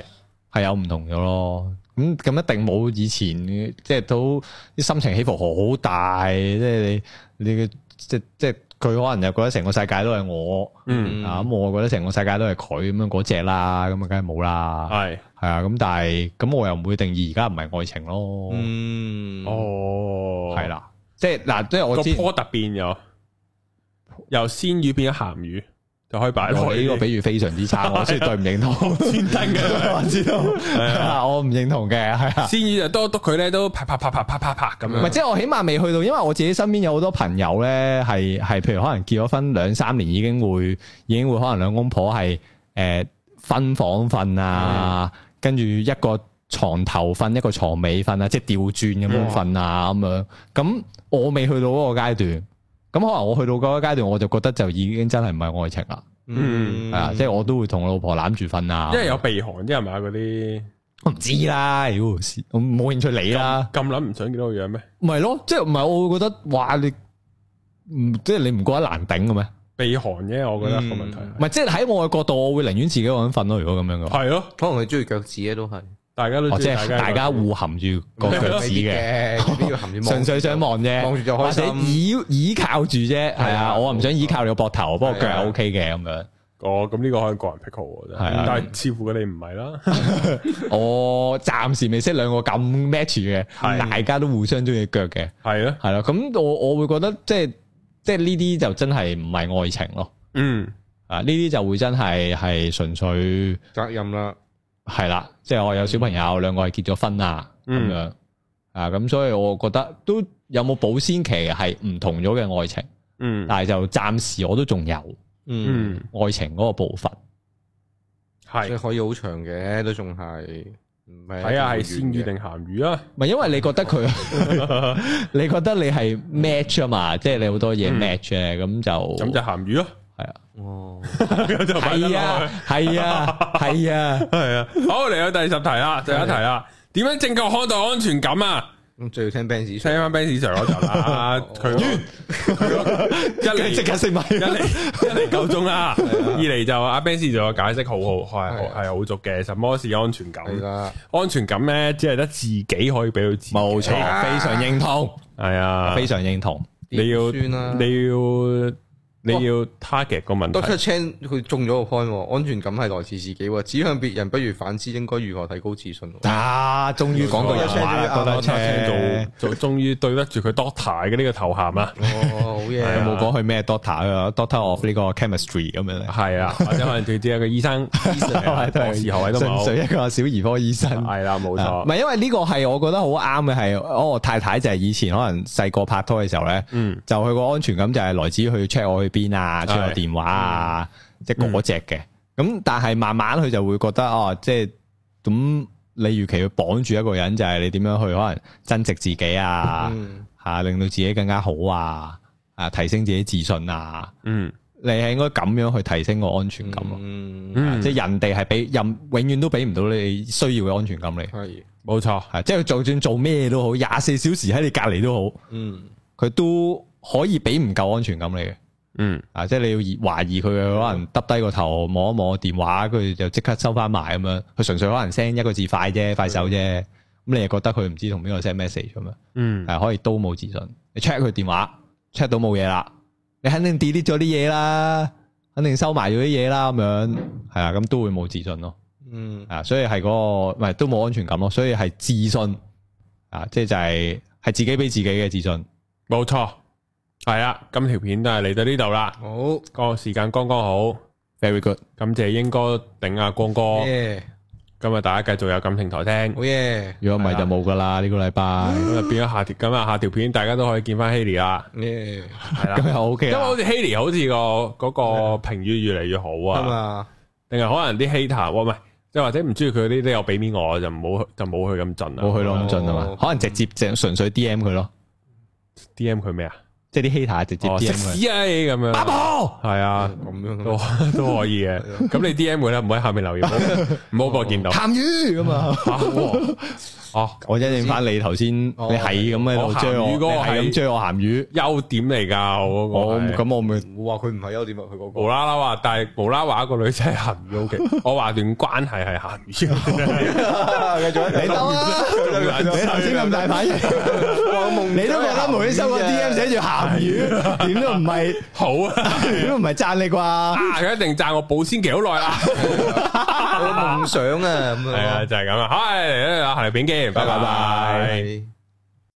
[SPEAKER 3] 係有唔同咗咯。咁咁一定冇以前即係都啲心情起伏好大，即係你你嘅即即係佢可能就覺得成個世界都係我、
[SPEAKER 1] 嗯，
[SPEAKER 3] 啊，咁我覺得成個世界都係佢咁樣嗰只啦，咁啊梗係冇啦，
[SPEAKER 1] 係
[SPEAKER 3] 係啊。咁但係咁我又唔會定義而家唔係愛情咯，
[SPEAKER 2] 嗯，
[SPEAKER 1] 哦，
[SPEAKER 3] 係啦，即係嗱，即係
[SPEAKER 1] 個
[SPEAKER 3] 我知。
[SPEAKER 1] product 變咗，由鮮魚變咗鹹魚，就可以擺落
[SPEAKER 3] 我呢個比喻非常之差，我絕對唔認同。
[SPEAKER 1] 天燈嘅。
[SPEAKER 3] 我知
[SPEAKER 1] 啊
[SPEAKER 3] 道，我唔認同嘅，係啊。
[SPEAKER 1] 鮮魚就多督佢咧，都啪啪啪啪啪啪啪咁
[SPEAKER 3] 唔係，
[SPEAKER 1] 樣。
[SPEAKER 3] 即係我起碼未去到，因為我自己身邊有好多朋友咧，係係譬如可能結咗婚兩三年已經會，已經會可能兩公婆係誒分房瞓啊，跟住一個床頭瞓，一個床尾瞓啊，即係調轉咁樣瞓啊咁樣。咁我未去到嗰個階段，咁可能我去到嗰個階段，我就覺得就已經真係唔係愛情啦，
[SPEAKER 1] 嗯
[SPEAKER 3] 係啊，即係我都會同老婆攬住瞓啊。
[SPEAKER 1] 因為有鼻鼾，即係嘛嗰啲
[SPEAKER 3] 我唔知啦，妖，我冇興趣理啦，
[SPEAKER 1] 咁諗唔想見到個樣咩？
[SPEAKER 3] 唔係咯，即係唔係我會覺得，哇你唔即係你唔覺得難頂嘅咩？
[SPEAKER 1] 鼻鼾啫，我覺
[SPEAKER 3] 嗯
[SPEAKER 1] 得個問題
[SPEAKER 3] 唔係即係喺我嘅角度，我會寧願自己一個人瞓咯。如果咁樣嘅
[SPEAKER 2] 啊
[SPEAKER 3] 話，
[SPEAKER 1] 係咯，
[SPEAKER 2] 可能佢中意腳趾嘅都係
[SPEAKER 1] 大家都
[SPEAKER 3] 哦
[SPEAKER 1] 知
[SPEAKER 3] 即係大家互含住個腳趾嘅，
[SPEAKER 2] 未必要含住望
[SPEAKER 3] 純粹想望
[SPEAKER 2] 望
[SPEAKER 3] 啫，
[SPEAKER 2] 住就
[SPEAKER 3] 或
[SPEAKER 2] 開
[SPEAKER 3] 者
[SPEAKER 2] 心，
[SPEAKER 3] 倚倚靠住啫。係
[SPEAKER 2] 係
[SPEAKER 3] 啊，
[SPEAKER 2] 啊
[SPEAKER 3] 我唔想倚靠你個膊頭，不過腳
[SPEAKER 2] 係啊
[SPEAKER 3] 係 OK 嘅咁樣。
[SPEAKER 1] 哦，咁呢個可能個人 pickle 真
[SPEAKER 3] 係啊
[SPEAKER 1] 係，但係似乎佢哋唔係啦。
[SPEAKER 3] 我暫時未識兩個咁 match 嘅，
[SPEAKER 1] 係
[SPEAKER 3] 大家都互相中意腳嘅，
[SPEAKER 1] 係咯，
[SPEAKER 3] 係啦。咁我我會覺得即係即係呢啲就真係唔係愛情咯。
[SPEAKER 1] 嗯，
[SPEAKER 3] 啊，呢啲就會真係係純粹
[SPEAKER 2] 嗯責任啦，
[SPEAKER 3] 係啦，即係我有小朋友，兩個係結咗婚啦，咁
[SPEAKER 1] 嗯
[SPEAKER 3] 樣啊，咁所以我覺得都有冇保鮮期係唔同咗嘅愛情，
[SPEAKER 1] 嗯，
[SPEAKER 3] 但係就暫時我都仲有
[SPEAKER 2] 嗯，
[SPEAKER 1] 嗯，
[SPEAKER 3] 愛情嗰個部分，
[SPEAKER 2] 即
[SPEAKER 1] 係
[SPEAKER 2] 係可以好長嘅，都仲係唔係
[SPEAKER 1] 睇
[SPEAKER 3] 啊
[SPEAKER 1] 下係
[SPEAKER 2] 一
[SPEAKER 1] 鮮
[SPEAKER 2] 定
[SPEAKER 1] 魚
[SPEAKER 2] 要
[SPEAKER 1] 定鹹魚啊？
[SPEAKER 3] 唔係因為你覺得 佢，你覺得你係 match 啊嘛，即係你好多嘢
[SPEAKER 1] 嗯
[SPEAKER 3] match 嘅，咁就
[SPEAKER 1] 咁就鹹魚 咯，
[SPEAKER 3] 係啊，
[SPEAKER 2] 遠嘅哦，
[SPEAKER 1] 咁就擺得
[SPEAKER 3] 係
[SPEAKER 1] 落
[SPEAKER 3] 啊
[SPEAKER 1] 去。，
[SPEAKER 3] 係啊，係啊，
[SPEAKER 1] 系啊，好嚟到第十題啦，最後一題啦，點樣正確看待安全感 啊？
[SPEAKER 2] 咁就要聽 Benz
[SPEAKER 1] 聽翻 Ben Sir 嗰集啦，佢 佢 一嚟
[SPEAKER 3] 即刻食埋，
[SPEAKER 1] 一嚟一嚟夠鐘啦，
[SPEAKER 3] 啊
[SPEAKER 1] 二嚟就阿 Ben Sir 就有解釋好好係
[SPEAKER 2] 係啊
[SPEAKER 1] 係好足嘅，什麼是安全感？
[SPEAKER 2] 係啦，
[SPEAKER 1] 安全感咧，只係得自己可以俾到自己，
[SPEAKER 3] 冇錯，非常認同，
[SPEAKER 1] 係哎啊，
[SPEAKER 3] 非常認同。
[SPEAKER 1] 你要
[SPEAKER 2] 酸啦，
[SPEAKER 1] 你要你要 target 個問題，
[SPEAKER 2] Doctor Chan 佢中咗個 point，喎安全感係來自自己喎，指向別人不如反思應該如何提高自信喎。
[SPEAKER 3] 啊！終於講
[SPEAKER 1] 哦
[SPEAKER 3] 句人話啦，多多車
[SPEAKER 1] 做做終於對得住佢 Doctor 嘅呢個頭銜啊！
[SPEAKER 2] 哦，好嘢
[SPEAKER 3] 有
[SPEAKER 2] 啊，
[SPEAKER 3] 冇講佢咩 Doctor 啊？Doctor of 呢個 chemistry 咁樣 咧，
[SPEAKER 1] 係啦，或者可能最知一個醫 生，博士學位都
[SPEAKER 3] 純
[SPEAKER 1] 冇，
[SPEAKER 3] 粹一個小兒科醫生。
[SPEAKER 1] 係啦，冇
[SPEAKER 3] 啊唔
[SPEAKER 1] 錯，
[SPEAKER 3] 係因為呢個係我覺得好啱嘅係，哦太太就係以前可能細個拍拖嘅時候咧，
[SPEAKER 1] 嗯，
[SPEAKER 3] 就佢個安全感就係來自於佢 check 我去邊
[SPEAKER 1] 係
[SPEAKER 3] 啊
[SPEAKER 1] 嗯
[SPEAKER 3] ，check 我電話啊，即係嗰只嘅。咁但係慢慢佢就會覺得哦，即係咁你預期去綁住一個人就係你點樣去可能增值自己啊。
[SPEAKER 2] 嗯
[SPEAKER 3] 吓、令到自己更加好啊，啊，提升自己自信啊，
[SPEAKER 1] 嗯，
[SPEAKER 3] 你係應該咁樣去提升個安全感咯。
[SPEAKER 2] 嗯，
[SPEAKER 1] 嗯，
[SPEAKER 3] 啊即係人哋係俾任永遠都俾唔到你需要嘅安全感你，
[SPEAKER 2] 係，
[SPEAKER 1] 冇錯，
[SPEAKER 3] 係即係就算做咩都好，廿四小時喺你隔離都好，
[SPEAKER 2] 嗯
[SPEAKER 3] 佢都可以俾唔夠安全感你嘅。
[SPEAKER 1] 嗯
[SPEAKER 3] 啊，即係你要疑懷疑佢可能耷低個頭望一望個電話，佢就即刻收翻埋咁樣。佢純粹可能 send 一個字快啫，快手啫。咁你又覺得佢唔知同邊個 send message 咁樣，
[SPEAKER 1] 嗯，
[SPEAKER 3] 係可以都冇自信。你 check 佢電話，check 到冇嘢啦，你肯定 delete 咗啲嘢啦，肯定收埋咗啲嘢啦，咁樣係啊，咁都會冇自信咯。
[SPEAKER 2] 嗯
[SPEAKER 3] 啊，所以係嗰、個唔係都冇安全感咯，所以係自信啊，即係就係、係自己俾自己嘅自信。
[SPEAKER 1] 冇錯，係啦，今條片都係嚟到呢度啦，
[SPEAKER 2] 好
[SPEAKER 1] 個時間剛剛好，
[SPEAKER 3] Very good，
[SPEAKER 1] 感謝英哥頂阿光
[SPEAKER 3] 哦
[SPEAKER 1] 哥，
[SPEAKER 2] 耶，
[SPEAKER 1] 今日大家繼續有感情台聽。
[SPEAKER 2] 好耶，
[SPEAKER 3] 如果唔係就冇噶
[SPEAKER 1] 啊
[SPEAKER 3] 啦呢個禮拜，
[SPEAKER 1] 咁就變咗下條咁啊，下條片大家都可以見翻 Haley 啦，
[SPEAKER 2] 耶，
[SPEAKER 1] 係啦
[SPEAKER 3] 咁，又 OK
[SPEAKER 1] 因為
[SPEAKER 3] 啦
[SPEAKER 1] 好。似 Haley 好似個嗰個評語越嚟越好
[SPEAKER 2] 啱
[SPEAKER 1] 啊，
[SPEAKER 2] 啊，
[SPEAKER 1] 定係可能啲 hater 哇唔係，即係或者唔中意佢嗰啲都有俾面我，就唔好就冇佢咁盡啦，
[SPEAKER 3] 冇去咯咁盡啊嘛
[SPEAKER 2] 哦，
[SPEAKER 3] 可能直接淨純粹 D M 佢咯，
[SPEAKER 1] D M 佢咩啊？
[SPEAKER 3] 即係啲 hater 直接
[SPEAKER 1] 哦，
[SPEAKER 3] D
[SPEAKER 1] 食
[SPEAKER 3] M 佢。
[SPEAKER 1] 屎啊你咁樣，
[SPEAKER 3] 阿婆，嗯啊
[SPEAKER 1] 係啊，
[SPEAKER 2] 咁樣
[SPEAKER 1] 都 都可以嘅。咁你 D M 佢啦，唔好喺下面留言，唔 好唔好俾我見到。
[SPEAKER 3] 鹹魚咁啊！
[SPEAKER 1] 啊哇哦，
[SPEAKER 3] 我一影翻你頭先，你
[SPEAKER 2] 哦
[SPEAKER 3] 係咁喺
[SPEAKER 1] 我
[SPEAKER 3] 度
[SPEAKER 1] 鹹
[SPEAKER 3] 追我，
[SPEAKER 1] 魚
[SPEAKER 3] 你
[SPEAKER 1] 嗰個
[SPEAKER 3] 係
[SPEAKER 1] 係
[SPEAKER 3] 咁追我鹹魚，
[SPEAKER 1] 優點嚟㗎，我
[SPEAKER 3] 我
[SPEAKER 1] 嗰個係
[SPEAKER 3] 哦咁我咪
[SPEAKER 2] 我話佢唔係優點啊，佢 嗰
[SPEAKER 1] 無
[SPEAKER 2] 個
[SPEAKER 1] 啦啦話，但係無啦啦話一個女仔係鹹魚 O K，我話段關係係鹹 魚，
[SPEAKER 2] 繼續
[SPEAKER 3] 你兜啊！你頭先咁大反應，
[SPEAKER 2] 我夢啊
[SPEAKER 3] 你都覺得無端收個 D M 寫住鹹 魚，點都唔係，
[SPEAKER 1] 好啊，
[SPEAKER 3] 點都唔係讚你啩？
[SPEAKER 1] 啊佢一定讚我保鮮期好耐啦，
[SPEAKER 2] 我夢想啊，咁
[SPEAKER 1] 係啊，
[SPEAKER 2] 啊，
[SPEAKER 1] 就係咁啊，好嚟啦，下條片見，拜
[SPEAKER 3] 拜
[SPEAKER 1] 拜。
[SPEAKER 2] 係。